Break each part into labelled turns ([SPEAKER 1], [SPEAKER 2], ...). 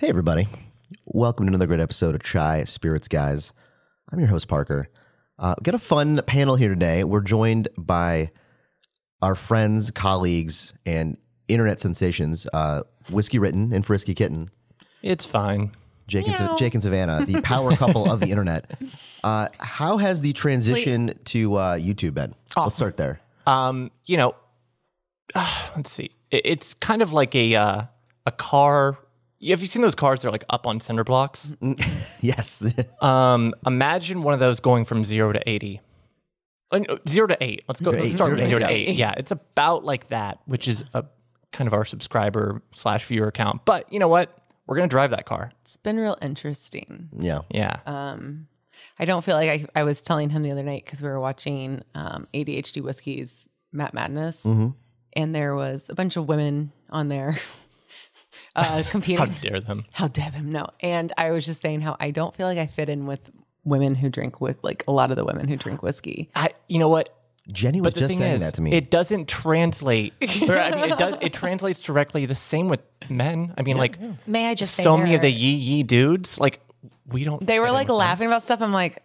[SPEAKER 1] Hey, everybody. Welcome to another great episode of Chai Spirits Guys. I'm your host, Parker. Uh, got a fun panel here today. We're joined by our friends, colleagues, and internet sensations, uh, Whiskey Written and Frisky Kitten.
[SPEAKER 2] It's fine.
[SPEAKER 1] Jake and, Sa- Jake and Savannah, the power couple of the internet. Uh, how has the transition to uh, YouTube been? Let's start there.
[SPEAKER 2] Um, you know, let's see. It- It's kind of like a uh, a car. Have you seen those cars that are like up on cinder blocks?
[SPEAKER 1] Yes.
[SPEAKER 2] Um, imagine one of those going from zero to eighty. Uh, no, Zero to eight. Let's go.
[SPEAKER 1] Zero to
[SPEAKER 2] Let's
[SPEAKER 1] eight.
[SPEAKER 2] start
[SPEAKER 1] Zero
[SPEAKER 2] with
[SPEAKER 1] to
[SPEAKER 2] zero to
[SPEAKER 1] eight,
[SPEAKER 2] eight. Yeah, it's about like that, which is a kind of our subscriber slash viewer account. But you know what? We're gonna drive that car.
[SPEAKER 3] It's been real interesting.
[SPEAKER 1] yeah.
[SPEAKER 2] Yeah.
[SPEAKER 3] I don't feel like I, I was telling him the other night because we were watching um, ADHD Whiskey's Matt Madness, and there was a bunch of women on there uh,
[SPEAKER 2] How
[SPEAKER 3] competing.
[SPEAKER 2] dare them?
[SPEAKER 3] How dare them? No. And I was just saying how I don't feel like I fit in with women who drink with like a lot of the women who drink whiskey.
[SPEAKER 2] I. You know what?
[SPEAKER 1] Jenny was
[SPEAKER 2] But the
[SPEAKER 1] just
[SPEAKER 2] thing
[SPEAKER 1] saying
[SPEAKER 2] is,
[SPEAKER 1] that to me.
[SPEAKER 2] it doesn't translate. or, I mean, it does. It translates directly the same with men. I mean, like
[SPEAKER 4] May I just say
[SPEAKER 2] so many
[SPEAKER 4] there
[SPEAKER 2] of the
[SPEAKER 4] are-
[SPEAKER 2] yee yee dudes, like we don't.
[SPEAKER 3] They were like laughing about stuff. I'm like,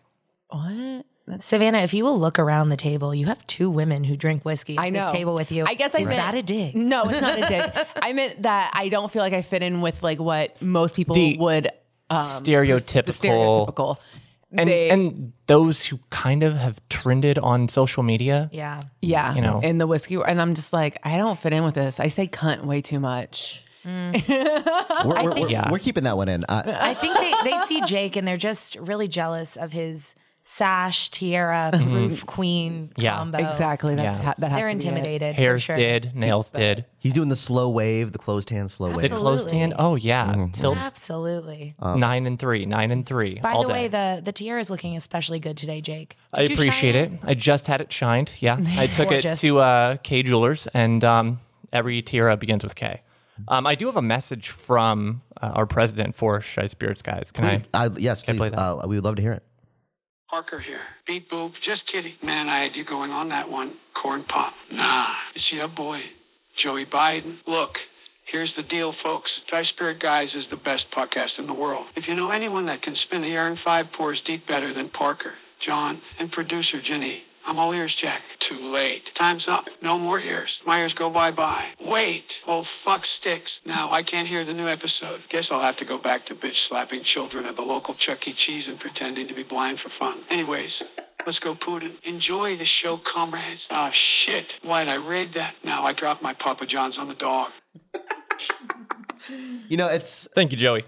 [SPEAKER 3] what?
[SPEAKER 4] Savannah, if you will look around the table, you have two women who drink whiskey
[SPEAKER 3] I
[SPEAKER 4] at
[SPEAKER 3] know.
[SPEAKER 4] this table with you.
[SPEAKER 3] I guess I
[SPEAKER 4] Is
[SPEAKER 3] meant
[SPEAKER 4] that a dig?
[SPEAKER 3] No, it's not a dig. I meant that I don't feel like I fit in with like what most people
[SPEAKER 2] The
[SPEAKER 3] would um,
[SPEAKER 2] stereotypical.
[SPEAKER 3] the stereotypical.
[SPEAKER 2] and
[SPEAKER 3] they-
[SPEAKER 2] and those who kind of have trended on social media.
[SPEAKER 4] Yeah.
[SPEAKER 3] yeah,
[SPEAKER 2] you know.
[SPEAKER 3] in the whiskey, wor- and I'm just like, I don't fit in with this. I say cunt way too much.
[SPEAKER 1] we're, we're, we're,
[SPEAKER 2] yeah.
[SPEAKER 1] we're keeping that one in. Uh,
[SPEAKER 4] I think they, they see Jake and they're just really jealous of his sash, tiara, roof queen
[SPEAKER 2] Mm-hmm. Yeah.
[SPEAKER 4] combo.
[SPEAKER 3] Exactly. That's
[SPEAKER 2] Yeah.
[SPEAKER 3] ha- that has
[SPEAKER 4] They're
[SPEAKER 3] to be it.
[SPEAKER 4] intimidated. for
[SPEAKER 2] Hairs
[SPEAKER 4] sure.
[SPEAKER 2] did, nails did,
[SPEAKER 1] he's doing the slow wave, the closed hand slow
[SPEAKER 2] the
[SPEAKER 1] wave.
[SPEAKER 2] closed hand. Oh yeah, tilt
[SPEAKER 4] Absolutely.
[SPEAKER 2] nine and three, nine and three.
[SPEAKER 4] By
[SPEAKER 2] all
[SPEAKER 4] the way,
[SPEAKER 2] day.
[SPEAKER 4] the the tiara is looking especially good today, Jake.
[SPEAKER 2] I
[SPEAKER 4] Did you
[SPEAKER 2] appreciate
[SPEAKER 4] shine
[SPEAKER 2] it. I just had it shined. Yeah, I took it
[SPEAKER 4] Gorgeous.
[SPEAKER 2] to uh, K Jewelers, and um, every tiara begins with K. Um, I do have a message from uh, our president for Shy Spirits guys. Can I?
[SPEAKER 1] Uh, yes, please.
[SPEAKER 2] play that?
[SPEAKER 1] Uh, we would love to hear it.
[SPEAKER 5] Parker here. Beat Boop. Just kidding. Man, I had you going on that one. Corn pop. Nah. It's your boy, Joey Biden. Look, here's the deal, folks. Dry Spirit Guys is the best podcast in the world. If you know anyone that can spin a year and five pours deep better than Parker, John, and producer Jenny, I'm all ears, Jack. Too late. Time's up. No more ears. My ears go bye bye. Wait. Oh, fuck sticks. Now I can't hear the new episode. Guess I'll have to go back to bitch slapping children at the local Chuck E. Cheese and pretending to be blind for fun. Anyways, let's go, Putin. Enjoy the show, comrades. Ah, shit. Why'd I read that? Now I dropped my Papa John's on the dog.
[SPEAKER 1] You know, it's.
[SPEAKER 2] Thank you, Joey.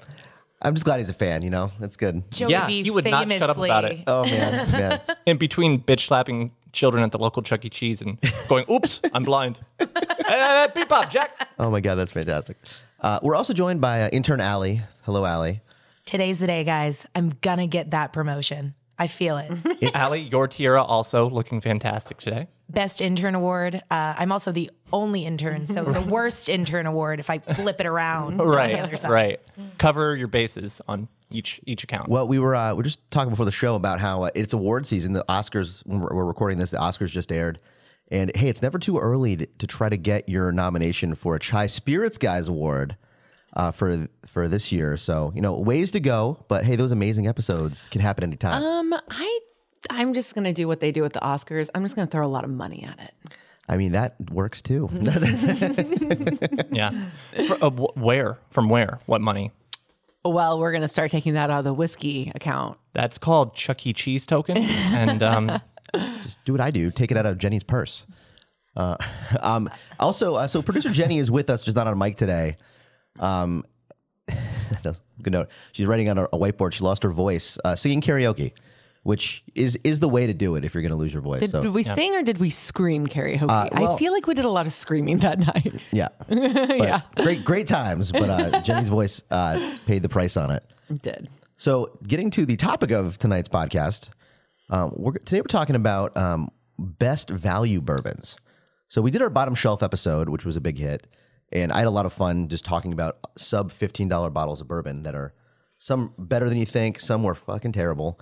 [SPEAKER 1] I'm just glad he's a fan. You know, that's good.
[SPEAKER 4] Joey
[SPEAKER 2] Yeah,
[SPEAKER 4] B
[SPEAKER 2] he would not shut up about it.
[SPEAKER 4] famously-
[SPEAKER 1] Oh man, man.
[SPEAKER 2] In between bitch slapping children at the local Chuck E. Cheese and going, "Oops, I'm blind." hey, hey, hey, beep up, Jack.
[SPEAKER 1] Oh my god, that's fantastic. Uh, we're also joined by uh, intern Allie. Hello, Allie.
[SPEAKER 4] Today's the day, guys. I'm gonna get that promotion. I feel it.
[SPEAKER 2] Allie, your tiara also looking fantastic today.
[SPEAKER 4] Best intern award. Uh, I'm also the only intern, so the worst intern award if I flip it around. on the other
[SPEAKER 2] Right,
[SPEAKER 4] side.
[SPEAKER 2] right. Cover your bases on each each account.
[SPEAKER 1] Well, we were uh, we were just talking before the show about how uh, it's award season. The Oscars. When we're, we're recording this, the Oscars just aired, and hey, it's never too early to, to try to get your nomination for a Chai Spirits Guys Award. Uh, for for this year, so you know ways to go, but hey, those amazing episodes can happen anytime.
[SPEAKER 3] Um, I I'm just gonna do what they do with the Oscars. I'm just gonna throw a lot of money at it.
[SPEAKER 1] I mean, that works too.
[SPEAKER 2] Yeah. For, uh, wh- where? From where? What money?
[SPEAKER 3] Well, we're gonna start taking that out of the whiskey account.
[SPEAKER 2] That's called Chuck E. Cheese tokens, and um,
[SPEAKER 1] just do what I do. Take it out of Jenny's purse. Uh, um, also, uh, so producer Jenny is with us, just not on mic today. Um, that's a good note. She's writing on a, a whiteboard. She lost her voice uh, singing karaoke, which is is the way to do it if you're going to lose your voice.
[SPEAKER 3] Did,
[SPEAKER 1] so
[SPEAKER 3] did we sing or did we scream karaoke?
[SPEAKER 1] well-
[SPEAKER 3] I feel like we did a lot of screaming that night.
[SPEAKER 1] yeah, But great great times. But uh, Jenny's voice uh, paid the price on it.
[SPEAKER 3] We did.
[SPEAKER 1] So, getting to the topic of tonight's podcast, um, we're, today we're talking about um, best value bourbons. So, we did our bottom shelf episode, which was a big hit, and I had a lot of fun just talking about sub fifteen dollar bottles of bourbon that are some better than you think, some were fucking terrible.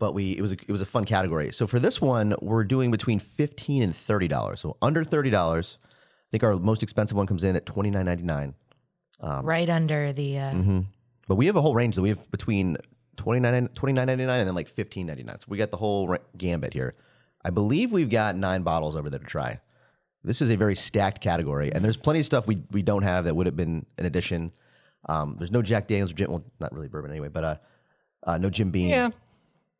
[SPEAKER 1] But we it was a, it was a fun category. So for this one, we're doing between fifteen and thirty dollars. So under thirty dollars, I think our most expensive one comes in at twenty nine ninety nine.
[SPEAKER 4] right under the. Uh,
[SPEAKER 2] Mm-hmm.
[SPEAKER 1] But we have a whole range that we have between 29 $29.99 and then like fifteen ninety nine. So we got the whole ra- gambit here. I believe we've got nine bottles over there to try. This is a very stacked category, and there's plenty of stuff we we don't have that would have been an addition. Um, there's no Jack Daniels or Jim, well, not really bourbon anyway, but uh, uh no Jim Beam.
[SPEAKER 2] Yeah, Hmm.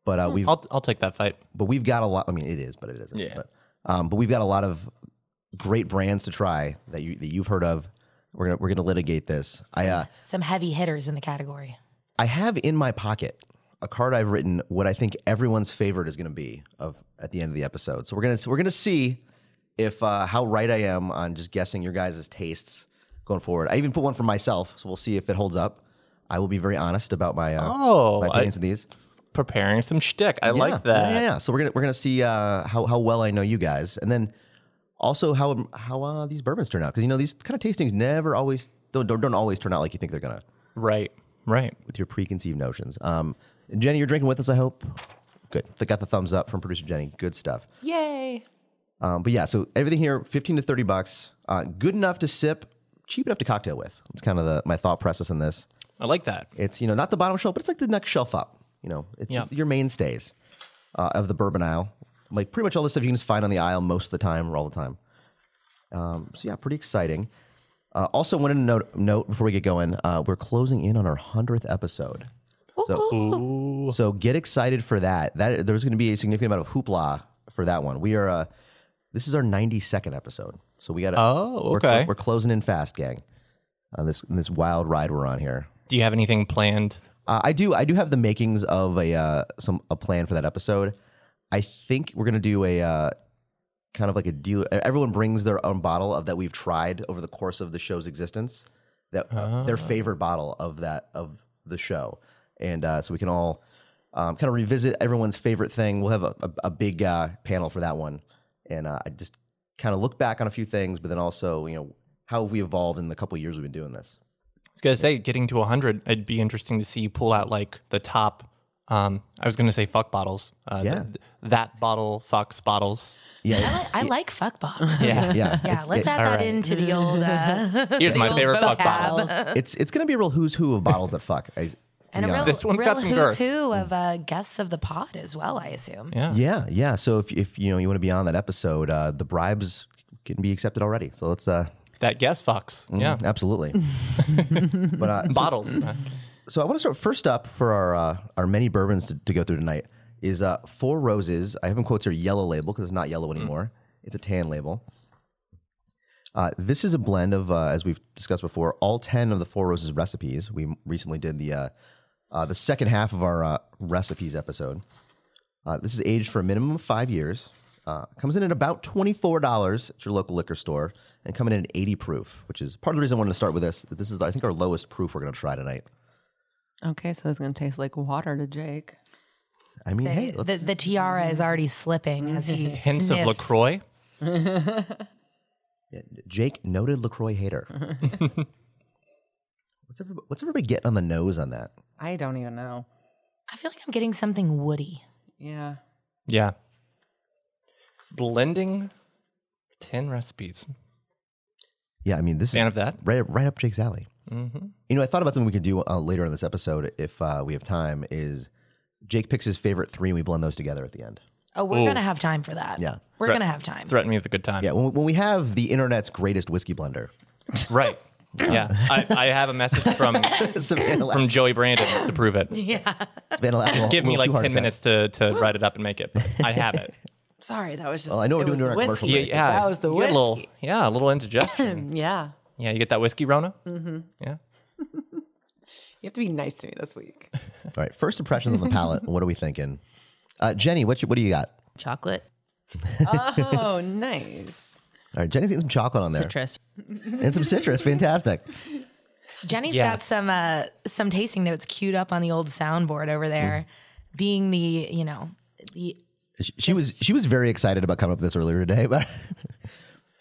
[SPEAKER 1] But uh, we've
[SPEAKER 2] I'll I'll take that fight.
[SPEAKER 1] but we've got a lot. I mean, it is, but it isn't.
[SPEAKER 2] Yeah.
[SPEAKER 1] But, um, but we've got a lot of great brands to try that you that you've heard of. We're gonna we're gonna litigate this. I uh,
[SPEAKER 4] some heavy hitters in the category.
[SPEAKER 1] I have in my pocket a card I've written what I think everyone's favorite is going to be of at the end of the episode. So we're gonna we're gonna see if uh, how right I am on just guessing your guys' tastes going forward. I even put one for myself, so we'll see if it holds up. I will be very honest about my uh,
[SPEAKER 2] Oh,
[SPEAKER 1] my
[SPEAKER 2] I,
[SPEAKER 1] opinions of these.
[SPEAKER 2] preparing some shtick.
[SPEAKER 1] Yeah.
[SPEAKER 2] I like that.
[SPEAKER 1] Yeah, yeah, yeah. So we're gonna we're gonna see uh, how how well I know you guys, and then also how how uh, these bourbons turn out because you know these kind of tastings never always don't, don't don't always turn out like you think they're gonna
[SPEAKER 2] Right, right.
[SPEAKER 1] with your preconceived notions. Um, Jenny, you're drinking with us, I hope. Good. They got the thumbs up from producer Jenny. Good stuff.
[SPEAKER 3] Yay.
[SPEAKER 1] Um, but yeah, so everything here, fifteen to thirty bucks. Uh, good enough to sip, cheap enough to cocktail with. It's kind of the my thought process on this.
[SPEAKER 2] I like that.
[SPEAKER 1] It's you know not the bottom shelf, but it's like the next shelf up. You know, it's
[SPEAKER 2] Yeah.
[SPEAKER 1] your mainstays uh, of the bourbon aisle. Like pretty much all this stuff you can just find on the aisle most of the time or all the time. Um, so yeah, pretty exciting. Uh, also, wanted to note, note before we get going, uh, we're closing in on our hundredth episode. So, so get excited for that. That there's going to be a significant amount of hoopla for that one. We are. Uh, this is our 92nd episode, so we got.
[SPEAKER 2] Oh,
[SPEAKER 1] we're-
[SPEAKER 2] okay.
[SPEAKER 1] We're, closing in fast, gang. On this this wild ride we're on here.
[SPEAKER 2] Do you have anything planned?
[SPEAKER 1] Uh, I do. I do have the makings of a uh, some a plan for that episode. I think we're gonna do a uh, kind of like a deal. e, Everyone brings their own bottle of that we've tried over the course of the show's existence. That uh, their favorite bottle of that of the show, and uh, so we can all um, kind of revisit everyone's favorite thing. We'll have a, a, a big uh, panel for that one, and uh, I just kind of look back on a few things, but then also you know how have we evolved in the couple of years we've been doing this.
[SPEAKER 2] I was gonna say getting to 100. It'd be interesting to see you pull out like the top. Um, I was gonna say fuck bottles. Uh,
[SPEAKER 1] Yeah.
[SPEAKER 2] th- that bottle fucks bottles.
[SPEAKER 1] Yeah,
[SPEAKER 4] I, I like fuck bomb.
[SPEAKER 1] yeah.
[SPEAKER 2] Yeah,
[SPEAKER 4] Yeah,
[SPEAKER 1] It's-
[SPEAKER 4] let's add
[SPEAKER 2] all
[SPEAKER 4] that
[SPEAKER 2] right.
[SPEAKER 4] into the old. Uh,
[SPEAKER 2] Here's my favorite fuck
[SPEAKER 4] vocab.
[SPEAKER 2] bottle.
[SPEAKER 1] it's it's gonna be a real who's who of bottles that fuck. I, to
[SPEAKER 4] and a
[SPEAKER 1] be
[SPEAKER 4] real,
[SPEAKER 1] honest.
[SPEAKER 2] This one's
[SPEAKER 4] real
[SPEAKER 2] got some
[SPEAKER 4] who's
[SPEAKER 2] girth.
[SPEAKER 4] who of uh, guests of the pod as well, I assume.
[SPEAKER 2] Yeah.
[SPEAKER 1] yeah, yeah. So if if you know you want to be on that episode, uh, the bribes can be accepted already. So let's uh,
[SPEAKER 2] That guess fucks.
[SPEAKER 1] Mm-hmm.
[SPEAKER 2] Yeah.
[SPEAKER 1] absolutely. but uh, so,
[SPEAKER 2] Bottles. Uh,
[SPEAKER 1] so I want to start first up for our uh, our many bourbons to, to go through tonight is uh, Four Roses. I have in quotes here yellow label because it's not yellow anymore. It's a tan label. Uh, this is a blend of, uh, as we've discussed before, all ten of the Four Roses recipes. We recently did the uh, uh, the second half of our uh, recipes episode. Uh, this is aged for a minimum of five years. Uh, comes in at about $24 at your local liquor store and coming in at 80 proof, which is part of the reason I wanted to start with this. That This is, I think, our lowest proof we're going to try tonight.
[SPEAKER 3] Okay, so it's going to taste like water to Jake.
[SPEAKER 1] I mean, hey,
[SPEAKER 4] Say,
[SPEAKER 1] let's,
[SPEAKER 4] the, the tiara is already slipping as he
[SPEAKER 2] hints of
[SPEAKER 4] sniffs.
[SPEAKER 2] Lacroix.
[SPEAKER 1] Jake, noted LaCroix hater. what's, everybody, what's everybody getting on the nose on that?
[SPEAKER 3] I don't even know.
[SPEAKER 4] I feel like I'm getting something woody.
[SPEAKER 3] Yeah.
[SPEAKER 2] Yeah. Blending ten recipes.
[SPEAKER 1] Yeah, I mean, this
[SPEAKER 2] Fan
[SPEAKER 1] is
[SPEAKER 2] of that.
[SPEAKER 1] right, right up Jake's alley.
[SPEAKER 2] Mm-hmm.
[SPEAKER 1] You know, I thought about something we could do uh, later in this episode if uh, we have time is Jake picks his favorite three and we blend those together at the end.
[SPEAKER 4] Oh, we're gonna have time for that.
[SPEAKER 1] Yeah.
[SPEAKER 4] we're
[SPEAKER 2] Threat-
[SPEAKER 4] gonna have time.
[SPEAKER 2] Threaten me with a good time.
[SPEAKER 1] Yeah, when, when we have the internet's greatest whiskey blender.
[SPEAKER 2] Right. Yeah. I, I have a message from
[SPEAKER 1] Savannah,
[SPEAKER 2] from Joey Brandon to prove it.
[SPEAKER 1] Savannah laughed a little-
[SPEAKER 2] Give me
[SPEAKER 1] little
[SPEAKER 2] like
[SPEAKER 1] too hard
[SPEAKER 2] ten
[SPEAKER 1] at that.
[SPEAKER 2] minutes to to write it up and make it. but I have it.
[SPEAKER 3] Sorry, that was just.
[SPEAKER 1] Well, I know we're
[SPEAKER 3] it
[SPEAKER 1] doing
[SPEAKER 3] was
[SPEAKER 1] during
[SPEAKER 3] the
[SPEAKER 1] our commercial
[SPEAKER 3] whiskey.
[SPEAKER 2] Yeah,
[SPEAKER 1] break.
[SPEAKER 2] yeah.
[SPEAKER 3] That was the
[SPEAKER 2] You get a little,
[SPEAKER 3] whiskey.
[SPEAKER 2] yeah, a little indigestion.
[SPEAKER 3] Yeah.
[SPEAKER 2] yeah, you get that whiskey, Rona.
[SPEAKER 3] Mm.
[SPEAKER 2] Mm-hmm. Yeah.
[SPEAKER 3] You have to be nice to me this week.
[SPEAKER 1] All right, first impressions on the palate. What are we thinking? Uh, Jenny, what you, what do you got?
[SPEAKER 6] Chocolate,
[SPEAKER 3] Oh, nice.
[SPEAKER 1] All right, Jenny's getting some chocolate on there
[SPEAKER 6] citrus.
[SPEAKER 1] and some citrus. Fantastic.
[SPEAKER 4] Jenny's
[SPEAKER 2] Yeah.
[SPEAKER 4] got some uh, some tasting notes queued up on the old soundboard over there, being the you know the
[SPEAKER 1] She, she was she was very excited about coming up with this earlier today, but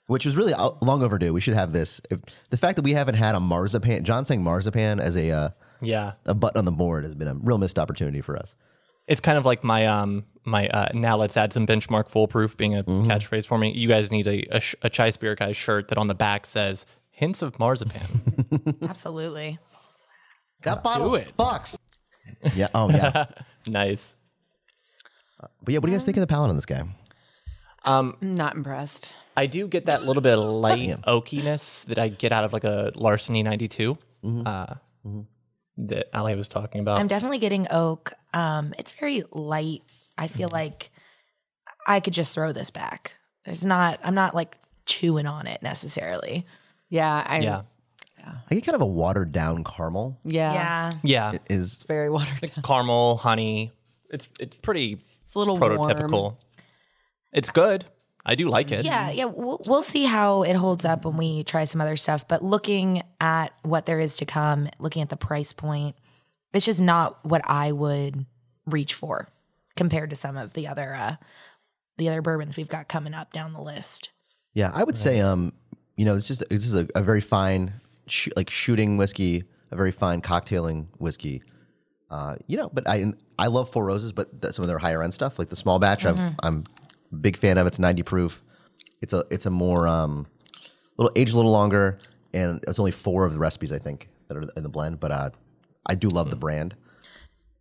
[SPEAKER 1] which was really out- long overdue. We should have this. If, the fact that we haven't had a marzipan, John saying marzipan as a uh,
[SPEAKER 2] Yeah.
[SPEAKER 1] a button on the board has been a real missed opportunity for us.
[SPEAKER 2] It's kind of like my um my uh, now let's add some benchmark Mm-hmm. foolproof being a catchphrase for me. You guys need a a, sh- a chai spirit guy shirt that on the back says hints of marzipan.
[SPEAKER 4] Absolutely.
[SPEAKER 1] That bottle
[SPEAKER 6] do it.
[SPEAKER 1] box. Yeah. Oh yeah.
[SPEAKER 2] nice.
[SPEAKER 1] But yeah, what do you guys think of the palate on this guy?
[SPEAKER 2] Um,
[SPEAKER 3] Not impressed.
[SPEAKER 2] I do get that little bit of light oakiness that I get out of like a Larceny 92 uh, that Ali was talking about.
[SPEAKER 4] I'm definitely getting oak. Um, it's very light. I feel like I could just throw this back. There's not. I'm not like chewing on it necessarily.
[SPEAKER 3] Yeah. I,
[SPEAKER 2] Yeah.
[SPEAKER 3] yeah.
[SPEAKER 1] I get kind of a watered down caramel.
[SPEAKER 3] Yeah.
[SPEAKER 4] Yeah.
[SPEAKER 2] yeah.
[SPEAKER 1] Is
[SPEAKER 3] Very watered down.
[SPEAKER 2] Caramel, honey. It's it's pretty
[SPEAKER 3] It's a little
[SPEAKER 2] prototypical.
[SPEAKER 3] warm.
[SPEAKER 2] It's good. I do like it.
[SPEAKER 4] Yeah, yeah. We'll, we'll see how it holds up when we try some other stuff. But looking at what there is to come, looking at the price point, it's just not what I would reach for compared to some of the other uh, the other bourbons we've got coming up down the list.
[SPEAKER 1] yeah, I would say um, you know, it's just it's just a, a very fine sh- like shooting whiskey, a very fine cocktailing whiskey. Uh, you know, but I I love Four Roses, but th- some of their higher end stuff, like the small batch, I'm I'm big fan of. It's 90 proof. It's a it's a more um, little aged a little longer, and it's only four of the recipes I think that are in the blend. But uh, I do love the brand.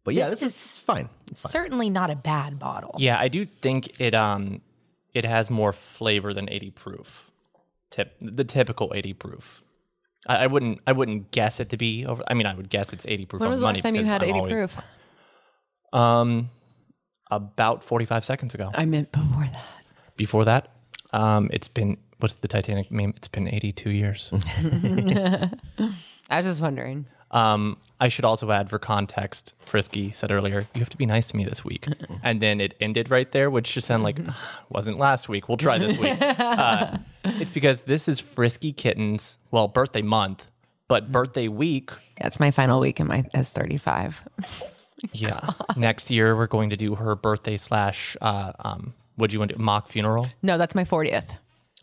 [SPEAKER 1] But yeah,
[SPEAKER 4] This
[SPEAKER 1] this, is fine.
[SPEAKER 4] Certainly not a bad bottle.
[SPEAKER 2] Yeah, I do think it um it has more flavor than 80 proof. Tip the typical 80 proof. I, I wouldn't I wouldn't guess it to be over I mean I would guess it's 80 proof
[SPEAKER 3] When
[SPEAKER 2] on
[SPEAKER 3] was the
[SPEAKER 2] money
[SPEAKER 3] last time you
[SPEAKER 2] because
[SPEAKER 3] had
[SPEAKER 2] I'm
[SPEAKER 3] 80
[SPEAKER 2] always-
[SPEAKER 3] proof?
[SPEAKER 2] Um about 45 seconds ago.
[SPEAKER 3] I meant before that.
[SPEAKER 2] Before that, um it's been what's the Titanic meme? It's been 82 years.
[SPEAKER 3] I was just wondering.
[SPEAKER 2] Um, I should also add for context, Frisky said earlier, you have to be nice to me this week. and then it ended right there, which just sounded like, "Ah, wasn't last week. We'll try this week. uh, it's because this is Frisky Kitten's, well, birthday month, but birthday week.
[SPEAKER 3] That's my final week in my as 35.
[SPEAKER 2] Yeah. Next year, we're going to do her birthday slash, uh, um, what do you want to do? Mock funeral?
[SPEAKER 3] No, that's my 40th.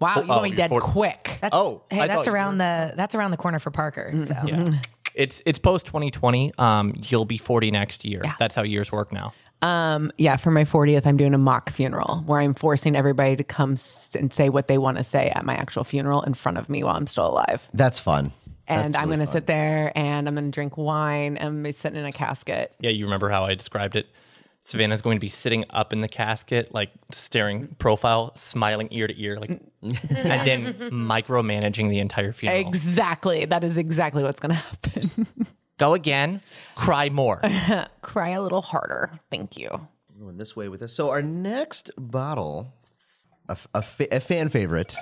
[SPEAKER 3] Wow, you
[SPEAKER 2] oh,
[SPEAKER 3] got me
[SPEAKER 2] your
[SPEAKER 3] dead
[SPEAKER 2] 40th.
[SPEAKER 3] quick.
[SPEAKER 4] That's,
[SPEAKER 2] Oh,
[SPEAKER 4] hey,
[SPEAKER 2] I thought
[SPEAKER 4] that's
[SPEAKER 2] you Mm-hmm.
[SPEAKER 4] around the that's around the corner for Parker. So
[SPEAKER 2] Yeah. It's it's post 2020. Um, you'll be 40 next year. That's how years work now.
[SPEAKER 3] Um, yeah, for my 40th, I'm doing a mock funeral where I'm forcing everybody to come s- and say what they want to say at my actual funeral in front of me while I'm still alive.
[SPEAKER 1] That's fun.
[SPEAKER 3] And
[SPEAKER 1] That's
[SPEAKER 3] I'm
[SPEAKER 1] really
[SPEAKER 3] going to
[SPEAKER 1] fun.
[SPEAKER 3] sit there and I'm going to drink wine and I'm gonna be sitting in a casket.
[SPEAKER 2] Yeah, you remember how I described it. Savannah's going to be sitting up in the casket, like staring profile, smiling ear to ear, like, and then micromanaging the entire funeral.
[SPEAKER 3] Exactly. That is exactly what's going to happen.
[SPEAKER 2] Go again, cry more.
[SPEAKER 3] Cry a little harder. Thank you.
[SPEAKER 1] going this way with us. So our next bottle, a, f- a fa- a fan favorite,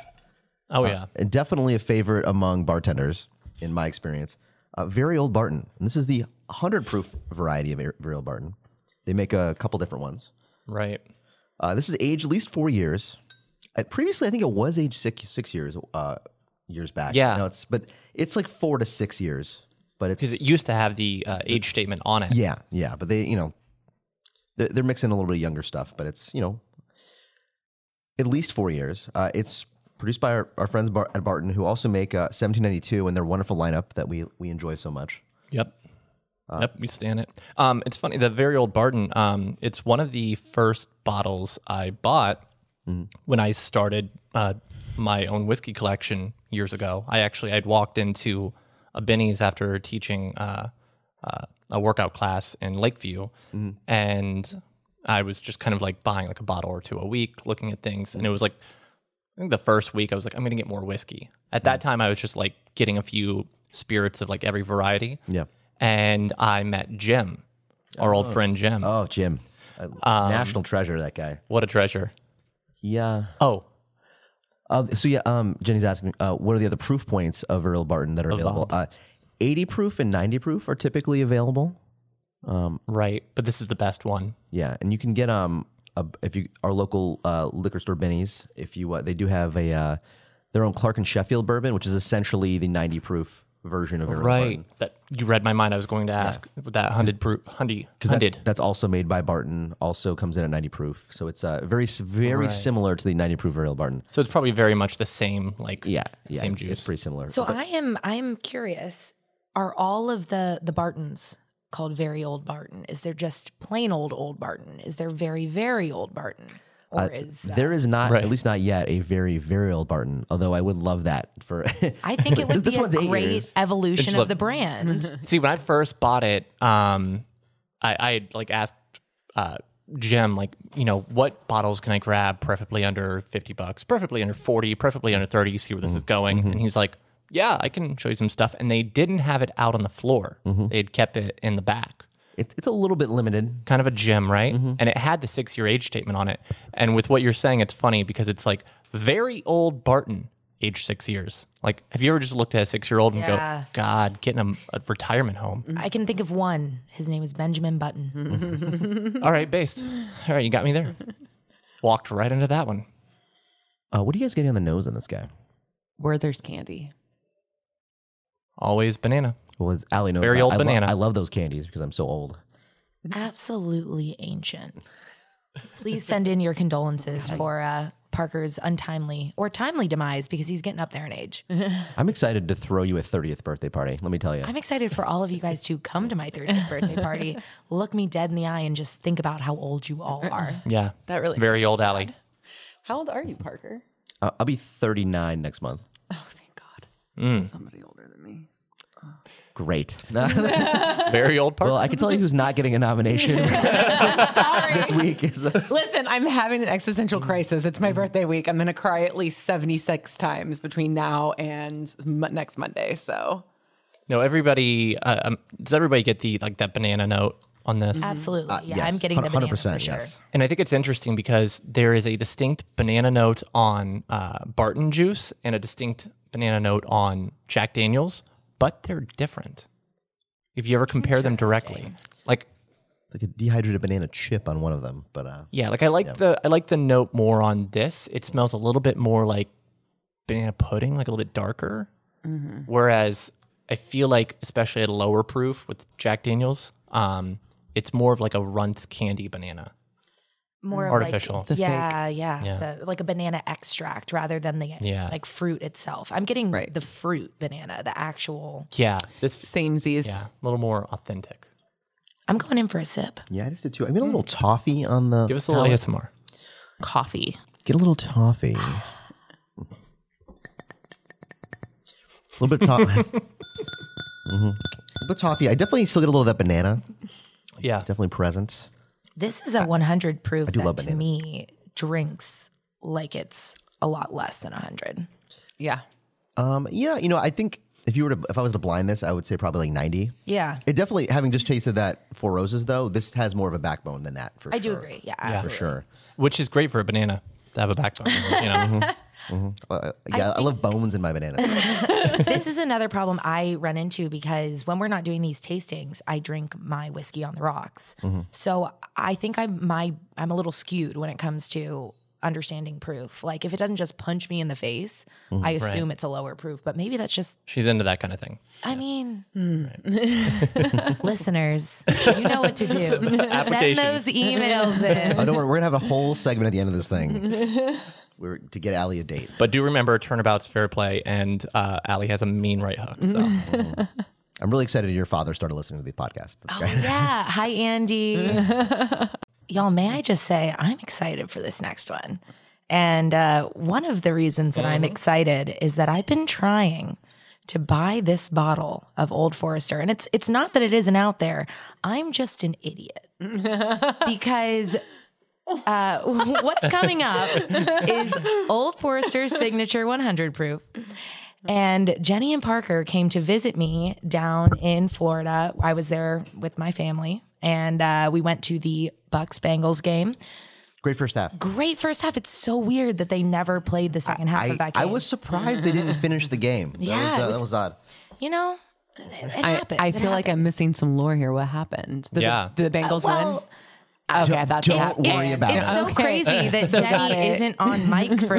[SPEAKER 2] Oh yeah,
[SPEAKER 1] and definitely a favorite among bartenders in my experience. Uh, very old Barton, and this is the hundred proof variety of Ver- very old Barton. They make a couple different ones.
[SPEAKER 2] right.
[SPEAKER 1] Uh, this is aged at least four years. Uh, previously, I think it was aged six six years uh, years back.
[SPEAKER 2] Yeah.
[SPEAKER 1] now it's but it's like four to six years. But it's
[SPEAKER 2] Because it used to have the uh, age statement on it.
[SPEAKER 1] Yeah, yeah, but they, you know, they're, they're mixing a little bit of younger stuff, but it's you know, at least four years. Uh, it's produced by our, our friends Bar- at Barton, who also make uh, 1792 and their wonderful lineup that we we enjoy so much.
[SPEAKER 2] Yep. yep, we stand it. Um, it's funny, the very old Barton, um, it's one of the first bottles I bought when I started uh, my own whiskey collection years ago. I actually, I'd walked into a Benny's after teaching uh, uh, a workout class in Lakeview, and I was just kind of like buying like a bottle or two a week, looking at things, and it was like I think the first week I was like, I'm gonna get more whiskey. At that time, I was just like getting a few spirits of like every variety.
[SPEAKER 1] Yeah.
[SPEAKER 2] And I met Jim, our old friend Jim.
[SPEAKER 1] Oh, Jim, a national treasure, that guy.
[SPEAKER 2] What a treasure.
[SPEAKER 1] Um, Yeah.
[SPEAKER 2] Oh,
[SPEAKER 1] Uh, so yeah, um, Jenny's asking, uh, what are the other proof points of Earl Barton that are available? Uh, 80 proof and 90 proof are typically available.
[SPEAKER 2] right. But this is the best one.
[SPEAKER 1] Yeah, and you can get um a, if you our local uh, liquor store Benny's if you uh, they do have a uh, their own Clark and Sheffield bourbon, which is essentially the ninety proof version of Aaron Barton.
[SPEAKER 2] That you read my mind. I was going to ask that hundred proof hundy
[SPEAKER 1] That-
[SPEAKER 2] hundred.
[SPEAKER 1] that's also made by Barton. Also comes in at ninety proof, so it's uh, very s- very similar to the ninety proof Ariel Barton.
[SPEAKER 2] So it's probably very much the same like
[SPEAKER 1] Yeah, yeah,
[SPEAKER 2] same
[SPEAKER 1] it's,
[SPEAKER 2] juice.
[SPEAKER 1] it's pretty similar.
[SPEAKER 4] So I am I am curious. Are all of the the Bartons called very old Barton? Is there just plain old old Barton? Is there very very old Barton? Or
[SPEAKER 1] Uh,
[SPEAKER 4] is
[SPEAKER 1] there is not,
[SPEAKER 2] Right.
[SPEAKER 1] at least not yet, a very virile Barton. Although I would love that for.
[SPEAKER 4] I think it would
[SPEAKER 1] this
[SPEAKER 4] be
[SPEAKER 1] one's
[SPEAKER 4] a
[SPEAKER 1] eight
[SPEAKER 4] great
[SPEAKER 1] years.
[SPEAKER 4] evolution
[SPEAKER 2] It's
[SPEAKER 4] of
[SPEAKER 2] what-
[SPEAKER 4] the brand.
[SPEAKER 2] See, when I first bought it, um, I, I had, like asked uh, Jim, like, you know, what bottles can I grab preferably under 50 bucks, preferably under 40, preferably under 30, see where this is going. And he's like, yeah, I can show you some stuff. And they didn't have it out on the floor. They had kept it in the back.
[SPEAKER 1] It's, it's a little bit limited.
[SPEAKER 2] Kind of a gem, right? And it had the six year age statement on it. And with what you're saying, it's funny because it's like very old Barton, age six years. Like, have you ever just looked at a six year old and
[SPEAKER 4] Yeah.
[SPEAKER 2] go, God, getting a, a retirement home?
[SPEAKER 1] Mm-hmm.
[SPEAKER 4] I can think of one. His name is Benjamin Button.
[SPEAKER 2] All right, based. All right, you got me there. Walked right into that one.
[SPEAKER 1] Uh, what are you guys getting on the nose on this guy?
[SPEAKER 3] Werther's candy.
[SPEAKER 2] Always banana.
[SPEAKER 1] Well, it's Allie knows.
[SPEAKER 2] Very
[SPEAKER 1] I-
[SPEAKER 2] old
[SPEAKER 1] I lo-
[SPEAKER 2] banana.
[SPEAKER 1] I love those candies because I'm so old. Mm-hmm.
[SPEAKER 4] Absolutely ancient. Please send in your condolences for uh, Parker's untimely or timely demise because he's getting up there in age.
[SPEAKER 1] I'm excited to throw you a 30th birthday party. Let me tell you.
[SPEAKER 4] I'm excited for all of you guys to come to my 30th birthday party, look me dead in the eye, and just think about how old you all are.
[SPEAKER 2] Yeah.
[SPEAKER 3] That really makes
[SPEAKER 2] Very
[SPEAKER 3] me
[SPEAKER 2] old alley.
[SPEAKER 3] How old are you, Parker?
[SPEAKER 1] Uh, I'll be 39 next month.
[SPEAKER 3] Oh, thank God.
[SPEAKER 2] Mm.
[SPEAKER 3] Somebody older than me.
[SPEAKER 1] Great.
[SPEAKER 2] Very old part.
[SPEAKER 1] well, I can tell you who's not getting a nomination
[SPEAKER 3] Sorry.
[SPEAKER 1] this week. is-
[SPEAKER 3] Listen, I'm having an existential crisis. It's my
[SPEAKER 2] Mm.
[SPEAKER 3] birthday week. I'm going to cry at least 76 times between now and m- next Monday. So
[SPEAKER 2] no, everybody. Uh, um, does everybody get the like that banana note on this?
[SPEAKER 3] Mm-hmm.
[SPEAKER 4] Absolutely. yeah,
[SPEAKER 1] Uh, Yes,
[SPEAKER 4] I'm getting the banana
[SPEAKER 1] 100%.
[SPEAKER 4] for sure.
[SPEAKER 1] Yes.
[SPEAKER 2] And I think it's interesting because there is a distinct banana note on uh, Barton juice and a distinct banana note on Jack Daniels, but they're different. If you ever compare them directly, like
[SPEAKER 1] It's like a dehydrated banana chip on one of them, but uh,
[SPEAKER 2] Yeah, like I like the I like the note more on this. It smells a little bit more like banana pudding, like a little bit darker. Whereas I feel like, especially at a lower proof with Jack Daniels, um, it's more of like a Runt's candy banana.
[SPEAKER 4] More
[SPEAKER 2] Artificial.
[SPEAKER 4] Of
[SPEAKER 2] It's
[SPEAKER 3] a
[SPEAKER 4] like,
[SPEAKER 3] fake.
[SPEAKER 4] yeah, yeah, The, like a banana extract rather than the
[SPEAKER 2] Yeah.
[SPEAKER 4] like fruit itself. I'm getting
[SPEAKER 3] Right.
[SPEAKER 4] the fruit banana, the actual.
[SPEAKER 2] Yeah, this
[SPEAKER 3] same Z's.
[SPEAKER 2] yeah, a little more authentic.
[SPEAKER 4] I'm going in for a sip.
[SPEAKER 1] yeah, I just did too. I got a little toffee on the.
[SPEAKER 2] Mm. Give us a little ASMR.
[SPEAKER 3] Coffee.
[SPEAKER 1] Get a little toffee. a little bit of toffee. hmm A little bit of toffee. I definitely still get a little of that banana.
[SPEAKER 2] Yeah,
[SPEAKER 1] Definitely present.
[SPEAKER 4] This is a 100 proof that
[SPEAKER 1] love
[SPEAKER 4] to
[SPEAKER 1] bananas.
[SPEAKER 4] me drinks like it's a lot less than 100.
[SPEAKER 3] Yeah.
[SPEAKER 1] Um, yeah, you know, I think if you were to, if I was to blind this, I would say probably like 90.
[SPEAKER 4] Yeah.
[SPEAKER 1] It definitely, having just tasted that Four Roses though, this has more of a backbone than that for
[SPEAKER 4] I
[SPEAKER 1] sure.
[SPEAKER 4] do agree. Yeah,
[SPEAKER 1] For
[SPEAKER 4] absolutely.
[SPEAKER 1] sure.
[SPEAKER 2] which is great for a banana to have a backbone. You know,
[SPEAKER 1] Uh, yeah, I, love bones in my bananas.
[SPEAKER 4] this is another problem I run into because when we're not doing these tastings, I drink my whiskey on the rocks. So I think I'm my I'm a little skewed when it comes to understanding proof. Like if it doesn't just punch me in the face, I assume it's a lower proof. But maybe that's just
[SPEAKER 2] she's into that kind of thing.
[SPEAKER 4] I mean, listeners, you know what to do. Send
[SPEAKER 2] Application.
[SPEAKER 4] those emails in.
[SPEAKER 1] oh, don't worry, we're gonna have a whole segment at the end of this thing. We're to get Allie a date.
[SPEAKER 2] But do remember, turnabout's fair play, and uh, Allie has a mean right hook. So
[SPEAKER 1] I'm really excited your father started listening to the podcast. That's great.
[SPEAKER 4] Oh, Yeah. Hi, Andy. Y'all, may I just say, I'm excited for this next one. And uh, one of the reasons that I'm excited is that I've been trying to buy this bottle of Old Forester. And it's it's not that it isn't out there. I'm just an idiot. because uh, what's coming up is Old Forester's signature 100 proof. And Jenny and Parker came to visit me down in Florida. I was there with my family, and uh, we went to the Bucks Bengals game.
[SPEAKER 1] Great first half.
[SPEAKER 4] Great first half. It's so weird that they never played the second half
[SPEAKER 1] I,
[SPEAKER 4] of that game.
[SPEAKER 1] I was surprised they didn't finish the game. That
[SPEAKER 4] Yeah,
[SPEAKER 1] was, uh,
[SPEAKER 4] it was-
[SPEAKER 1] that was odd.
[SPEAKER 4] you know, it, it
[SPEAKER 3] I,
[SPEAKER 4] happens.
[SPEAKER 3] I
[SPEAKER 4] It
[SPEAKER 3] feel like I'm
[SPEAKER 4] happens.
[SPEAKER 3] missing some lore here. What happened? Did
[SPEAKER 2] Yeah.
[SPEAKER 3] The, did the Bengals
[SPEAKER 4] well,
[SPEAKER 3] win? Okay, that's
[SPEAKER 1] don't
[SPEAKER 3] that.
[SPEAKER 1] worry
[SPEAKER 4] it's,
[SPEAKER 1] about
[SPEAKER 4] it's
[SPEAKER 1] it.
[SPEAKER 4] so
[SPEAKER 3] Okay.
[SPEAKER 4] crazy that
[SPEAKER 3] So got
[SPEAKER 4] Jenny
[SPEAKER 3] it.
[SPEAKER 4] isn't on mic for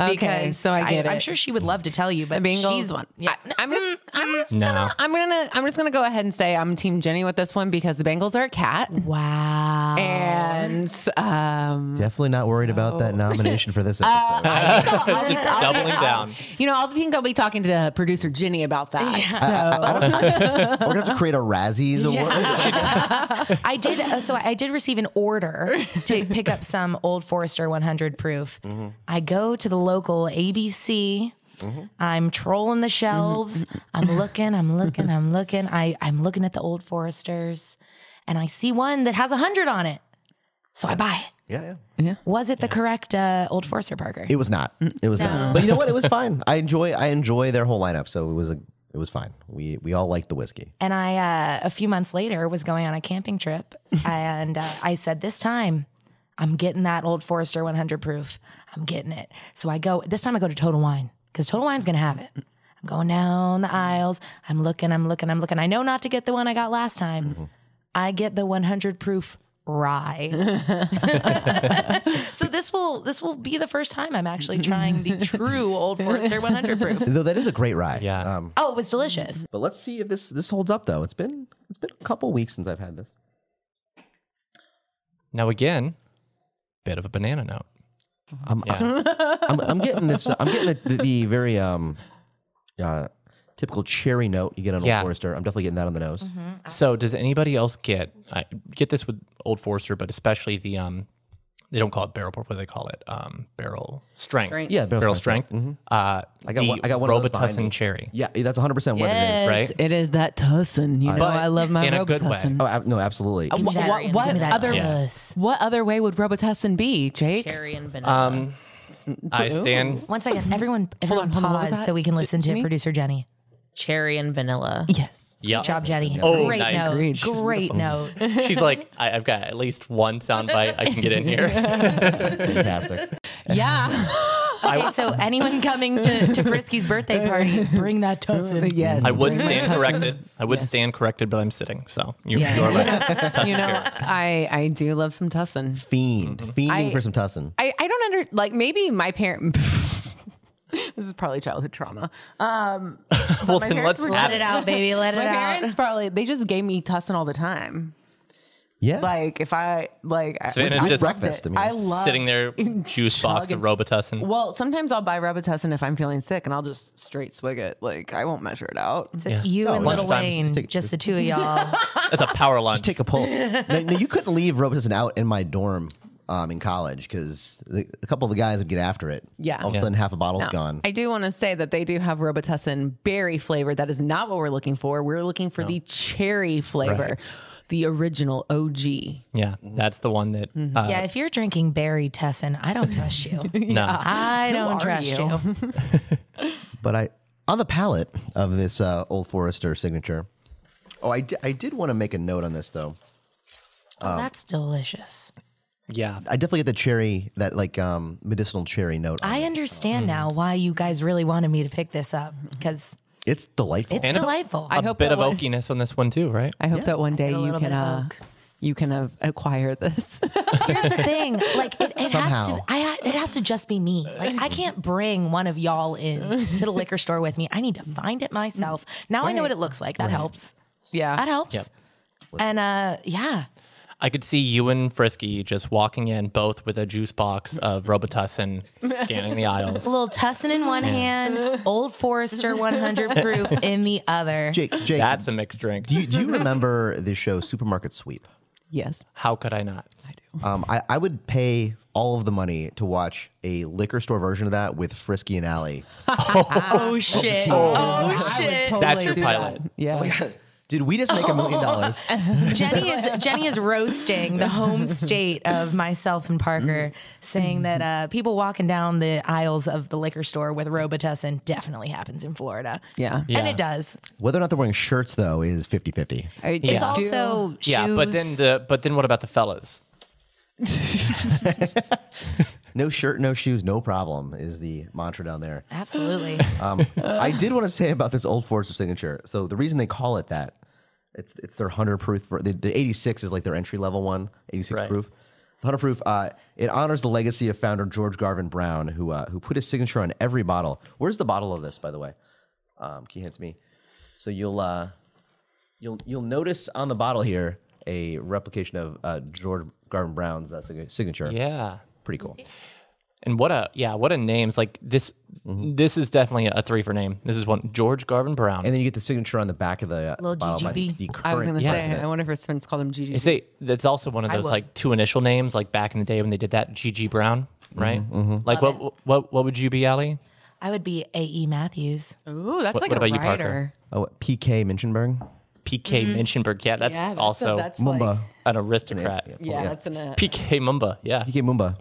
[SPEAKER 3] Okay,
[SPEAKER 4] because
[SPEAKER 3] so I get
[SPEAKER 4] am
[SPEAKER 3] it.
[SPEAKER 4] sure she would love to tell you, but
[SPEAKER 3] The Bengals
[SPEAKER 4] she's
[SPEAKER 3] one.
[SPEAKER 4] Yeah,
[SPEAKER 3] I, am just, I'm just
[SPEAKER 2] No.
[SPEAKER 3] gonna, I'm gonna, I'm just gonna go ahead and say I'm Team Jenny with this one because the Bengals are a cat,
[SPEAKER 4] wow.
[SPEAKER 3] and um,
[SPEAKER 1] Definitely not worried about that nomination for this episode.
[SPEAKER 2] doubling down.
[SPEAKER 3] you know, I'll think I'll be talking to producer Jenny about that. So
[SPEAKER 1] We're gonna have to create a Razzies award.
[SPEAKER 4] I did. Uh, so I did receive an an order to pick up some Old Forester 100 proof. I go to the local ABC. I'm trolling the shelves. I'm looking, I'm looking, I'm looking. I, I'm looking at the Old Foresters and I see one that has 100 on it. So I buy it.
[SPEAKER 1] Yeah, yeah.
[SPEAKER 4] Was it the correct uh, Old Forester Parker?
[SPEAKER 1] It was not.
[SPEAKER 3] Mm,
[SPEAKER 1] It was not. But you know what? It was fine. I enjoy. I enjoy their whole lineup. So it was a. It was fine. We we all liked the whiskey.
[SPEAKER 4] And I, uh, a few months later, was going on a camping trip, and uh, I said, "This time, I'm getting that old Forester 100 proof. I'm getting it." So I go. This time, I go to Total Wine because Total Wine's gonna have it. I'm going down the aisles. I'm looking. I'm looking. I'm looking. I know not to get the one I got last time.
[SPEAKER 3] Mm-hmm.
[SPEAKER 4] I get the 100 proof rye. so this will this will be the first time I'm actually trying the true old Forester 100 proof.
[SPEAKER 1] Though that is a great rye.
[SPEAKER 2] Yeah.
[SPEAKER 1] Um,
[SPEAKER 4] Oh, it was delicious.
[SPEAKER 1] but let's see if this this holds up though. It's been it's been a couple weeks since I've had this.
[SPEAKER 2] Now again, bit of a banana note.
[SPEAKER 1] I'm I'm, I'm getting this. uh, I'm getting the, the, the very um, uh, typical cherry note you get on
[SPEAKER 2] Yeah.
[SPEAKER 1] Old Forester. I'm definitely getting that on the nose.
[SPEAKER 3] Mm-hmm.
[SPEAKER 2] So does anybody else get I get this with Old Forester, but especially the um they don't call it barrel proof, what do they call it? Um barrel strength.
[SPEAKER 3] Strength.
[SPEAKER 1] Yeah,
[SPEAKER 2] Barrel, strength. Uh I
[SPEAKER 1] got one- Mm-hmm. I got one of those behind me.
[SPEAKER 2] Robitussin cherry.
[SPEAKER 1] Yeah, that's 100 percent what it
[SPEAKER 3] Yes,
[SPEAKER 1] is.
[SPEAKER 2] right?
[SPEAKER 3] It is that tussin. You know,
[SPEAKER 2] But
[SPEAKER 3] I love my
[SPEAKER 2] in a good way.
[SPEAKER 3] Robitussin.
[SPEAKER 1] Oh ab- no, absolutely.
[SPEAKER 4] Give me
[SPEAKER 3] Wha-
[SPEAKER 4] that,
[SPEAKER 3] wha-
[SPEAKER 4] Ariana.
[SPEAKER 3] what
[SPEAKER 4] Give me that
[SPEAKER 3] other-
[SPEAKER 4] tuss.
[SPEAKER 3] What other way would Robitussin be, Jake?
[SPEAKER 6] Cherry and vanilla.
[SPEAKER 2] Um I stand
[SPEAKER 4] One second, everyone, everyone
[SPEAKER 3] hold on, what was
[SPEAKER 4] pause
[SPEAKER 3] that?
[SPEAKER 4] so we can listen to producer Jenny.
[SPEAKER 6] Cherry and vanilla.
[SPEAKER 3] Yes.
[SPEAKER 2] yeah.
[SPEAKER 4] Good job, Jenny.
[SPEAKER 2] Oh,
[SPEAKER 4] great
[SPEAKER 2] nice.
[SPEAKER 4] note.
[SPEAKER 3] Agreed. She's
[SPEAKER 4] Great note.
[SPEAKER 2] She's like, I, I've got at least one soundbite I can get in here.
[SPEAKER 1] Fantastic.
[SPEAKER 3] Yeah.
[SPEAKER 4] Okay, so anyone coming to, to Frisky's birthday party, bring that tuss in.
[SPEAKER 3] yes.
[SPEAKER 2] I would
[SPEAKER 3] Bring
[SPEAKER 2] stand
[SPEAKER 3] my tussin.
[SPEAKER 2] corrected. I would stand corrected, but I'm sitting. So you,
[SPEAKER 3] Yeah.
[SPEAKER 2] you're right.
[SPEAKER 3] You know, I I do love some tussin.
[SPEAKER 1] Fiend,
[SPEAKER 2] Mm-hmm.
[SPEAKER 1] fiending
[SPEAKER 3] I-
[SPEAKER 1] for some tussin.
[SPEAKER 3] I, I don't under like maybe my parent. this is probably childhood trauma. Um,
[SPEAKER 2] well,
[SPEAKER 3] my
[SPEAKER 2] then
[SPEAKER 3] parents
[SPEAKER 2] let's
[SPEAKER 3] were
[SPEAKER 2] have
[SPEAKER 4] Let
[SPEAKER 2] it.
[SPEAKER 4] it out, baby. Let
[SPEAKER 3] my
[SPEAKER 4] it out.
[SPEAKER 3] parents probably they just gave me tussin all the time.
[SPEAKER 1] yeah,
[SPEAKER 3] Like if I like I-
[SPEAKER 2] Savannah's
[SPEAKER 3] I
[SPEAKER 2] just
[SPEAKER 3] loved
[SPEAKER 1] breakfast, I
[SPEAKER 3] it.
[SPEAKER 1] mean,
[SPEAKER 3] I love
[SPEAKER 2] Sitting there, juice box of Robitussin.
[SPEAKER 3] Well, sometimes I'll buy Robitussin if I'm feeling sick, and I'll just straight swig it. Like I won't measure it out.
[SPEAKER 4] So You and
[SPEAKER 1] lunch
[SPEAKER 4] Little
[SPEAKER 2] times,
[SPEAKER 4] Wayne,
[SPEAKER 1] just
[SPEAKER 4] just,
[SPEAKER 1] take-
[SPEAKER 4] the two of y'all.
[SPEAKER 2] That's a power lunch.
[SPEAKER 1] Take a poll. now, now, you couldn't leave Robitussin out in my dorm um, in college because a couple of the guys would get after it.
[SPEAKER 3] Yeah.
[SPEAKER 1] all of a sudden half a bottle's gone.
[SPEAKER 3] I do want to say that they do have Robitussin berry flavor. That is not what we're looking for. We're looking for the cherry flavor, the original OG.
[SPEAKER 2] yeah, that's the one that.
[SPEAKER 3] Mm-hmm.
[SPEAKER 2] Uh,
[SPEAKER 4] yeah, if you're drinking Barry Tessin, I don't trust you.
[SPEAKER 2] No,
[SPEAKER 4] I don't
[SPEAKER 3] are
[SPEAKER 4] trust you.
[SPEAKER 3] you? Um,
[SPEAKER 1] but I on the palate of this uh, Old Forester signature. Oh, I di- I did want to make a note on this though.
[SPEAKER 4] Oh, that's delicious.
[SPEAKER 2] yeah.
[SPEAKER 1] I definitely get the cherry, that like um, medicinal cherry note. on
[SPEAKER 4] I
[SPEAKER 3] um,
[SPEAKER 1] it.
[SPEAKER 3] mm.
[SPEAKER 4] understand now why you guys really wanted me to pick this up because
[SPEAKER 1] It's delightful.
[SPEAKER 4] it's
[SPEAKER 2] And a-
[SPEAKER 4] delightful.
[SPEAKER 2] A
[SPEAKER 3] I hope
[SPEAKER 2] bit
[SPEAKER 3] that
[SPEAKER 2] of
[SPEAKER 3] one-
[SPEAKER 2] oakiness on this one too, right?
[SPEAKER 3] I hope that one day
[SPEAKER 4] get a
[SPEAKER 3] you
[SPEAKER 4] little
[SPEAKER 3] can
[SPEAKER 4] bit of
[SPEAKER 3] uh,
[SPEAKER 4] oak.
[SPEAKER 3] you can uh, acquire this.
[SPEAKER 4] Here's the thing, like it, it has
[SPEAKER 1] Somehow.
[SPEAKER 4] to, I ha- it has to just be me. Like I can't bring one of y'all in to the liquor store with me. I need to find it myself. Now I know what it looks like. That helps.
[SPEAKER 3] yeah.
[SPEAKER 4] That helps.
[SPEAKER 2] Yep.
[SPEAKER 4] And uh, yeah,
[SPEAKER 2] I could see you and Frisky just walking in, both with a juice box of Robitussin, scanning the aisles.
[SPEAKER 4] a little Tussin in one hand, Old Forester 100 proof in the other.
[SPEAKER 1] Jake, Jake,
[SPEAKER 2] That's a mixed drink.
[SPEAKER 1] do you, do you remember the show Supermarket Sweep?
[SPEAKER 3] yes.
[SPEAKER 2] How could I not?
[SPEAKER 1] Um, I, I would pay all of the money to watch a liquor store version of that with Frisky and Allie.
[SPEAKER 4] Oh shit! Oh shit!
[SPEAKER 2] That's your
[SPEAKER 3] do
[SPEAKER 2] pilot.
[SPEAKER 3] that. Oh, Yeah.
[SPEAKER 1] Did we just make a million dollars?
[SPEAKER 4] Jenny is Jenny is roasting the home state of myself and
[SPEAKER 3] Mm-hmm.
[SPEAKER 4] Parker, saying that uh, people walking down the aisles of the liquor store with Robitussin definitely happens in Florida.
[SPEAKER 3] Yeah.
[SPEAKER 4] and
[SPEAKER 2] Yeah.
[SPEAKER 4] it does.
[SPEAKER 1] Whether or not they're wearing shirts, though, is 50 50.
[SPEAKER 3] I
[SPEAKER 4] It's
[SPEAKER 3] do-
[SPEAKER 4] also shoes.
[SPEAKER 2] Yeah, but then the but then what about the fellas?
[SPEAKER 1] No shirt, no shoes, no problem is the mantra down there.
[SPEAKER 4] absolutely.
[SPEAKER 1] Um, I did want to say about this Old Forester signature. So the reason they call it that, it's it's their hundred proof. ver- The, the eighty six is like their entry level one. Eighty six
[SPEAKER 2] Right.
[SPEAKER 1] proof. The hundred proof. Uh, it honors the legacy of founder George Garvin Brown, who uh, who put his signature on every bottle. Where's the bottle of this, by the way? Um, can you hand it to me? So you'll uh, you'll you'll notice on the bottle here a replication of uh, George Garvin Brown's uh, signa- signature.
[SPEAKER 2] Yeah.
[SPEAKER 1] Pretty cool.
[SPEAKER 2] And what a yeah, what a names like this This is definitely a three for name. This is one George Garvin Brown.
[SPEAKER 1] And then you get the signature on the back of the uh,
[SPEAKER 4] Little
[SPEAKER 1] bottle by the,
[SPEAKER 4] GGB.
[SPEAKER 1] the
[SPEAKER 3] I was
[SPEAKER 1] current
[SPEAKER 3] gonna say,
[SPEAKER 1] president.
[SPEAKER 3] I wonder if his friends called him GG.
[SPEAKER 2] You say that's also one of those
[SPEAKER 4] will.
[SPEAKER 2] like two initial names, like back in the day when they did that, GG Brown, right? Like
[SPEAKER 4] Love
[SPEAKER 2] what what what would you be, Allie?
[SPEAKER 4] I would be A.E. Matthews.
[SPEAKER 3] Ooh, that's
[SPEAKER 2] What-
[SPEAKER 3] like
[SPEAKER 2] what
[SPEAKER 3] a
[SPEAKER 2] about you, Parker?
[SPEAKER 3] writer.
[SPEAKER 1] Oh, what, PK Minchenberg,
[SPEAKER 2] PK Minchenberg. Yeah, that's,
[SPEAKER 3] Mm-hmm. yeah, that's a-
[SPEAKER 2] also
[SPEAKER 3] that's
[SPEAKER 1] Mumba,
[SPEAKER 3] Like,
[SPEAKER 2] an aristocrat.
[SPEAKER 3] yeah, that's an uh,
[SPEAKER 2] PK Mumba. Yeah.
[SPEAKER 1] PK Mumba.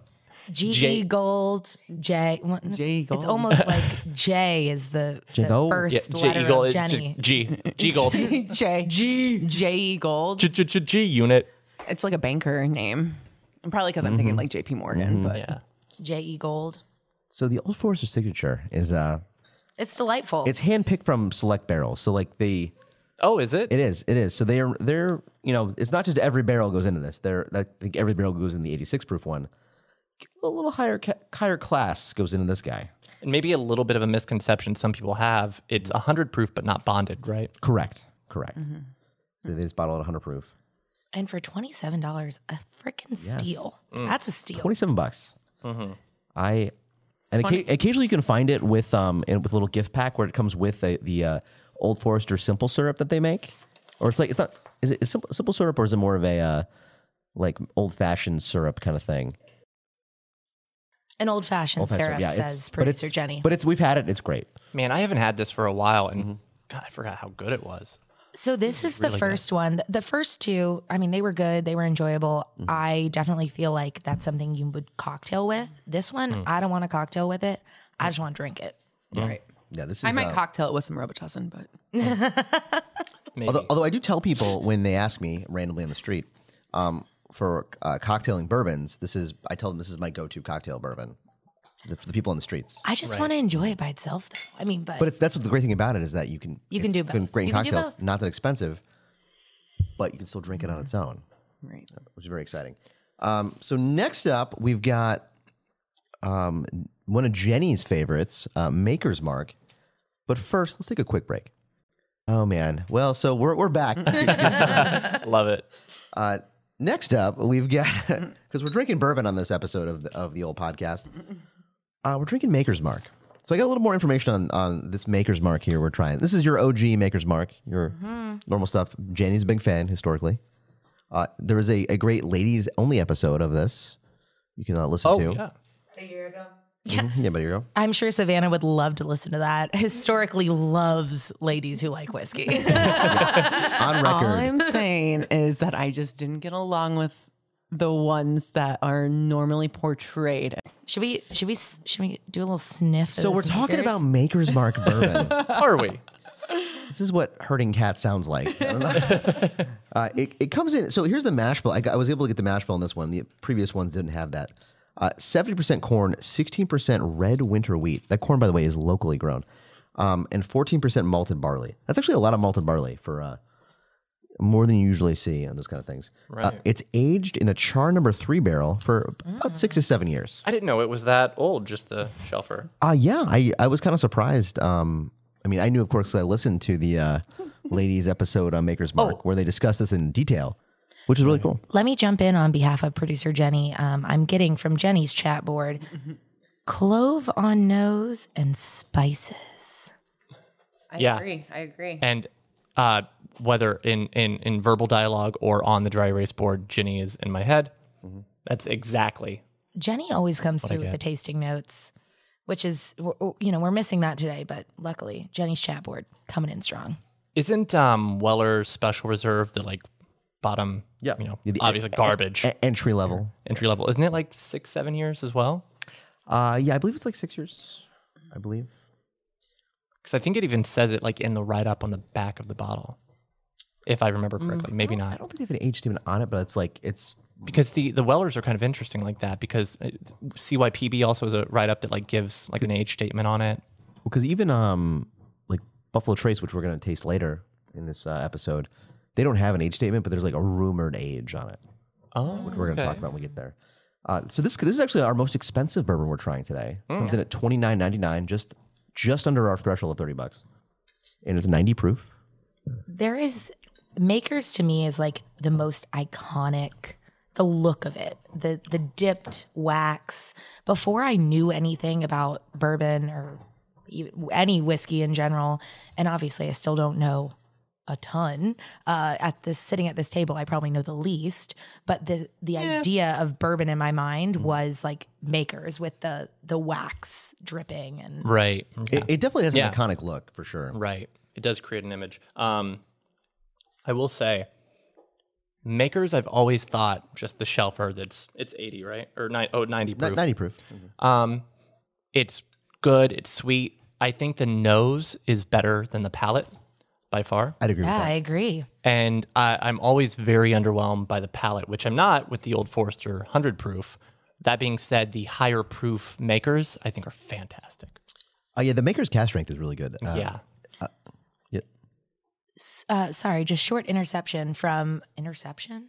[SPEAKER 4] G.E.
[SPEAKER 2] J-
[SPEAKER 4] Gold. J. what- it's-
[SPEAKER 3] J.E. Gold.
[SPEAKER 4] It's almost like J is the, the
[SPEAKER 1] Gold.
[SPEAKER 4] first
[SPEAKER 2] Yeah,
[SPEAKER 4] letter
[SPEAKER 2] J E Eagle
[SPEAKER 4] of
[SPEAKER 2] is just
[SPEAKER 4] Jenny. E
[SPEAKER 2] G G Gold G
[SPEAKER 3] J G J Gold.
[SPEAKER 2] G- G G unit.
[SPEAKER 3] It's like a banker name. And probably because I'm thinking like J.P. Morgan, but
[SPEAKER 2] Mm-hmm. Yeah.
[SPEAKER 4] J.E. E Gold.
[SPEAKER 1] So the Old Forester signature is uh,
[SPEAKER 4] It's delightful.
[SPEAKER 1] it's handpicked from select barrels. So like they,
[SPEAKER 2] Oh, is it?
[SPEAKER 1] it is, it is. So they're they're you know, it's not just every barrel goes into this. They're I think every barrel goes in the 86 proof one. A little higher ca- higher class goes into this guy.
[SPEAKER 2] And maybe a little bit of a misconception some people have. It's hundred proof, but not bonded, right?
[SPEAKER 1] Correct, correct. So they just bottle at 100 proof,
[SPEAKER 4] and for $27, a freaking steal. That's a steal.
[SPEAKER 1] 27 bucks. I and occa- occasionally you can find it with um and with a little gift pack where it comes with the, the uh, Old Forester simple syrup that they make, or it's like it's not is it is simple, simple syrup or is it more of a uh, like old fashioned syrup kind of thing?
[SPEAKER 4] An old fashioned
[SPEAKER 1] Old-fashioned
[SPEAKER 4] syrup,
[SPEAKER 1] it's-
[SPEAKER 4] says
[SPEAKER 1] but it's-
[SPEAKER 4] producer Jenny.
[SPEAKER 1] But it's we've had it. It's great.
[SPEAKER 2] Man, I haven't had this for a while, and God, I forgot how good it was.
[SPEAKER 4] So this is the first one. Th- The first two, I mean, they were good. They were enjoyable.
[SPEAKER 1] Mm-hmm.
[SPEAKER 4] I definitely feel like that's something you would cocktail with. This one, I don't want to cocktail with it. I just want to drink it.
[SPEAKER 1] Yeah, this is.
[SPEAKER 3] I might
[SPEAKER 1] uh,
[SPEAKER 3] cocktail it with some Robitussin, but
[SPEAKER 2] Maybe.
[SPEAKER 1] Although, although I do tell people when they ask me randomly on the street um, for uh, cocktailing bourbons, this is I tell them this is my go-to cocktail bourbon the, for the people on the streets.
[SPEAKER 4] I just want to enjoy it by itself, though. I mean, but,
[SPEAKER 1] But it's that's what the great thing about it is that you can
[SPEAKER 4] You
[SPEAKER 1] it's
[SPEAKER 4] can do both.
[SPEAKER 1] Great
[SPEAKER 4] You can do
[SPEAKER 1] cocktails,
[SPEAKER 4] both.
[SPEAKER 1] not that expensive, but you can still drink it on its own,
[SPEAKER 3] right.
[SPEAKER 1] which is very exciting. Um, so next up, we've got um, one of Jenny's favorites, uh, Maker's Mark. But first, let's take a quick break. Oh man! Well, so we're we're back.
[SPEAKER 2] Love it.
[SPEAKER 1] Uh, next up, we've got because we're drinking bourbon on this episode of the, of the old podcast. Uh, we're drinking Maker's Mark. So I got a little more information on on this Maker's Mark here. We're trying. This is your OG Maker's Mark. Your
[SPEAKER 2] Mm-hmm.
[SPEAKER 1] normal stuff. Janie's a big fan historically. Uh, there was a, a great ladies only episode of this. You can uh, listen
[SPEAKER 2] Oh
[SPEAKER 1] to
[SPEAKER 2] yeah.
[SPEAKER 1] Mhm. yeah, but here you go.
[SPEAKER 4] I'm sure Savannah would love to listen to that. Historically loves ladies who like whiskey.
[SPEAKER 1] On
[SPEAKER 3] All
[SPEAKER 1] record,
[SPEAKER 3] I'm saying is that I just didn't get along with the ones that are normally portrayed.
[SPEAKER 4] should we? Should we? s- Should we do a little sniff? of
[SPEAKER 1] so we're
[SPEAKER 4] this
[SPEAKER 1] talking
[SPEAKER 4] Maker's?
[SPEAKER 1] about Maker's Mark bourbon.
[SPEAKER 2] Are we?
[SPEAKER 1] This is what herding cat sounds like. I don't know. uh, it, it comes in. So here's the mash bill. I, got- I was able to get the mash bill on this one. The previous ones didn't have that. Uh, Seventy percent corn, sixteen percent red winter wheat. That corn, by the way, is locally grown, um, and fourteen percent malted barley. That's actually a lot of malted barley for uh, more than you usually see on those kind of things. Right. it's aged in a char number three barrel for about six to seven years.
[SPEAKER 2] I didn't know it was that old. Just the shelfer.
[SPEAKER 1] Uh, yeah, I, I was kind of surprised. Um, I mean, I knew, of course, 'cause I listened to the uh, ladies episode on Maker's Mark
[SPEAKER 2] Oh.
[SPEAKER 1] where they discussed this in detail, which is really cool.
[SPEAKER 4] Let me jump in on behalf of producer Jenny. Um, I'm getting from Jenny's chat board clove on nose and spices.
[SPEAKER 3] I
[SPEAKER 2] Yeah.
[SPEAKER 3] agree. I agree.
[SPEAKER 2] And uh, whether in, in, in verbal dialogue or on the dry erase board, Ginny is in my head. That's exactly.
[SPEAKER 4] Jenny always comes through with the tasting notes, which is, w- w- you know, we're missing that today, but luckily Jenny's chat board coming in strong.
[SPEAKER 2] Isn't um, Weller Special Reserve the like bottom?
[SPEAKER 1] Yeah.
[SPEAKER 2] you know,
[SPEAKER 1] Yeah, the-
[SPEAKER 2] obviously garbage
[SPEAKER 1] E- entry level.
[SPEAKER 2] entry level. Isn't it like six, seven years as well?
[SPEAKER 1] Uh, yeah, I believe it's like six years. I believe.
[SPEAKER 2] Because I think it even says it like in the write up on the back of the bottle, if I remember correctly. Maybe
[SPEAKER 1] Mm, I
[SPEAKER 2] not.
[SPEAKER 1] don't think they have an age statement on it, but it's like it's
[SPEAKER 2] Because the the Wellers are kind of interesting like that. Because uh, it's- CYPB also has a write up that like gives like an age statement on it.
[SPEAKER 1] because even um like Buffalo Trace, which we're gonna taste later in this uh, episode, they don't have an age statement, but there's like a rumored age on it.
[SPEAKER 2] Oh,
[SPEAKER 1] which we're going to talk about when we get there. Uh, so this this is actually our most expensive bourbon we're trying today.
[SPEAKER 2] Hmm.
[SPEAKER 1] Comes in at twenty nine ninety nine, just just under our threshold of thirty bucks, and it's ninety proof.
[SPEAKER 4] There is, Makers to me is like the most iconic, the look of it, the, the dipped wax. Before I knew anything about bourbon or e- any whiskey in general. And obviously, I still don't know a ton. Uh, at this sitting at this table, I probably know the least. But the the idea of bourbon in my mind was like makers with the the wax dripping and
[SPEAKER 2] Right.
[SPEAKER 1] It, it definitely has
[SPEAKER 2] Yeah.
[SPEAKER 1] an iconic look for sure.
[SPEAKER 2] Right. It does create an image. Um, I will say, makers, I've always thought just the shelfer that's it's 80, right? Or nine, oh, 90
[SPEAKER 1] Ni-
[SPEAKER 2] proof.
[SPEAKER 1] 90 proof.
[SPEAKER 2] Um, it's good. It's sweet. I think the nose is better than the palate by far.
[SPEAKER 1] I'd agree
[SPEAKER 4] yeah,
[SPEAKER 1] with
[SPEAKER 4] I agree.
[SPEAKER 2] And I, I'm always very underwhelmed by the palate, which I'm not with the old Forester 100 proof. That being said, the higher proof makers I think are fantastic.
[SPEAKER 1] that. Oh, yeah. The maker's cast strength is really good. Uh,
[SPEAKER 2] yeah.
[SPEAKER 1] yeah.
[SPEAKER 4] S- Uh, sorry, just short interception from interception.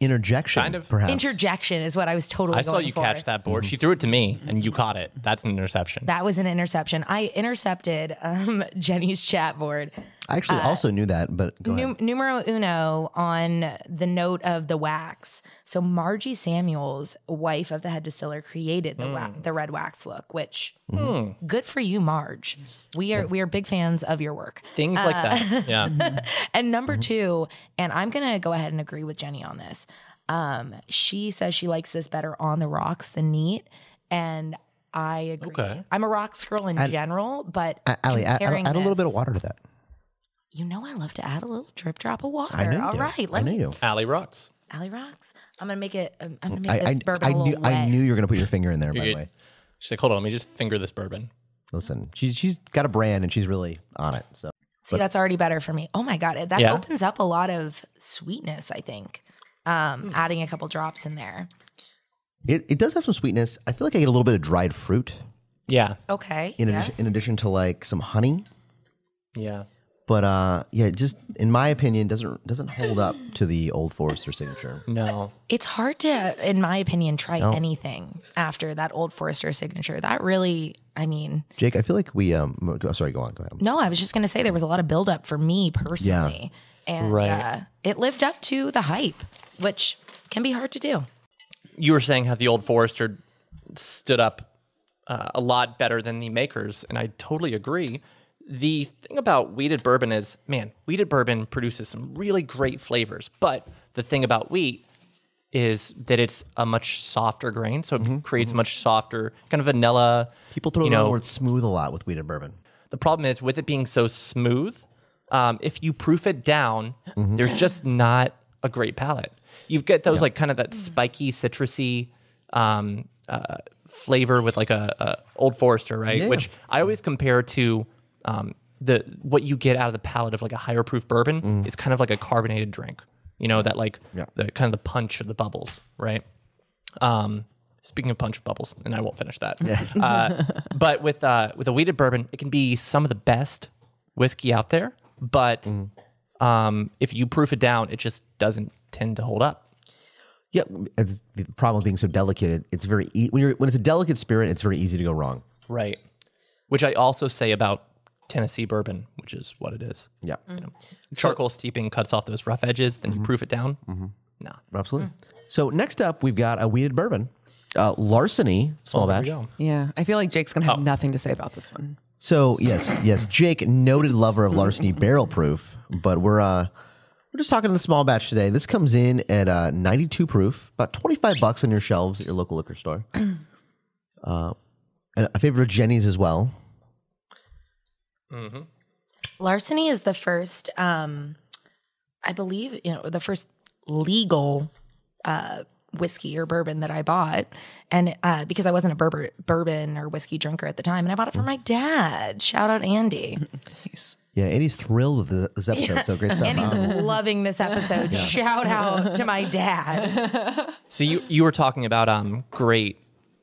[SPEAKER 1] Interjection,
[SPEAKER 2] Kind of.
[SPEAKER 1] perhaps.
[SPEAKER 4] Interjection is what I was totally.
[SPEAKER 2] I saw
[SPEAKER 4] going
[SPEAKER 2] you
[SPEAKER 4] for. Mm-hmm.
[SPEAKER 2] catch that board. She threw it to me and you caught it. That's an interception.
[SPEAKER 4] That was an interception. I intercepted um, Jenny's chat board.
[SPEAKER 1] I actually
[SPEAKER 4] uh,
[SPEAKER 1] also knew that, but go ahead.
[SPEAKER 4] Nu- numero uno on the note of the wax. So Margie Samuels, wife of the head distiller, created the wa-
[SPEAKER 2] Hmm.
[SPEAKER 4] the red wax look, which good for you, Marge. We are we are big fans of your work.
[SPEAKER 2] Things like that. Yeah.
[SPEAKER 4] And number
[SPEAKER 1] Mm-hmm.
[SPEAKER 4] two, and I'm gonna go ahead and agree with Jenny on this. Um, she says she likes this better on the rocks than neat, and I agree.
[SPEAKER 2] Okay.
[SPEAKER 4] I'm a rocks girl in general, but
[SPEAKER 1] A- Ali, add, add
[SPEAKER 4] comparing
[SPEAKER 1] a little bit of
[SPEAKER 4] this-
[SPEAKER 1] water to that.
[SPEAKER 4] You know, I love to add a little drip drop of water.
[SPEAKER 1] I knew you.
[SPEAKER 4] All
[SPEAKER 1] do.
[SPEAKER 4] right,
[SPEAKER 1] I
[SPEAKER 4] let
[SPEAKER 1] knew
[SPEAKER 4] me.
[SPEAKER 1] you.
[SPEAKER 2] Alley rocks.
[SPEAKER 4] Alley rocks. I'm gonna make it. I'm, I'm gonna make
[SPEAKER 1] I, I,
[SPEAKER 4] this bourbon
[SPEAKER 1] I
[SPEAKER 4] a
[SPEAKER 1] knew
[SPEAKER 4] little
[SPEAKER 1] I
[SPEAKER 4] wet.
[SPEAKER 1] knew you were going to put your finger in there. by the
[SPEAKER 2] good.
[SPEAKER 1] way,
[SPEAKER 2] She's like, hold on, let me just finger this bourbon.
[SPEAKER 1] listen, she's she's got a brand and she's really on it. So
[SPEAKER 4] See, that's already better for me. Oh my god, that
[SPEAKER 2] Yeah.
[SPEAKER 4] opens up a lot of sweetness. I think um,
[SPEAKER 1] Hmm.
[SPEAKER 4] adding a couple drops in there.
[SPEAKER 1] it, it does have some sweetness. I feel like I get a little bit of dried fruit
[SPEAKER 2] Yeah.
[SPEAKER 4] Okay.
[SPEAKER 1] in
[SPEAKER 4] yes.
[SPEAKER 1] addition in addition to like some honey.
[SPEAKER 2] Yeah.
[SPEAKER 1] But uh, yeah, it just in my opinion, doesn't doesn't hold up to the Old Forester signature.
[SPEAKER 2] No.
[SPEAKER 4] it's hard to, in my opinion, try anything after that old Forester signature. That really, I mean,
[SPEAKER 1] Jake, I feel like we um. Go, sorry, go on, go ahead.
[SPEAKER 4] no, I was just going to say there was a lot of buildup for me personally. And
[SPEAKER 2] Right.
[SPEAKER 4] uh, it lived up to the hype, which can be hard to do.
[SPEAKER 2] You were saying how the old Forester stood up uh, a lot better than the makers, and I totally agree. The thing about wheated bourbon is, man, wheated bourbon produces some really great flavors, but the thing about wheat is that it's a much softer grain, so it creates much softer kind of vanilla.
[SPEAKER 1] People throw
[SPEAKER 2] you
[SPEAKER 1] around the
[SPEAKER 2] know,
[SPEAKER 1] word smooth a lot with wheated bourbon.
[SPEAKER 2] The problem is with it being so smooth, um, if you proof it down,
[SPEAKER 1] Mm-hmm.
[SPEAKER 2] there's just not a great palate. You get those like kind of that spiky, citrusy um, uh, flavor with like a, a Old Forester, right?
[SPEAKER 1] Yeah.
[SPEAKER 2] Which I always compare to um, the what you get out of the palate of like a higher proof bourbon is kind of like a carbonated drink. You know that like
[SPEAKER 1] Mm. Yeah.
[SPEAKER 2] the kind of the punch of the bubbles, right? Um, speaking of punch bubbles, and I won't finish that. uh, but with uh, with a wheated bourbon, it can be some of the best whiskey out there. But um, if you proof it down, it just doesn't tend to hold up.
[SPEAKER 1] Yeah, it's, the problem with being so delicate, it, it's very e- when you're when it's a delicate spirit, it's very easy to go wrong.
[SPEAKER 2] Right. Which I also say about Tennessee bourbon, which is what it is.
[SPEAKER 1] Yeah,
[SPEAKER 2] You know, charcoal steeping cuts off those rough edges, then you proof it down. Nah.
[SPEAKER 1] absolutely. So next up, we've got a wheated bourbon, uh, Larceny small
[SPEAKER 2] Oh, There
[SPEAKER 1] batch.
[SPEAKER 2] you go.
[SPEAKER 3] Yeah, I feel like Jake's gonna have
[SPEAKER 2] Oh.
[SPEAKER 3] nothing to say about this one.
[SPEAKER 1] So yes, yes, Jake, noted lover of larceny barrel proof, but we're uh we're just talking to the small batch today. This comes in at uh 92 proof, about 25 bucks on your shelves at your local liquor store. uh and a favorite of Jenny's as well.
[SPEAKER 4] Larceny is the first, um, I believe, you know, the first legal uh, whiskey or bourbon that I bought, and uh, because I wasn't a burber, bourbon or whiskey drinker at the time, and I bought it for my dad. Shout out Andy.
[SPEAKER 1] Yeah, Andy's thrilled with the- this episode. So great stuff.
[SPEAKER 4] Andy's
[SPEAKER 1] huh?
[SPEAKER 4] loving this episode. Shout out to my dad.
[SPEAKER 2] So you you were talking about um great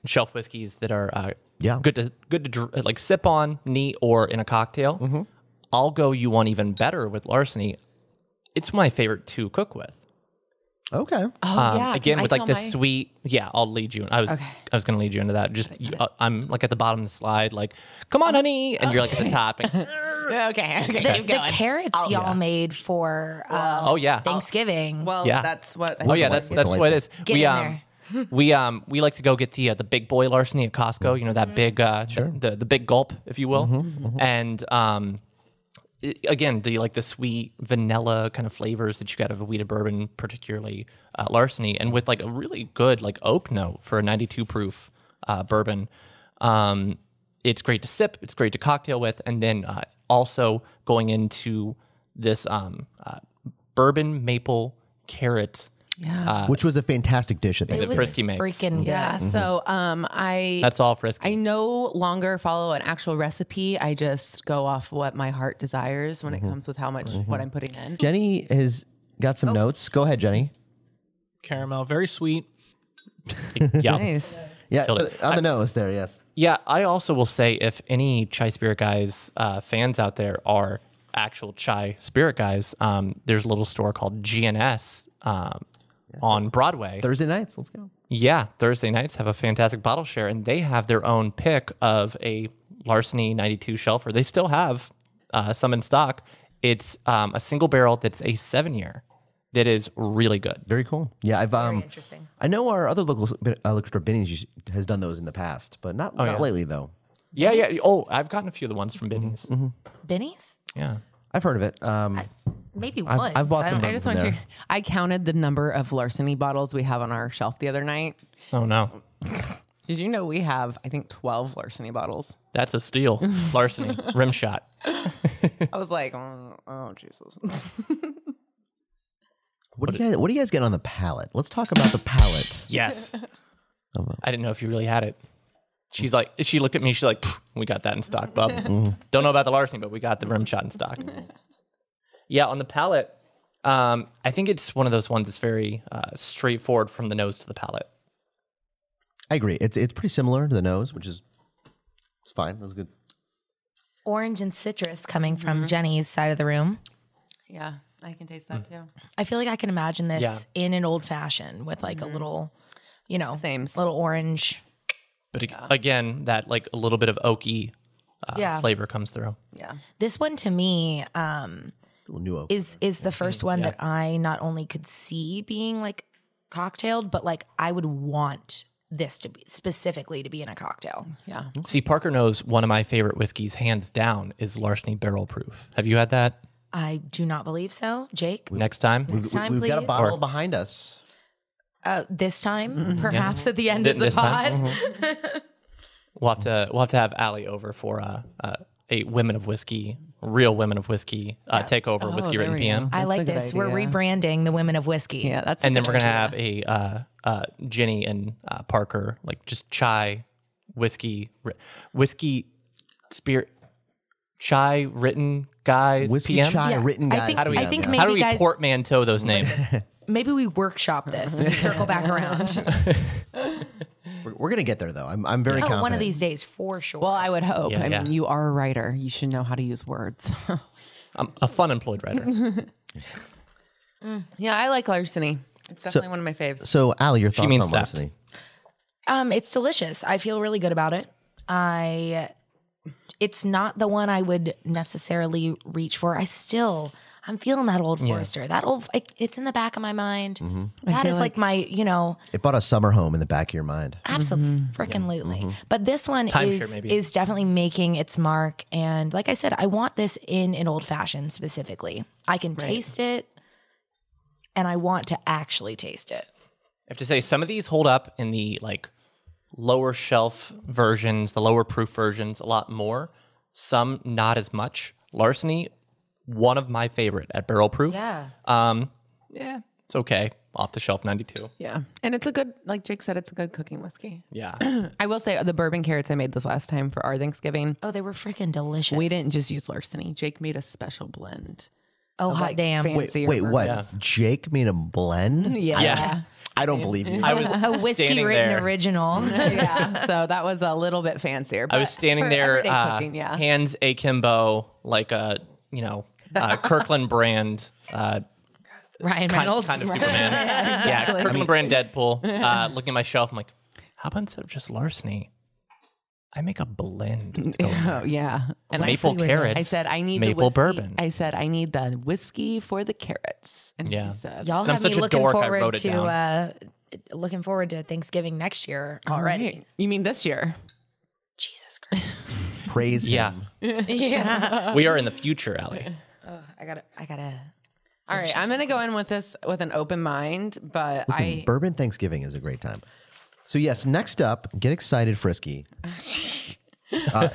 [SPEAKER 2] shelf whiskeys that are uh,
[SPEAKER 1] Yeah.
[SPEAKER 2] good to good to dr- like sip on neat or in a cocktail. I'll go you one even better with larceny. It's my favorite to cook with.
[SPEAKER 1] Okay.
[SPEAKER 3] Oh
[SPEAKER 2] Um,
[SPEAKER 3] yeah,
[SPEAKER 2] again
[SPEAKER 3] can I
[SPEAKER 2] with like
[SPEAKER 3] tell
[SPEAKER 2] the
[SPEAKER 3] my-
[SPEAKER 2] sweet. Yeah, I'll lead you. I was I was gonna lead you into that. Just you, uh, I'm like at the bottom of the slide, like come
[SPEAKER 3] Uh,
[SPEAKER 2] on, honey, and you're like at the top. And,
[SPEAKER 3] Okay, okay,
[SPEAKER 4] The,
[SPEAKER 3] keep
[SPEAKER 4] the
[SPEAKER 3] going.
[SPEAKER 4] carrots y'all made for uh,
[SPEAKER 2] oh yeah,
[SPEAKER 4] Thanksgiving.
[SPEAKER 3] Well,
[SPEAKER 2] Yeah.
[SPEAKER 3] that's what. I
[SPEAKER 2] oh yeah,
[SPEAKER 1] Delightful,
[SPEAKER 2] that's that's what it is.
[SPEAKER 4] Get in there.
[SPEAKER 2] We um we like to go get the uh, the big boy larceny at Costco. You know
[SPEAKER 4] Mm-hmm.
[SPEAKER 2] that big uh the, the the big gulp, if you will, and um. i- Again, the like the sweet vanilla kind of flavors that you get out of a wheat bourbon, particularly uh, larceny, and with like a really good like oak note for a 92 proof uh, bourbon. Um, it's great to sip. It's great to cocktail with, and then uh, also going into this um, uh, bourbon maple carrot
[SPEAKER 1] which was a fantastic dish at
[SPEAKER 2] that
[SPEAKER 1] Thanksgiving.
[SPEAKER 2] Frisky makes.
[SPEAKER 4] Freaking yeah.
[SPEAKER 3] Yeah. So um, I
[SPEAKER 2] Mm-hmm. That's all Frisky.
[SPEAKER 3] I no longer follow an actual recipe. I just go off what my heart desires when
[SPEAKER 2] Mm-hmm.
[SPEAKER 3] it comes with how much what I'm putting in.
[SPEAKER 1] Jenny has got some notes. Go ahead, Jenny.
[SPEAKER 7] Caramel, very sweet.
[SPEAKER 2] yeah.
[SPEAKER 3] Nice.
[SPEAKER 1] Yeah, uh,
[SPEAKER 2] Killed
[SPEAKER 1] on
[SPEAKER 2] it.
[SPEAKER 1] the nose there. Yes.
[SPEAKER 2] Yeah, I also will say if any chai spirit guys uh, fans out there are actual chai spirit guys, um, there's a little store called GNS um, on Broadway.
[SPEAKER 1] Thursday nights. Let's go.
[SPEAKER 2] Yeah, Thursday nights have a fantastic bottle share, and they have their own pick of a Larceny 92 shelfer. They still have uh, some in stock. It's um, a single barrel that's a seven year that is really good.
[SPEAKER 1] Very cool. Yeah, I've um,
[SPEAKER 4] Interesting.
[SPEAKER 1] I know our other local uh, liquor store Benny's used- has done those in the past, but not not
[SPEAKER 2] Oh, yeah.
[SPEAKER 1] lately though.
[SPEAKER 2] Yeah, yeah. Oh, I've gotten a few of the ones from Binny's.
[SPEAKER 4] Benny's?
[SPEAKER 2] Yeah.
[SPEAKER 1] I've heard of it. Um,
[SPEAKER 4] Maybe
[SPEAKER 1] I've,
[SPEAKER 4] one.
[SPEAKER 1] I've bought some.
[SPEAKER 3] I
[SPEAKER 1] of
[SPEAKER 3] just
[SPEAKER 1] them
[SPEAKER 3] want you.
[SPEAKER 1] there.
[SPEAKER 3] I counted the number of larceny bottles we have on our shelf the other night.
[SPEAKER 2] Oh, no.
[SPEAKER 3] Did you know we have I think 12 larceny bottles?
[SPEAKER 2] That's a steal. Larceny, rim shot.
[SPEAKER 3] I was like, oh, oh Jesus.
[SPEAKER 1] What do you guys? What do you guys get on the palate? Let's talk about the palate.
[SPEAKER 2] Yes. I didn't know if you really had it. She's like, she looked at me. She's like, "Pff, we got that in stock, bub. Don't know about the larceny, but we got the rim shot in stock. yeah, on the palate, um, I think it's one of those ones that's very uh, straightforward from the nose to the palate.
[SPEAKER 1] I agree. It's it's pretty similar to the nose, which is it's fine. That was good.
[SPEAKER 4] Orange and citrus coming
[SPEAKER 3] Mm-hmm.
[SPEAKER 4] from Jenny's side of the room.
[SPEAKER 3] yeah, I can taste
[SPEAKER 2] Mm.
[SPEAKER 3] that too.
[SPEAKER 4] I feel like I can imagine this
[SPEAKER 2] Yeah.
[SPEAKER 4] in an old fashioned with like
[SPEAKER 3] Mm-hmm.
[SPEAKER 4] a little, you know,
[SPEAKER 3] Sames.
[SPEAKER 4] little orange.
[SPEAKER 2] But ag- again, that like a little bit of oaky uh,
[SPEAKER 4] Yeah.
[SPEAKER 2] flavor comes through.
[SPEAKER 3] Yeah.
[SPEAKER 4] This one to me um,
[SPEAKER 1] A little new oak.
[SPEAKER 4] is is the first one that I not only could see being like cocktailed, but like I would want this to be specifically to be in a cocktail.
[SPEAKER 3] Yeah.
[SPEAKER 2] See, Parker knows one of my favorite whiskeys, hands down, is Larceny Barrel Proof. Have you had that?
[SPEAKER 4] I do not believe so, Jake.
[SPEAKER 2] Next time,
[SPEAKER 4] Next time,
[SPEAKER 1] We've
[SPEAKER 4] please.
[SPEAKER 1] got a bottle behind us.
[SPEAKER 4] Uh, this
[SPEAKER 3] Mm-hmm.
[SPEAKER 4] time, perhaps at the end
[SPEAKER 2] Th-
[SPEAKER 4] of the
[SPEAKER 2] this
[SPEAKER 4] pod.
[SPEAKER 2] time? We'll have to we'll have to have Allie over for uh, uh, a women of whiskey, real women of whiskey uh, takeover
[SPEAKER 3] Oh,
[SPEAKER 2] whiskey
[SPEAKER 3] there
[SPEAKER 2] written
[SPEAKER 3] we
[SPEAKER 2] PM,
[SPEAKER 3] go.
[SPEAKER 4] I
[SPEAKER 3] That's
[SPEAKER 4] like
[SPEAKER 3] a good
[SPEAKER 4] this. We're
[SPEAKER 3] idea.
[SPEAKER 4] rebranding the women of whiskey.
[SPEAKER 3] Yeah, that's
[SPEAKER 2] and then we're gonna have a uh, uh, Jenny and uh, Parker like just chai whiskey ri- whiskey spirit chai written guys
[SPEAKER 1] Whiskey
[SPEAKER 2] PM.
[SPEAKER 1] chai written
[SPEAKER 4] I
[SPEAKER 1] guys.
[SPEAKER 4] think-
[SPEAKER 2] How do we
[SPEAKER 4] I think
[SPEAKER 1] yeah.
[SPEAKER 4] maybe
[SPEAKER 2] how do we
[SPEAKER 4] guys-
[SPEAKER 2] portmanteau those names?
[SPEAKER 4] Maybe we workshop this and circle back around.
[SPEAKER 1] we're, we're gonna get there though. I'm I'm very
[SPEAKER 4] oh,
[SPEAKER 1] confident.
[SPEAKER 4] one of these days for sure.
[SPEAKER 3] Well, I would hope.
[SPEAKER 2] Yeah,
[SPEAKER 3] I
[SPEAKER 2] yeah.
[SPEAKER 3] mean, you are a writer. You should know how to use words.
[SPEAKER 2] I'm a fun employed writer.
[SPEAKER 3] yeah, I like larceny. It's definitely one of my faves.
[SPEAKER 1] So, Allie, your thoughts
[SPEAKER 2] means
[SPEAKER 1] on
[SPEAKER 2] theft.
[SPEAKER 1] larceny?
[SPEAKER 4] Um, it's delicious. I feel really good about it. I it's not the one I would necessarily reach for. I still I'm feeling that old Forester. That old like, it's in the back of my mind.
[SPEAKER 2] Mm-hmm.
[SPEAKER 4] That is like, my, you know,
[SPEAKER 1] It bought a summer home in the back of your mind.
[SPEAKER 3] Mm-hmm.
[SPEAKER 4] absolutely freaking lutely. But this one
[SPEAKER 2] Mm-hmm. Timeshare,
[SPEAKER 4] is
[SPEAKER 2] maybe.
[SPEAKER 4] is definitely making its mark and like I said, I want this in an old fashioned specifically. I can taste it and I want to actually taste it.
[SPEAKER 2] I have to say, some of these hold up in the like lower shelf versions, the lower proof versions, a lot more. Some not as much. Larceny, one of my favorite at barrel proof.
[SPEAKER 4] Yeah.
[SPEAKER 2] Um, yeah, it's okay. Off the shelf, ninety two.
[SPEAKER 3] Yeah. And it's a good, like Jake said, it's a good cooking whiskey.
[SPEAKER 2] Yeah,
[SPEAKER 3] I will say the bourbon carrots I made this last time for our Thanksgiving.
[SPEAKER 4] Oh, they were freaking delicious.
[SPEAKER 3] We didn't just use larceny. Jake made a special blend.
[SPEAKER 4] Oh, hot damn.
[SPEAKER 2] Um,
[SPEAKER 1] Wait, wait, what? Jake made a blend?
[SPEAKER 3] Yeah.
[SPEAKER 2] Yeah.
[SPEAKER 1] I don't believe you.
[SPEAKER 2] I was
[SPEAKER 4] a whiskey
[SPEAKER 2] standing
[SPEAKER 4] written
[SPEAKER 2] there.
[SPEAKER 4] original.
[SPEAKER 3] yeah. So that was a little bit fancier.
[SPEAKER 2] I was
[SPEAKER 3] but
[SPEAKER 2] standing
[SPEAKER 3] for
[SPEAKER 2] there,
[SPEAKER 3] everyday
[SPEAKER 2] uh,
[SPEAKER 3] cooking, yeah.
[SPEAKER 2] hands akimbo, like a you know uh, Kirkland brand. Uh,
[SPEAKER 4] Ryan
[SPEAKER 2] kind,
[SPEAKER 4] Reynolds.
[SPEAKER 2] kind of Superman. yeah, Kirkland Brand Deadpool. Uh, looking at my shelf, I'm like, how about instead of just larceny, I make a blend.
[SPEAKER 3] Oh yeah, and I
[SPEAKER 2] Maple
[SPEAKER 3] said-
[SPEAKER 2] carrots,
[SPEAKER 3] I said I need the
[SPEAKER 2] maple
[SPEAKER 3] whiskey.
[SPEAKER 2] bourbon.
[SPEAKER 3] I said I need the whiskey for the carrots, and
[SPEAKER 2] Yeah.
[SPEAKER 3] he said,
[SPEAKER 4] Y'all
[SPEAKER 2] And I'm
[SPEAKER 4] have me
[SPEAKER 2] such a
[SPEAKER 4] looking
[SPEAKER 2] dork, I
[SPEAKER 4] forward
[SPEAKER 2] wrote it
[SPEAKER 4] to
[SPEAKER 2] down.
[SPEAKER 4] uh, looking forward to Thanksgiving next year
[SPEAKER 3] All
[SPEAKER 4] already.
[SPEAKER 3] right. You mean this year?
[SPEAKER 4] Jesus Christ.
[SPEAKER 1] Praise
[SPEAKER 2] Yeah.
[SPEAKER 1] him.
[SPEAKER 4] yeah.
[SPEAKER 2] We are in the future, Allie.
[SPEAKER 4] I gotta I gotta
[SPEAKER 3] All right. I'm going to go in with this with an open mind, but
[SPEAKER 1] Listen,
[SPEAKER 3] I
[SPEAKER 1] bourbon Thanksgiving is a great time. So yes, next up, get excited, Frisky. Uh,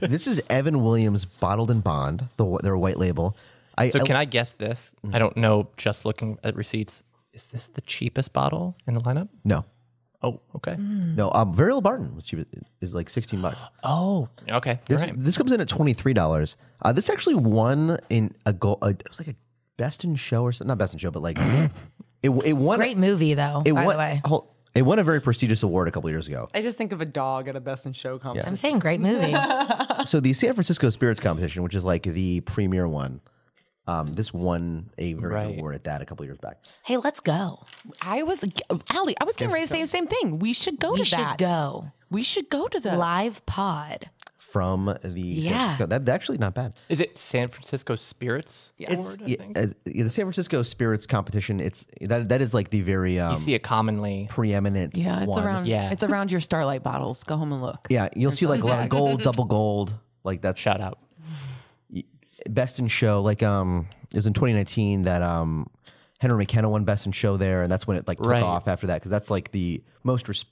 [SPEAKER 1] this is Evan Williams Bottled and Bond, the, their white label. I,
[SPEAKER 2] So can I guess this? I don't know. Just looking at receipts, is this the cheapest bottle in the lineup?
[SPEAKER 1] no,
[SPEAKER 2] Oh, okay.
[SPEAKER 4] Mm.
[SPEAKER 1] no. Um, Varial Barton was cheap. Is like sixteen bucks.
[SPEAKER 2] Oh, okay.
[SPEAKER 1] This,
[SPEAKER 2] All right.
[SPEAKER 1] this comes in at twenty three dollars. Uh, this actually won in a goal. Uh, it was like a best in show or something. Not best in show, but like it. It won.
[SPEAKER 4] great movie though,
[SPEAKER 1] It
[SPEAKER 4] by
[SPEAKER 1] won.
[SPEAKER 4] the way.
[SPEAKER 1] hold- it won a very prestigious award a couple years ago.
[SPEAKER 3] I just think of a dog at a best in show concert.
[SPEAKER 4] I'm saying great movie.
[SPEAKER 1] so the San Francisco Spirits Competition, which is like the premier one, um, this won a very good
[SPEAKER 2] Right.
[SPEAKER 1] award at that a couple years back.
[SPEAKER 4] hey, let's go.
[SPEAKER 3] I was Allie, I was getting ready to say the same thing. We should go
[SPEAKER 4] We
[SPEAKER 3] to
[SPEAKER 4] should
[SPEAKER 3] that.
[SPEAKER 4] go.
[SPEAKER 3] We should go to the
[SPEAKER 4] Live pod.
[SPEAKER 1] From the San
[SPEAKER 4] Yeah.
[SPEAKER 1] Francisco, that, that's actually not bad.
[SPEAKER 2] Is it San Francisco Spirits Award? I
[SPEAKER 1] Yeah,
[SPEAKER 2] think?
[SPEAKER 1] uh, yeah, the San Francisco Spirits Competition. It's that that is like the very um,
[SPEAKER 2] you see it commonly.
[SPEAKER 1] preeminent.
[SPEAKER 3] Yeah, it's
[SPEAKER 1] one.
[SPEAKER 3] around
[SPEAKER 2] Yeah.
[SPEAKER 3] it's around your starlight bottles. Go home and look.
[SPEAKER 1] Yeah, you'll see like a lot of gold, double gold, like that's
[SPEAKER 2] Shout out.
[SPEAKER 1] best in show. Like um, it was in 2019 that um, Henry McKenna won best in show there, and that's when it like took
[SPEAKER 2] Right.
[SPEAKER 1] off after that because that's like the most res-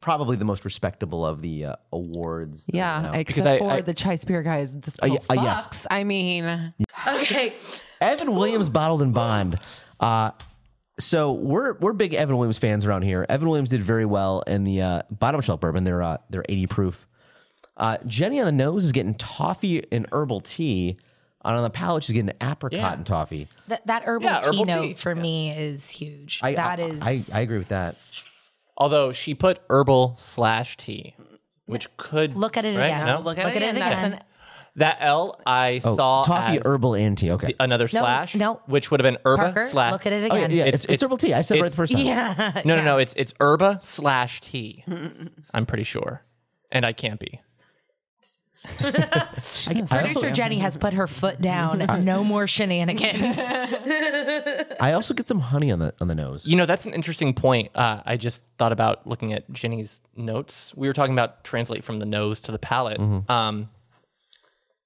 [SPEAKER 1] probably the most respectable of the uh, awards. that are
[SPEAKER 3] Yeah,
[SPEAKER 1] now.
[SPEAKER 3] except
[SPEAKER 2] I-
[SPEAKER 3] for
[SPEAKER 2] I-
[SPEAKER 3] the chai spear guys. The
[SPEAKER 1] Uh, yeah, uh, yes.
[SPEAKER 3] yes. I mean,
[SPEAKER 4] Okay.
[SPEAKER 1] Evan Williams bottled and bond. Uh, so we're we're big Evan Williams fans around here. Evan Williams did very well in the uh, bottom shelf bourbon. They're uh, they're 80 proof. Uh, Jenny on the nose is getting toffee and herbal tea. And on the palate, she's getting apricot and toffee.
[SPEAKER 4] That that herbal
[SPEAKER 2] Yeah,
[SPEAKER 4] tea
[SPEAKER 2] herbal
[SPEAKER 4] note
[SPEAKER 2] tea.
[SPEAKER 4] for me is huge.
[SPEAKER 1] I,
[SPEAKER 4] That
[SPEAKER 1] I-
[SPEAKER 4] is
[SPEAKER 1] I, I agree with that.
[SPEAKER 2] Although she put herbal slash tea, which could
[SPEAKER 4] look at it
[SPEAKER 2] right?
[SPEAKER 4] again.
[SPEAKER 2] No?
[SPEAKER 4] Look at it
[SPEAKER 3] That's
[SPEAKER 4] again.
[SPEAKER 3] an
[SPEAKER 2] that L I
[SPEAKER 1] Oh,
[SPEAKER 2] saw
[SPEAKER 1] toffee
[SPEAKER 2] as uh,
[SPEAKER 1] herbal and tea. Okay.
[SPEAKER 2] another
[SPEAKER 4] No,
[SPEAKER 2] slash.
[SPEAKER 4] no.
[SPEAKER 2] which would have been herba
[SPEAKER 4] Parker,
[SPEAKER 2] slash.
[SPEAKER 4] look at it
[SPEAKER 1] Oh, yeah,
[SPEAKER 4] again.
[SPEAKER 1] yeah,
[SPEAKER 2] It's-
[SPEAKER 1] it's, it's,
[SPEAKER 2] it's-
[SPEAKER 1] herbal tea. I said it right
[SPEAKER 2] it's-
[SPEAKER 1] the first time.
[SPEAKER 4] yeah.
[SPEAKER 2] No, no, no. It's it's herba slash tea. I'm pretty sure, and I can't be.
[SPEAKER 1] I, I also,
[SPEAKER 4] Producer Jenny has put her foot down. no more shenanigans.
[SPEAKER 1] I also get some honey on the on the nose.
[SPEAKER 2] You know, that's an interesting point. Uh, I just thought about looking at Jenny's notes. We were talking about translate from the nose to the palate, um,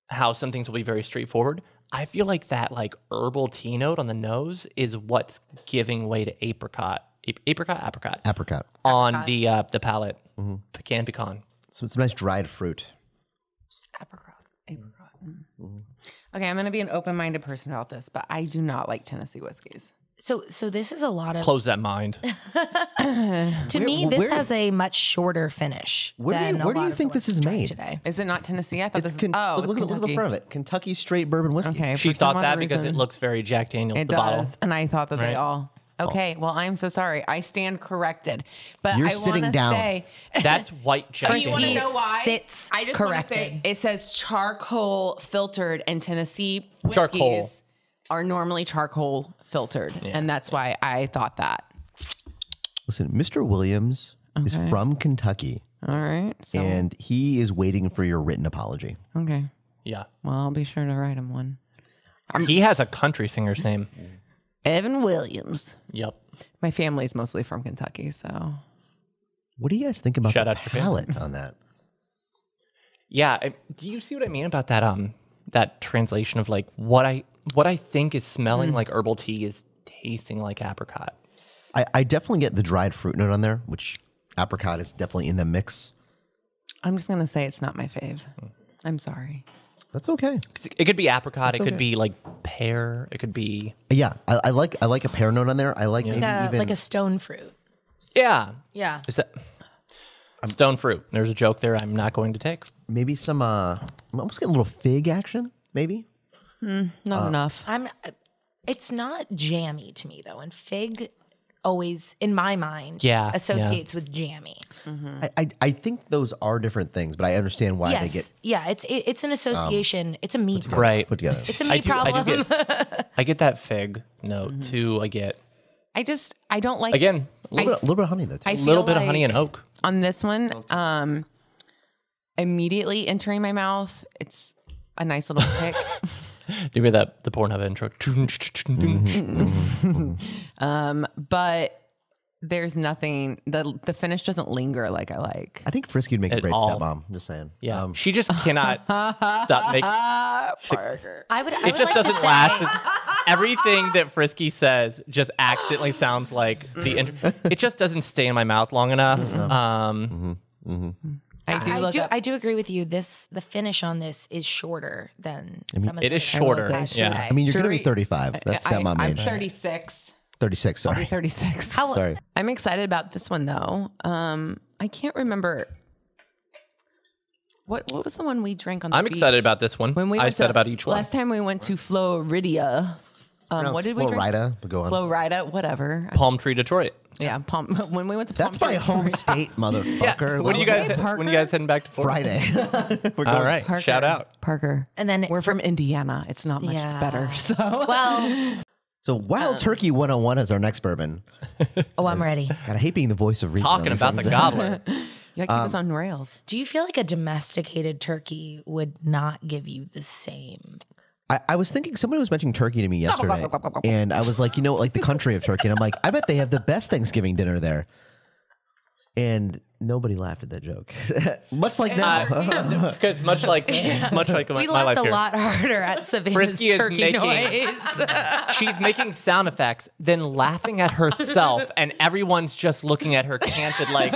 [SPEAKER 2] how some things will be very straightforward. I feel like that like herbal tea note on the nose is what's giving way to apricot, ap- apricot, apricot,
[SPEAKER 1] Apricot.
[SPEAKER 2] on the uh, the palate, pecan, pecan.
[SPEAKER 1] Some, some nice dried fruit.
[SPEAKER 3] apricot. Apricot. Okay, I'm going to be an open-minded person about this, but I do not like Tennessee whiskeys.
[SPEAKER 4] so so this is a lot of
[SPEAKER 2] Close that mind.
[SPEAKER 4] to me this
[SPEAKER 1] where-
[SPEAKER 4] has a much shorter finish.
[SPEAKER 1] Where do
[SPEAKER 4] than
[SPEAKER 1] you,
[SPEAKER 4] a
[SPEAKER 1] where do
[SPEAKER 4] lot
[SPEAKER 1] you
[SPEAKER 4] of the
[SPEAKER 1] think
[SPEAKER 4] ones
[SPEAKER 1] this is
[SPEAKER 4] we tried
[SPEAKER 1] made?
[SPEAKER 4] today?
[SPEAKER 3] Is it not Tennessee? I thought
[SPEAKER 1] It's
[SPEAKER 3] this
[SPEAKER 1] Ken-
[SPEAKER 3] was oh,
[SPEAKER 1] look,
[SPEAKER 3] it's
[SPEAKER 1] look, look, look at the
[SPEAKER 3] Kentucky.
[SPEAKER 1] front of it. Kentucky straight bourbon whiskey.
[SPEAKER 3] Okay,
[SPEAKER 2] She
[SPEAKER 3] for some
[SPEAKER 2] thought
[SPEAKER 3] odd
[SPEAKER 2] that because it
[SPEAKER 3] reason,
[SPEAKER 2] looks very Jack Daniels.
[SPEAKER 3] It
[SPEAKER 2] the
[SPEAKER 3] does,
[SPEAKER 2] bottle.
[SPEAKER 3] and I thought that
[SPEAKER 2] Right.
[SPEAKER 3] they all. Okay, well, I'm so sorry. I stand corrected, but
[SPEAKER 1] Oh. You're
[SPEAKER 3] I
[SPEAKER 1] sitting
[SPEAKER 3] wanna
[SPEAKER 1] down.
[SPEAKER 3] Say,
[SPEAKER 2] That's white Jack
[SPEAKER 4] Frisky.
[SPEAKER 3] you want to
[SPEAKER 4] He
[SPEAKER 2] Daniels.
[SPEAKER 3] know why?
[SPEAKER 4] sits
[SPEAKER 3] I just wanna Say,
[SPEAKER 4] corrected.
[SPEAKER 3] it says charcoal filtered, and Tennessee whiskeys
[SPEAKER 2] Charcoal.
[SPEAKER 3] are normally charcoal filtered, and that's why I thought that.
[SPEAKER 1] Listen, Mr. Williams is from Kentucky,
[SPEAKER 3] All right. So
[SPEAKER 1] and he is waiting for your written apology.
[SPEAKER 3] okay.
[SPEAKER 2] Yeah,
[SPEAKER 3] Well, I'll be sure to write him one.
[SPEAKER 2] he has a country singer's name.
[SPEAKER 3] Evan Williams.
[SPEAKER 2] Yep.
[SPEAKER 3] My family's mostly from Kentucky, so
[SPEAKER 1] What do you guys think about
[SPEAKER 2] Shout
[SPEAKER 1] the
[SPEAKER 2] out to your family.
[SPEAKER 1] palate on that?
[SPEAKER 2] Yeah, I, do you see what I mean about that um that translation of like what I what I think is smelling
[SPEAKER 3] Mm.
[SPEAKER 2] like herbal tea is tasting like apricot.
[SPEAKER 1] I, I definitely get the dried fruit note on there, which apricot is definitely in the mix.
[SPEAKER 3] I'm just gonna say it's not my fave.
[SPEAKER 2] Hmm.
[SPEAKER 3] I'm sorry.
[SPEAKER 1] That's okay.
[SPEAKER 2] 'Cause It could be apricot, it
[SPEAKER 1] okay.
[SPEAKER 2] could be like pear, it could be
[SPEAKER 1] Yeah, I, I like I like a pear note on there. I like maybe
[SPEAKER 4] Uh,
[SPEAKER 1] even
[SPEAKER 4] like a stone fruit.
[SPEAKER 2] Yeah.
[SPEAKER 4] Yeah.
[SPEAKER 2] Is that stone fruit. There's a joke there I'm not going to take.
[SPEAKER 1] maybe some uh I'm almost getting a little fig action, maybe.
[SPEAKER 2] Uh,
[SPEAKER 3] Not enough.
[SPEAKER 4] I'm it's not jammy to me though. And fig always in my mind
[SPEAKER 2] Yeah, yeah.
[SPEAKER 4] associates with jammy.
[SPEAKER 1] I, I I think those are different things, but I understand why
[SPEAKER 4] yes.
[SPEAKER 1] they get
[SPEAKER 4] yeah, it's it, it's an association. it's a me problem.
[SPEAKER 2] Right.
[SPEAKER 1] put together.
[SPEAKER 4] It's a me
[SPEAKER 2] I do
[SPEAKER 4] problem.
[SPEAKER 2] I do get I get that fig note
[SPEAKER 3] Mm-hmm.
[SPEAKER 2] too. I get
[SPEAKER 3] I just I don't like
[SPEAKER 2] again a
[SPEAKER 1] a little,
[SPEAKER 2] little,
[SPEAKER 1] bit, little bit of honey though. Too.
[SPEAKER 3] I
[SPEAKER 2] bit, little
[SPEAKER 3] feel
[SPEAKER 2] bit of honey
[SPEAKER 3] like
[SPEAKER 2] and oak.
[SPEAKER 3] on this one. Um, immediately entering my mouth, it's a nice little kick.
[SPEAKER 2] Give me that the Mm-hmm. Pornhub intro.
[SPEAKER 3] but there's nothing the the finish doesn't linger like I like.
[SPEAKER 1] I think Frisky would make a
[SPEAKER 2] At
[SPEAKER 1] great
[SPEAKER 2] all.
[SPEAKER 1] stepmom. Just saying.
[SPEAKER 2] Yeah,
[SPEAKER 1] Um,
[SPEAKER 2] she just cannot stop making.
[SPEAKER 4] I would. I
[SPEAKER 2] It
[SPEAKER 4] would
[SPEAKER 2] just
[SPEAKER 4] like
[SPEAKER 2] doesn't
[SPEAKER 4] to say,
[SPEAKER 2] last. It- Everything that Frisky says just accidentally sounds like the. Inter-
[SPEAKER 4] Mm-hmm.
[SPEAKER 2] it just doesn't stay in my mouth long enough. Um,
[SPEAKER 3] I do
[SPEAKER 4] I
[SPEAKER 3] look
[SPEAKER 4] do.
[SPEAKER 3] up-
[SPEAKER 4] I do agree with you. This the finish on this is shorter than some of
[SPEAKER 2] it
[SPEAKER 4] the
[SPEAKER 2] is
[SPEAKER 4] other ones
[SPEAKER 2] shorter,
[SPEAKER 4] I've
[SPEAKER 2] yeah.
[SPEAKER 4] tried.
[SPEAKER 1] I mean, you're going to be
[SPEAKER 3] Sheree-
[SPEAKER 1] 35. That's
[SPEAKER 3] I,
[SPEAKER 1] stepmom
[SPEAKER 3] I'm
[SPEAKER 1] age.
[SPEAKER 3] 36.
[SPEAKER 1] 36. Sorry.
[SPEAKER 3] 36.
[SPEAKER 4] How-
[SPEAKER 1] Sorry.
[SPEAKER 3] I'm excited about this one though. Um, I can't remember what what was the one we drank on. The
[SPEAKER 2] I'm
[SPEAKER 3] beach?
[SPEAKER 2] excited about this one.
[SPEAKER 3] When we
[SPEAKER 2] I
[SPEAKER 3] went
[SPEAKER 2] said
[SPEAKER 3] to-
[SPEAKER 2] about each one.
[SPEAKER 3] Last time we went to Florida. Um, what did we drink?
[SPEAKER 1] Florida. But go on.
[SPEAKER 3] Florida, whatever.
[SPEAKER 2] Palm Tree, Detroit.
[SPEAKER 3] Yeah, Palm. When we went to Palm
[SPEAKER 1] That's my
[SPEAKER 3] Springs-
[SPEAKER 1] home state, motherfucker.
[SPEAKER 2] When you guys when you guys heading back to Florida?
[SPEAKER 1] Friday. We're
[SPEAKER 2] All
[SPEAKER 1] going-
[SPEAKER 2] right, shout out.
[SPEAKER 3] Parker.
[SPEAKER 4] And then
[SPEAKER 3] we're from Indiana. It's not much
[SPEAKER 4] Yeah.
[SPEAKER 3] better. So
[SPEAKER 4] Well,
[SPEAKER 1] So
[SPEAKER 3] Um,
[SPEAKER 1] Wild Turkey 101 is our next bourbon.
[SPEAKER 4] oh, I'm ready.
[SPEAKER 1] God, I hate being the voice of reason. on
[SPEAKER 2] Talking
[SPEAKER 1] these
[SPEAKER 2] about the
[SPEAKER 1] things.
[SPEAKER 2] gobbler.
[SPEAKER 3] you keep us
[SPEAKER 1] um,
[SPEAKER 3] on rails.
[SPEAKER 4] Do you feel like a domesticated turkey would not give you the same?
[SPEAKER 1] I, I was thinking somebody was mentioning turkey to me yesterday, and I was like, you know, like the country of Turkey, and I'm like, I bet they have the best Thanksgiving dinner there. And nobody laughed at that joke, much like now.
[SPEAKER 2] Because much like much like my,
[SPEAKER 4] We
[SPEAKER 2] my life
[SPEAKER 4] laughed a
[SPEAKER 2] here,
[SPEAKER 4] lot harder at Savannah's
[SPEAKER 2] Frisky is
[SPEAKER 4] turkey
[SPEAKER 2] making-
[SPEAKER 4] noise.
[SPEAKER 2] she's making sound effects, then laughing at herself, and everyone's just looking at her canted like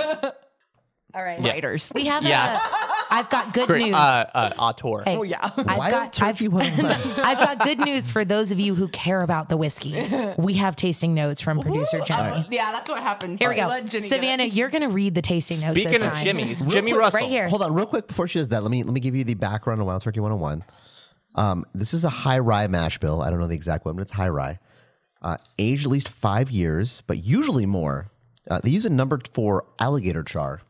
[SPEAKER 4] All right,
[SPEAKER 3] Writers.
[SPEAKER 4] we have.
[SPEAKER 2] Yeah.
[SPEAKER 4] A, I've got good
[SPEAKER 2] great
[SPEAKER 4] news.
[SPEAKER 2] uh, uh, auteur.
[SPEAKER 4] oh yeah, I've
[SPEAKER 1] Wild
[SPEAKER 4] got.
[SPEAKER 1] Turkey 101.
[SPEAKER 4] I've got good news for those of you who care about the whiskey. We have tasting notes from
[SPEAKER 1] Oh,
[SPEAKER 4] producer Jenny.
[SPEAKER 1] uh,
[SPEAKER 8] Yeah, that's what happens.
[SPEAKER 4] Here we go. Savannah, you're going to read the tasting notes this
[SPEAKER 2] Speaking of
[SPEAKER 4] time.
[SPEAKER 2] Jimmy's, Jimmy Russell.
[SPEAKER 4] Right here.
[SPEAKER 1] Hold on, real quick before she does that, let me let me give you the background on Wild Turkey 101. Um, this is a high rye mash bill. I don't know the exact one, but it's high rye. Uh, aged at least five years, but usually more. Uh, they use a number four alligator char,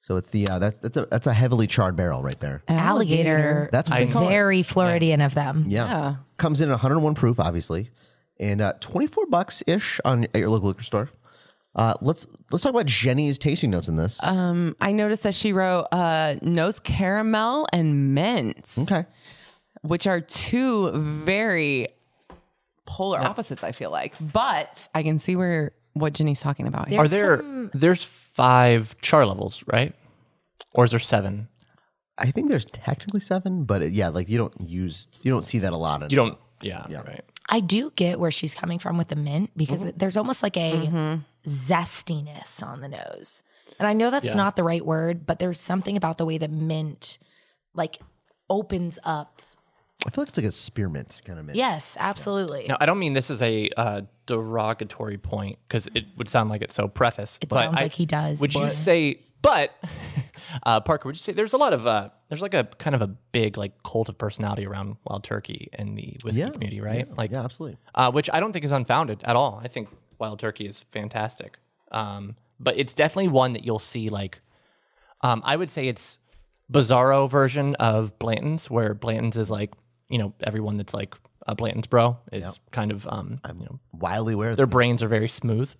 [SPEAKER 1] so it's the uh, that, that's a that's a heavily charred barrel right there.
[SPEAKER 4] Alligator.
[SPEAKER 1] That's what they call it.
[SPEAKER 4] very Floridian of them.
[SPEAKER 1] Yeah. Comes in at 101 proof, obviously, and uh, 24 bucks ish on at your local liquor store. Uh, let's let's talk about Jenny's tasting notes in this.
[SPEAKER 3] I noticed that she wrote uh, nose caramel and mint,
[SPEAKER 1] okay.
[SPEAKER 3] which are two very polar opposites. I feel like, but I can see where what Jenny's talking about. here.
[SPEAKER 2] Are there there's five char levels, right? Or is there seven?
[SPEAKER 1] I think there's technically seven, but it, yeah, like you don't use, you don't see that a lot. In,
[SPEAKER 2] You don't yeah, right.
[SPEAKER 4] I do get where she's coming from with the mint because
[SPEAKER 1] Mm-hmm.
[SPEAKER 4] it- there's almost like a Mm-hmm. zestiness on the nose. And I know that's not the right word, but there's something about the way that mint like opens up.
[SPEAKER 1] I feel like it's like a spearmint kind of mint.
[SPEAKER 4] Yes, absolutely.
[SPEAKER 2] Now, I don't mean this is a uh, derogatory point because it would sound like it's so preface. It
[SPEAKER 4] sounds like he does,
[SPEAKER 2] Would you
[SPEAKER 4] but-
[SPEAKER 2] say, but uh, Parker, would you say there's a lot of uh, there's like a kind of a big like cult of personality around wild turkey in the whiskey
[SPEAKER 1] Yeah.
[SPEAKER 2] community, right? Like,
[SPEAKER 1] Yeah, absolutely.
[SPEAKER 2] uh, which I don't think is unfounded at all. I think wild turkey is fantastic, um, but it's definitely one that you'll see like um, I would say it's bizarro version of Blanton's, where Blanton's is like you know everyone that's like a Blanton's bro is kind of um, you know
[SPEAKER 1] Wildly wear.
[SPEAKER 2] their brains are very smooth.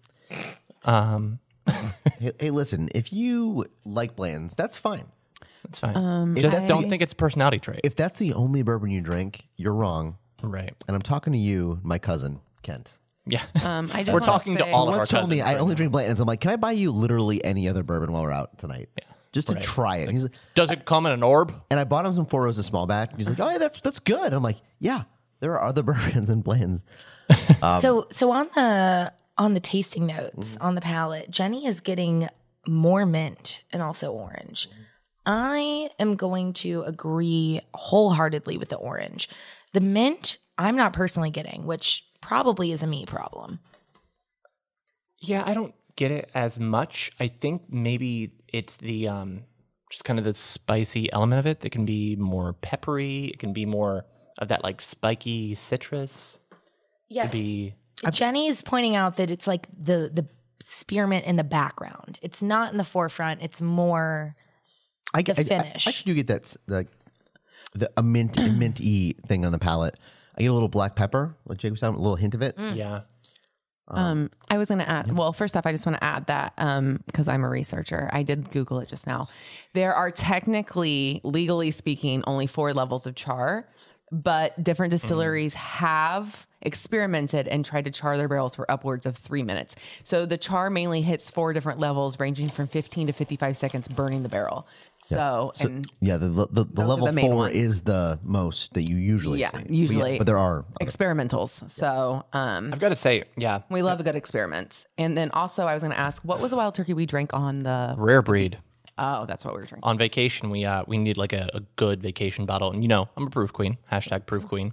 [SPEAKER 1] Hey, hey, listen, if you like Blanton's, that's fine.
[SPEAKER 2] That's fine.
[SPEAKER 3] Um,
[SPEAKER 1] If
[SPEAKER 2] Just
[SPEAKER 1] that's
[SPEAKER 2] don't
[SPEAKER 1] the-
[SPEAKER 2] think it's a personality trait,
[SPEAKER 1] If that's the only bourbon you drink, you're wrong.
[SPEAKER 2] right?
[SPEAKER 1] And I'm talking to you, my cousin Kent.
[SPEAKER 2] Yeah,
[SPEAKER 3] Um, I just
[SPEAKER 2] we're
[SPEAKER 3] wanna
[SPEAKER 2] talking to
[SPEAKER 3] say-
[SPEAKER 2] all of our
[SPEAKER 1] Once told
[SPEAKER 2] cousins.
[SPEAKER 1] me I
[SPEAKER 2] right
[SPEAKER 1] only
[SPEAKER 2] now.
[SPEAKER 1] drink Blanton's. I'm like, can I buy you literally any other bourbon while we're out tonight? Yeah. Just to try it. He's like,
[SPEAKER 2] Does it come in an orb?
[SPEAKER 1] and I bought him some four rows of small batch. He's like, oh yeah, that's that's good. I'm like, yeah, there are other bourbons and Blanton's.
[SPEAKER 4] so so on the on the tasting notes on the palate, Jenny is getting more mint and also orange. I am going to agree wholeheartedly with the orange. The mint, I'm not personally getting, which probably is a me problem.
[SPEAKER 2] Yeah, I don't get it as much. I think maybe it's the um just kind of the spicy element of it that can be more peppery. It can be more of that like spiky citrus.
[SPEAKER 4] Yeah.
[SPEAKER 2] To be
[SPEAKER 4] Jenny is pointing out that it's like the the spearmint in the background. It's not in the forefront. It's more
[SPEAKER 1] I get
[SPEAKER 4] The
[SPEAKER 1] I- I-
[SPEAKER 4] finish.
[SPEAKER 1] I, actually do get that s- the the a mint mint e thing on the palate. I get a little black pepper, like Jacob said, a little hint of it.
[SPEAKER 3] Mm.
[SPEAKER 4] Mm.
[SPEAKER 2] yeah.
[SPEAKER 3] Um, I was going to add, well, first off, I just want to add that because I'm a researcher, I did Google it just now. There are technically, legally speaking, only four levels of char. but different distilleries have experimented and tried to char their barrels for upwards of three minutes. So the char mainly hits four different levels, ranging from 15 to 55 seconds, burning the barrel. So, and
[SPEAKER 1] Yeah, the the, the,
[SPEAKER 3] are
[SPEAKER 1] level
[SPEAKER 3] the main
[SPEAKER 1] four
[SPEAKER 3] ones.
[SPEAKER 1] is the most that you usually
[SPEAKER 3] Yeah,
[SPEAKER 1] see. But
[SPEAKER 3] usually.
[SPEAKER 1] but there are
[SPEAKER 3] experimentals. So, um,
[SPEAKER 4] Mm.
[SPEAKER 2] I've got to say, yeah,
[SPEAKER 3] we love a good experiment. And then also, I was going to ask, what was the wild turkey we drank on the?
[SPEAKER 2] rare breed.
[SPEAKER 3] Oh, that's what we were drinking.
[SPEAKER 2] on vacation we uh we need like a, a good vacation bottle and you know i'm a proof queen hashtag proof queen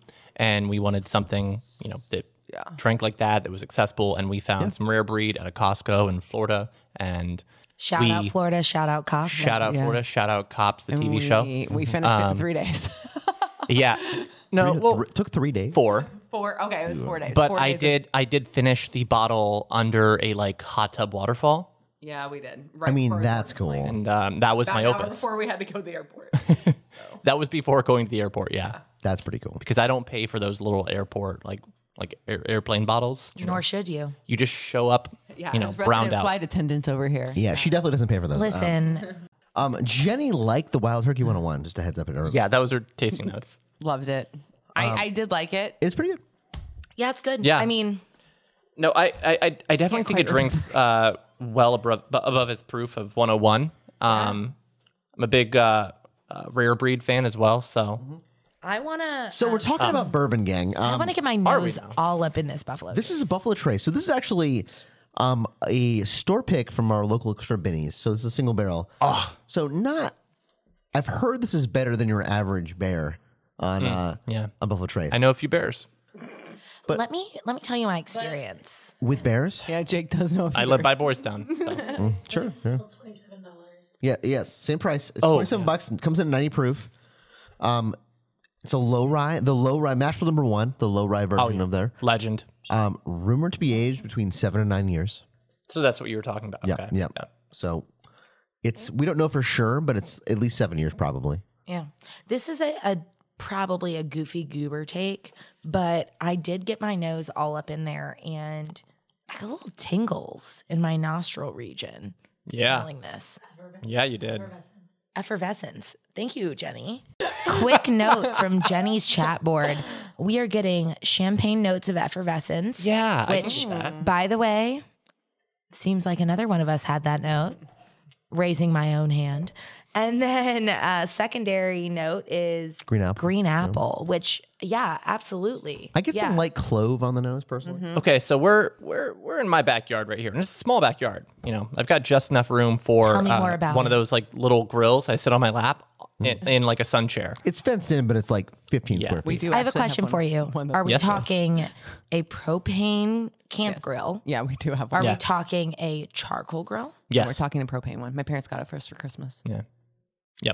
[SPEAKER 2] and we wanted something you know that
[SPEAKER 3] Yeah.
[SPEAKER 2] drank like that that was accessible and we found some rare breed at a costco in florida and
[SPEAKER 4] Shout
[SPEAKER 2] We-
[SPEAKER 4] out Florida. Shout out Costco.
[SPEAKER 2] shout out florida shout out cops the tv
[SPEAKER 3] we,
[SPEAKER 2] show Mm-hmm. Um,
[SPEAKER 3] We finished it in three days.
[SPEAKER 2] yeah no
[SPEAKER 1] Three-
[SPEAKER 2] well
[SPEAKER 1] three- took three days.
[SPEAKER 2] four
[SPEAKER 3] four. Okay, it was four days.
[SPEAKER 2] but
[SPEAKER 3] Four
[SPEAKER 2] i
[SPEAKER 3] days of-
[SPEAKER 2] did i did finish the bottle under a like hot tub waterfall
[SPEAKER 3] yeah, we did.
[SPEAKER 1] I mean, that's cool.
[SPEAKER 2] and um, that was my opus
[SPEAKER 3] Before we had to go to the airport.
[SPEAKER 2] that was before going to the airport yeah
[SPEAKER 1] That's pretty cool.
[SPEAKER 2] because i don't pay for those little airport like like air, airplane bottles
[SPEAKER 4] Nor should you.
[SPEAKER 2] you just show up,
[SPEAKER 3] Yeah,
[SPEAKER 2] you know, browned out.
[SPEAKER 3] flight attendants over here.
[SPEAKER 1] Yeah, she definitely doesn't pay for those.
[SPEAKER 4] Listen,
[SPEAKER 1] Um, Jenny liked the Wild Turkey 101, just a heads up. It early.
[SPEAKER 2] Yeah, that was her tasting notes.
[SPEAKER 3] Loved it. I,
[SPEAKER 2] Um,
[SPEAKER 3] I did like it.
[SPEAKER 1] It's pretty good.
[SPEAKER 4] yeah, it's good.
[SPEAKER 2] Yeah.
[SPEAKER 4] I mean,
[SPEAKER 2] No, I, I, I- I definitely think it drinks uh, well above, above its proof of 101. Um, I'm a big uh, uh, rare breed fan as well, so
[SPEAKER 4] I wanna
[SPEAKER 1] So we're talking
[SPEAKER 2] Um,
[SPEAKER 1] about Bourbon Gang.
[SPEAKER 4] I
[SPEAKER 1] Um,
[SPEAKER 4] wanna get my nose all up in this buffalo.
[SPEAKER 1] this is a Buffalo Trace. So this is actually um, a store pick from our local extra binnies. So it's a single barrel. Oh. So not. I've heard this is better than your average bear on uh,
[SPEAKER 2] yeah.
[SPEAKER 1] on Buffalo Trace.
[SPEAKER 2] Hmm. I know a few bears.
[SPEAKER 4] let me let me tell you my experience.
[SPEAKER 1] with bears.
[SPEAKER 3] Yeah, Jake does know. If
[SPEAKER 2] I live by boys down. So.
[SPEAKER 1] Sure. yeah. Yeah. Yes. Same price. It's
[SPEAKER 2] Oh,
[SPEAKER 1] twenty-seven bucks. and Comes in at ninety proof. Um, it's a low rye. The low rye mash bill number one. The low rye
[SPEAKER 2] Oh,
[SPEAKER 1] version of there.
[SPEAKER 2] Legend.
[SPEAKER 1] Um, rumored to be aged between seven and nine years.
[SPEAKER 2] So that's what you were talking about.
[SPEAKER 1] Yeah.
[SPEAKER 2] okay.
[SPEAKER 1] Yeah. So it's we don't know for sure, but it's at least seven years probably.
[SPEAKER 4] Yeah. This is a, a probably a goofy goober take, but I did get my nose all up in there and I got little tingles in my nostril region.
[SPEAKER 2] Yeah.
[SPEAKER 4] Smelling this.
[SPEAKER 2] Yeah, you did.
[SPEAKER 4] Effervescence. Thank you, Jenny. Quick note from Jenny's chat board. We are getting champagne notes of effervescence.
[SPEAKER 2] Yeah, Ah, I
[SPEAKER 4] Which,
[SPEAKER 2] did that.
[SPEAKER 4] by the way, seems like another one of us had that note, raising my own hand. And then uh, secondary note is
[SPEAKER 1] Green apple.
[SPEAKER 4] green apple, which yeah, absolutely.
[SPEAKER 1] I get
[SPEAKER 4] yeah. Mm-hmm.
[SPEAKER 1] some light clove on the nose personally.
[SPEAKER 2] Okay, so we're we're we're in my backyard right here, and it's a small backyard. You know, I've got just enough room for uh,
[SPEAKER 4] Tell me more about
[SPEAKER 2] one
[SPEAKER 4] it.
[SPEAKER 2] of those like little grills. I sit on my lap in,
[SPEAKER 1] Mm-hmm.
[SPEAKER 2] in like a sun chair.
[SPEAKER 1] It's fenced in, but it's like fifteen square feet.
[SPEAKER 3] we do.
[SPEAKER 4] I have a
[SPEAKER 3] actually
[SPEAKER 4] question for
[SPEAKER 3] one-
[SPEAKER 4] you.
[SPEAKER 3] one that's-
[SPEAKER 4] Are we
[SPEAKER 2] Yes, ma'am.
[SPEAKER 4] talking a propane camp grill?
[SPEAKER 3] yeah, we do have
[SPEAKER 4] Are
[SPEAKER 3] one.
[SPEAKER 4] we talking a charcoal grill?
[SPEAKER 2] Yes,
[SPEAKER 3] We're talking a propane one. My parents got it for us for Christmas.
[SPEAKER 2] Yep.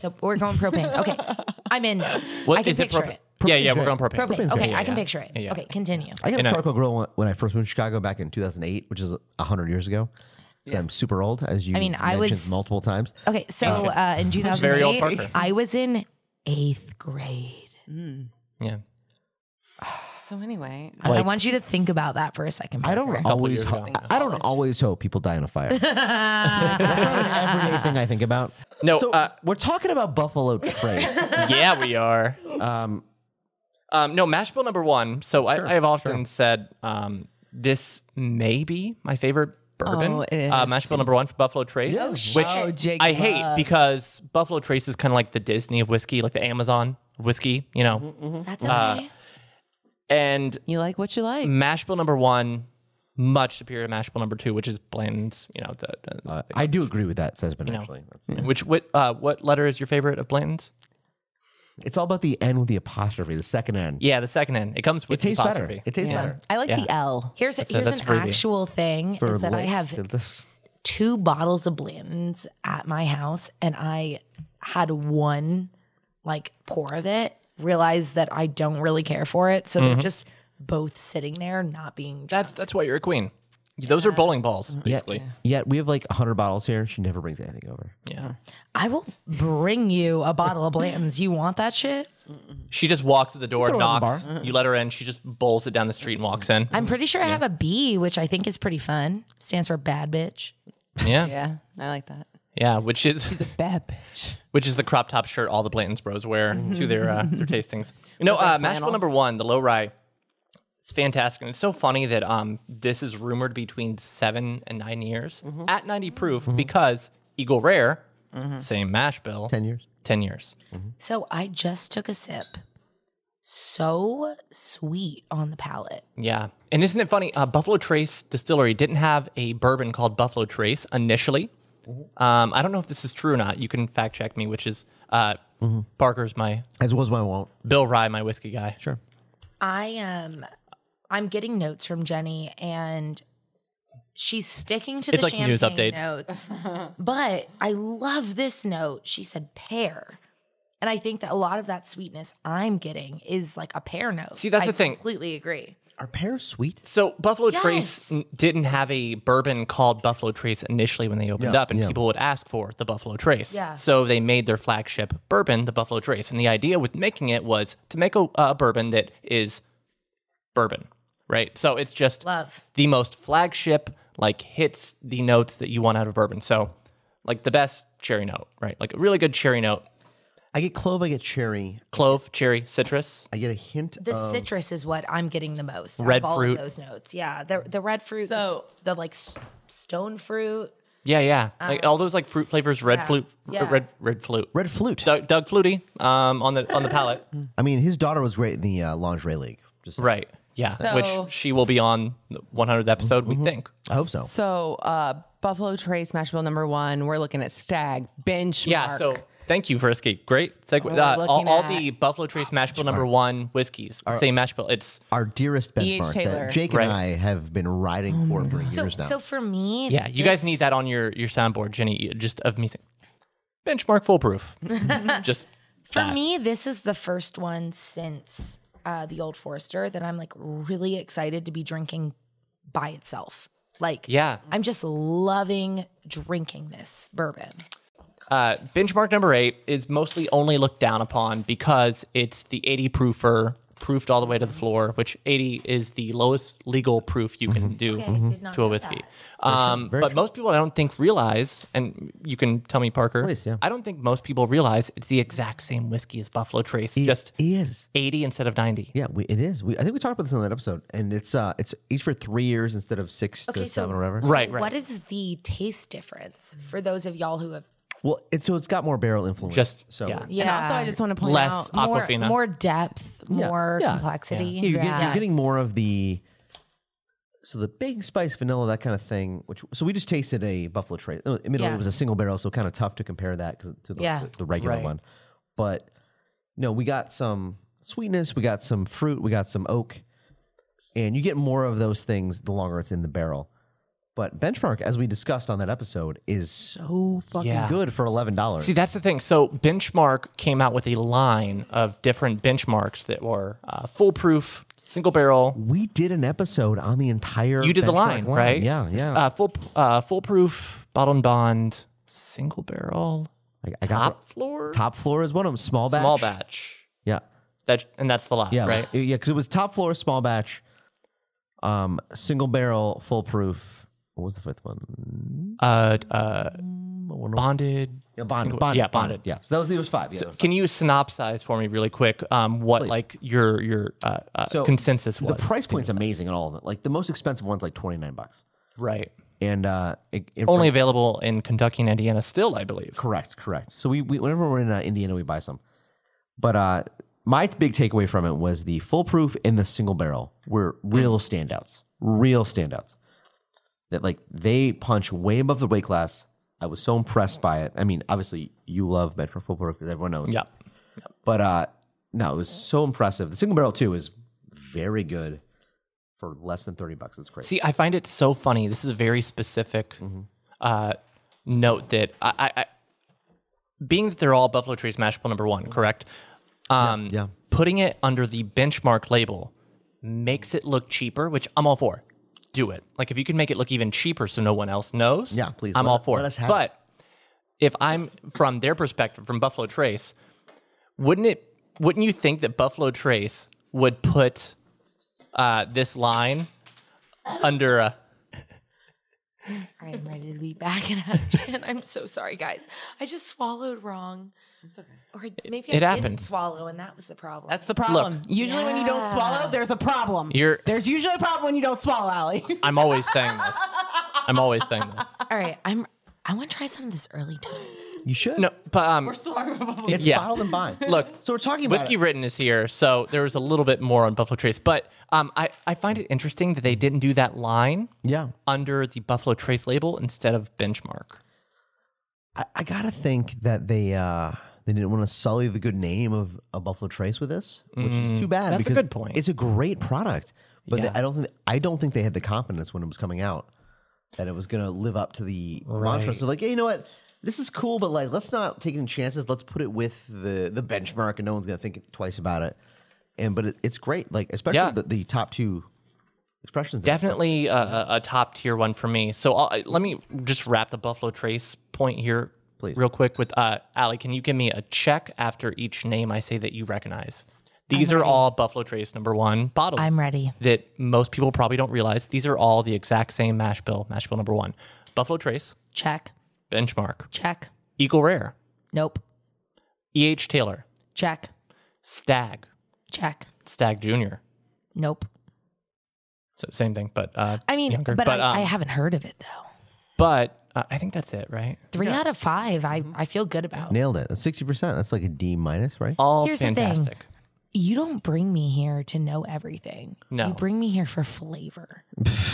[SPEAKER 4] So we're going propane. Okay. I'm in.
[SPEAKER 2] What
[SPEAKER 4] I can
[SPEAKER 2] is it
[SPEAKER 4] picture
[SPEAKER 2] propa-
[SPEAKER 4] it.
[SPEAKER 2] Yeah, yeah, we're going propane.
[SPEAKER 4] Propane.
[SPEAKER 1] good.
[SPEAKER 4] Okay,
[SPEAKER 1] Yeah,
[SPEAKER 4] I can
[SPEAKER 2] yeah.
[SPEAKER 4] picture it.
[SPEAKER 2] Yeah, yeah.
[SPEAKER 4] Okay, continue.
[SPEAKER 1] I got a
[SPEAKER 2] know.
[SPEAKER 1] charcoal grill when- when I first moved to Chicago back in 2008, which is 100 years ago. So I'm super old, as you I
[SPEAKER 4] mean, I was-
[SPEAKER 1] multiple times.
[SPEAKER 4] Okay, so uh, in
[SPEAKER 2] Very old
[SPEAKER 4] 2008,
[SPEAKER 2] Parker.
[SPEAKER 4] I was in eighth grade.
[SPEAKER 2] Yeah,
[SPEAKER 3] So anyway,
[SPEAKER 4] I want you to think about that for a second.
[SPEAKER 1] I don't always, ho- I- I don't always hope people die in a fire. That's not an everyday thing I think about.
[SPEAKER 2] No,
[SPEAKER 1] so
[SPEAKER 2] uh,
[SPEAKER 1] we're talking about Buffalo Trace.
[SPEAKER 2] yeah, we are.
[SPEAKER 1] um,
[SPEAKER 2] Um, no, mash bill number one. So I, I have often said um, this may be my favorite bourbon.
[SPEAKER 3] Oh, it
[SPEAKER 2] Uh,
[SPEAKER 3] is.
[SPEAKER 2] mash bill number one for Buffalo Trace, which
[SPEAKER 3] Oh, Jake
[SPEAKER 2] I hate
[SPEAKER 3] loves-
[SPEAKER 2] because Buffalo Trace is kind of like the Disney of whiskey, like the Amazon of whiskey, you know.
[SPEAKER 4] That's okay.
[SPEAKER 2] And
[SPEAKER 3] you like what you like.
[SPEAKER 2] mash bill number one, much superior to mash bill number two, which is Blanton's. You know, the, the-
[SPEAKER 1] uh, I do agree with that sentiment, actually. That's-
[SPEAKER 2] which what uh, what letter is your favorite of Blanton's?
[SPEAKER 1] It's all about the end with the apostrophe, the second end.
[SPEAKER 2] Yeah, the second end. It comes with
[SPEAKER 1] It tastes better.
[SPEAKER 2] apostrophe.
[SPEAKER 1] It tastes better.
[SPEAKER 3] I like
[SPEAKER 2] Yeah.
[SPEAKER 3] the L.
[SPEAKER 4] Here's
[SPEAKER 2] That's a-
[SPEAKER 4] here's
[SPEAKER 2] that's
[SPEAKER 4] an
[SPEAKER 2] fruity.
[SPEAKER 4] actual thing is that I
[SPEAKER 1] late-
[SPEAKER 4] have two bottles of Blanton's at my house, and I had one like pour of it. Realized that I don't really care for it, so they're just both sitting there, not being. Dry.
[SPEAKER 2] That's that's why you're a queen. Those are bowling balls, basically.
[SPEAKER 1] Yet we have like 100 bottles here. She never brings anything over.
[SPEAKER 2] Yeah.
[SPEAKER 4] I will bring you a bottle of Blanton's. You want that shit?
[SPEAKER 2] She just walks to the door,
[SPEAKER 1] throw it on the
[SPEAKER 2] knocks. You let her in. She just bowls it down the street and walks in.
[SPEAKER 4] I'm pretty sure I have a B, which I think is pretty fun. Stands for bad bitch.
[SPEAKER 2] yeah. yeah.
[SPEAKER 3] Yeah, I like that.
[SPEAKER 2] Yeah, which is
[SPEAKER 3] Bad bitch.
[SPEAKER 2] which is the crop top shirt all the Blanton's Bros wear to their uh, their tastings. You know, uh, match bill number one, the low rye. It's fantastic, and it's so funny that um this is rumored between seven and nine years at ninety proof
[SPEAKER 1] Mm-hmm.
[SPEAKER 2] because Eagle Rare, same mash bill,
[SPEAKER 1] Ten years.
[SPEAKER 2] ten years.
[SPEAKER 4] So I just took a sip. So sweet on the palate.
[SPEAKER 2] Yeah, and isn't it funny? Uh, Buffalo Trace Distillery didn't have a bourbon called Buffalo Trace initially.
[SPEAKER 1] Mm-hmm.
[SPEAKER 2] Um, I don't know if this is true or not. You can fact check me, which is uh,
[SPEAKER 1] Mm-hmm.
[SPEAKER 2] Parker's my
[SPEAKER 1] As was my won't.
[SPEAKER 2] Bill Rye, my whiskey guy.
[SPEAKER 1] Sure.
[SPEAKER 4] I am. I'm getting notes from Jenny, and she's sticking to the
[SPEAKER 2] It's like
[SPEAKER 4] champagne
[SPEAKER 2] news updates.
[SPEAKER 4] notes. but I love this note. She said pear, and I think that a lot of that sweetness I'm getting is like a pear note.
[SPEAKER 2] See, that's
[SPEAKER 4] I
[SPEAKER 2] the thing.
[SPEAKER 4] Completely agree.
[SPEAKER 1] Are pears sweet?
[SPEAKER 2] So Buffalo
[SPEAKER 4] Yes.
[SPEAKER 2] Trace n- didn't have a bourbon called Buffalo Trace initially when they opened
[SPEAKER 1] Yeah,
[SPEAKER 2] up, and
[SPEAKER 1] yeah.
[SPEAKER 2] people would ask for the Buffalo Trace.
[SPEAKER 4] Yeah.
[SPEAKER 2] So they made their flagship bourbon the Buffalo Trace, and the idea with making it was to make a, a bourbon that is bourbon, right? So it's just
[SPEAKER 4] Love.
[SPEAKER 2] the most flagship, like hits the notes that you want out of bourbon. So, like the best cherry note, right? Like a really good cherry note,
[SPEAKER 1] I get clove. I get cherry.
[SPEAKER 2] clove, cherry, citrus.
[SPEAKER 1] I get a hint.
[SPEAKER 4] The
[SPEAKER 1] of,
[SPEAKER 4] citrus is what I'm getting the most. out
[SPEAKER 2] Um, Red
[SPEAKER 4] of all
[SPEAKER 2] fruit.
[SPEAKER 4] Of those notes, yeah. The the red fruit, the s-
[SPEAKER 3] So-
[SPEAKER 4] the, like s- stone fruit.
[SPEAKER 2] Yeah, yeah. like all those like fruit flavors, red flute,
[SPEAKER 4] yeah.
[SPEAKER 2] red red flute,
[SPEAKER 1] red flute.
[SPEAKER 2] Doug, Doug Flutie um, on the on the palette.
[SPEAKER 1] I mean, his daughter was great in the uh, lingerie league. Just
[SPEAKER 2] right. Yeah.
[SPEAKER 3] So-
[SPEAKER 2] Which she will be on the 100th episode, we think.
[SPEAKER 1] I hope so.
[SPEAKER 3] So uh, Buffalo Trace Mash Bill number one. We're looking at Stag benchmark.
[SPEAKER 2] Yeah. So thank you, Frisky. Great segue.
[SPEAKER 3] What are we
[SPEAKER 2] Uh, all,
[SPEAKER 3] looking
[SPEAKER 2] all
[SPEAKER 3] at?
[SPEAKER 2] the Buffalo Trace mash bill number one whiskeys, the same mash bill. It's
[SPEAKER 1] Our dearest
[SPEAKER 4] E
[SPEAKER 3] E.H.
[SPEAKER 1] benchmark
[SPEAKER 3] Taylor.
[SPEAKER 1] that Jake
[SPEAKER 2] Right.
[SPEAKER 1] and I have been riding for for years
[SPEAKER 4] Oh So
[SPEAKER 1] now.
[SPEAKER 4] so for me,
[SPEAKER 2] yeah. You guys
[SPEAKER 4] this-
[SPEAKER 2] need that on your your soundboard, Jenny. Just of me saying benchmark foolproof. just
[SPEAKER 4] For
[SPEAKER 2] that.
[SPEAKER 4] me, this is the first one since uh, the Old Forester that I'm like really excited to be drinking by itself. Like,
[SPEAKER 2] Yeah.
[SPEAKER 4] I'm just loving drinking this bourbon.
[SPEAKER 2] Uh, benchmark number eight is mostly only looked down upon because it's the 80 proofer, proofed all the way to the floor, which 80 is the lowest legal proof you
[SPEAKER 1] Mm-hmm.
[SPEAKER 2] can do to a whiskey. Um, but most people, I don't think, realize, and you can tell me, Parker,
[SPEAKER 1] Please, yeah.
[SPEAKER 2] I don't think most people realize it's the exact same whiskey as Buffalo Trace, just
[SPEAKER 1] it is.
[SPEAKER 2] 80 instead of 90.
[SPEAKER 1] Yeah, we, it is. We, I think we talked about this in that episode, and it's uh, it's each for three years instead of six
[SPEAKER 4] Okay,
[SPEAKER 1] to
[SPEAKER 4] so-
[SPEAKER 1] seven or whatever.
[SPEAKER 4] So
[SPEAKER 2] Right, right.
[SPEAKER 4] What is the taste difference for those of y'all who have
[SPEAKER 1] Well, it's so it's got more barrel influence.
[SPEAKER 2] Just-
[SPEAKER 1] so
[SPEAKER 2] yeah.
[SPEAKER 3] And also, I just want to point
[SPEAKER 2] Less
[SPEAKER 3] out
[SPEAKER 4] more,
[SPEAKER 2] Aquafina.
[SPEAKER 4] more depth, more
[SPEAKER 1] yeah,
[SPEAKER 4] complexity?
[SPEAKER 1] Yeah, you're, Getting, you're getting more of the so the big spice vanilla that kind of thing. Which so we just tasted a buffalo trace. Oh, Admittedly,
[SPEAKER 4] Yeah.
[SPEAKER 1] it was a single barrel, so kind of tough to compare that 'cause- to the,
[SPEAKER 4] Yeah.
[SPEAKER 1] the, the regular
[SPEAKER 2] Right.
[SPEAKER 1] one. But no, we got some sweetness, we got some fruit, we got some oak, and you get more of those things the longer it's in the barrel. But benchmark, as we discussed on that episode, is so fucking
[SPEAKER 2] Yeah.
[SPEAKER 1] good for eleven dollars.
[SPEAKER 2] See, that's the thing. So, Benchmark came out with a line of different benchmarks that were uh, foolproof, single barrel,
[SPEAKER 1] we did an episode on the entire.
[SPEAKER 2] you did the
[SPEAKER 1] Benchmark
[SPEAKER 2] line, right?
[SPEAKER 1] Yeah, yeah.
[SPEAKER 2] Uh, full, uh, foolproof, bottle and bond, single barrel,
[SPEAKER 1] I, I got
[SPEAKER 2] top floor,
[SPEAKER 1] Top floor is one of them. Small batch.
[SPEAKER 2] small batch.
[SPEAKER 1] Yeah.
[SPEAKER 2] That and that's the lot,
[SPEAKER 1] Yeah. it was-
[SPEAKER 2] right?
[SPEAKER 1] yeah. Because it was top floor, small batch, um, single barrel, full proof. What was the fifth one?
[SPEAKER 2] Uh, uh, bonded,
[SPEAKER 1] Yeah, bonded.
[SPEAKER 2] single-
[SPEAKER 1] bonded
[SPEAKER 2] yeah, bonded.
[SPEAKER 1] Yeah. So that was, it was five. Yeah. that was
[SPEAKER 2] Can you synopsize for me really quick? Um, what
[SPEAKER 1] Please.
[SPEAKER 2] like your your uh, uh,
[SPEAKER 1] So,
[SPEAKER 2] consensus was?
[SPEAKER 1] five. the price point's amazing on all of it. Like the most expensive one's like 29 bucks.
[SPEAKER 2] right?
[SPEAKER 1] And uh, it, it-
[SPEAKER 2] Only available in Kentucky and Indiana, still, I believe.
[SPEAKER 1] Correct, correct. So we, we whenever we're in uh, Indiana, we buy some. But uh, my big takeaway from it was the foolproof and the single barrel were real
[SPEAKER 2] Mm.
[SPEAKER 1] standouts, real standouts. That like they punch way above the weight class. I was so impressed by it. I mean, obviously you love Metro foolproof because everyone knows.
[SPEAKER 2] Yeah,
[SPEAKER 1] But uh, no, it was so impressive. The single barrel too is very good for less than thirty bucks. It's crazy.
[SPEAKER 2] See, I find it so funny. This is a very specific
[SPEAKER 1] Mm-hmm.
[SPEAKER 2] uh, note that I, I, I, being that they're all Buffalo Trace Mash Bill number one, correct? Um,
[SPEAKER 1] yeah.
[SPEAKER 2] Putting it under the benchmark label makes it look cheaper, which I'm all for. Do it. Like if you can make it look even cheaper so no one else knows.
[SPEAKER 1] Yeah, please,
[SPEAKER 2] I'm
[SPEAKER 1] let-
[SPEAKER 2] all for
[SPEAKER 1] let
[SPEAKER 2] it.
[SPEAKER 1] us have it.
[SPEAKER 2] but if I'm from their perspective, from Buffalo Trace, wouldn't it? Wouldn't you think that Buffalo Trace would put uh, this line under a
[SPEAKER 4] All right, I'm ready to be back in action. I'm so sorry, guys. I just swallowed wrong. It's okay. Or maybe I
[SPEAKER 2] it
[SPEAKER 4] didn't
[SPEAKER 2] happens.
[SPEAKER 4] swallow, and that was the problem.
[SPEAKER 8] That's the problem. usually when you don't swallow, there's a problem.
[SPEAKER 2] You're-
[SPEAKER 8] there's usually a problem when you don't swallow, Allie.
[SPEAKER 2] I'm always saying this. I'm always saying this.
[SPEAKER 4] all right. I'm. I want to try some of this early times.
[SPEAKER 1] You should.
[SPEAKER 2] No, but um,
[SPEAKER 1] it's
[SPEAKER 2] yeah.
[SPEAKER 1] bottled and bond.
[SPEAKER 2] look,
[SPEAKER 1] so we're talking about
[SPEAKER 2] whiskey
[SPEAKER 1] it.
[SPEAKER 2] written is here, so there was a little bit more on Buffalo Trace, but um, I I find it interesting that they didn't do that line
[SPEAKER 1] Yeah,
[SPEAKER 2] under the Buffalo Trace label instead of benchmark.
[SPEAKER 1] I, I gotta think that they uh they didn't want to sully the good name of a Buffalo Trace with this, which is too bad.
[SPEAKER 2] Mm. That's a
[SPEAKER 1] because
[SPEAKER 2] good point.
[SPEAKER 1] It's a great product, but
[SPEAKER 2] Yeah.
[SPEAKER 1] I don't think I don't think they had the confidence when it was coming out that it was gonna live up to the mantra. So like, hey, you know what? This is cool, but like, let's not take any chances. Let's put it with the the benchmark, and no one's gonna think twice about it. And but it, it's great, like especially
[SPEAKER 2] Yeah.
[SPEAKER 1] the, the top two expressions. there.
[SPEAKER 2] Definitely a, a, a top tier one for me. So I'll, I- let me just wrap the Buffalo Trace point here,
[SPEAKER 1] Please.
[SPEAKER 2] real quick. With uh, Ali, can you give me a check after each name I say that you recognize? These are all Buffalo Trace number one bottles.
[SPEAKER 4] I'm ready.
[SPEAKER 2] That most people probably don't realize. These are all the exact same mash bill. Mash bill number one, Buffalo Trace,
[SPEAKER 4] Check.
[SPEAKER 2] Benchmark,
[SPEAKER 4] Check.
[SPEAKER 2] Eagle Rare,
[SPEAKER 4] Nope.
[SPEAKER 2] E. H. Taylor,
[SPEAKER 4] Check.
[SPEAKER 2] Stag,
[SPEAKER 4] Check.
[SPEAKER 2] Stag Junior.
[SPEAKER 4] Nope.
[SPEAKER 2] So same thing, but uh,
[SPEAKER 4] I mean,
[SPEAKER 2] younger.
[SPEAKER 4] but, I,
[SPEAKER 2] um,
[SPEAKER 4] I haven't heard of it though.
[SPEAKER 2] But uh, I think that's it, right?
[SPEAKER 4] Three out of five. I I feel good about.
[SPEAKER 1] nailed it. Sixty percent. That's like a D minus, right?
[SPEAKER 2] All
[SPEAKER 4] Here's the thing.
[SPEAKER 2] fantastic.
[SPEAKER 4] You don't bring me here to know everything.
[SPEAKER 2] No.
[SPEAKER 4] You bring me here for flavor.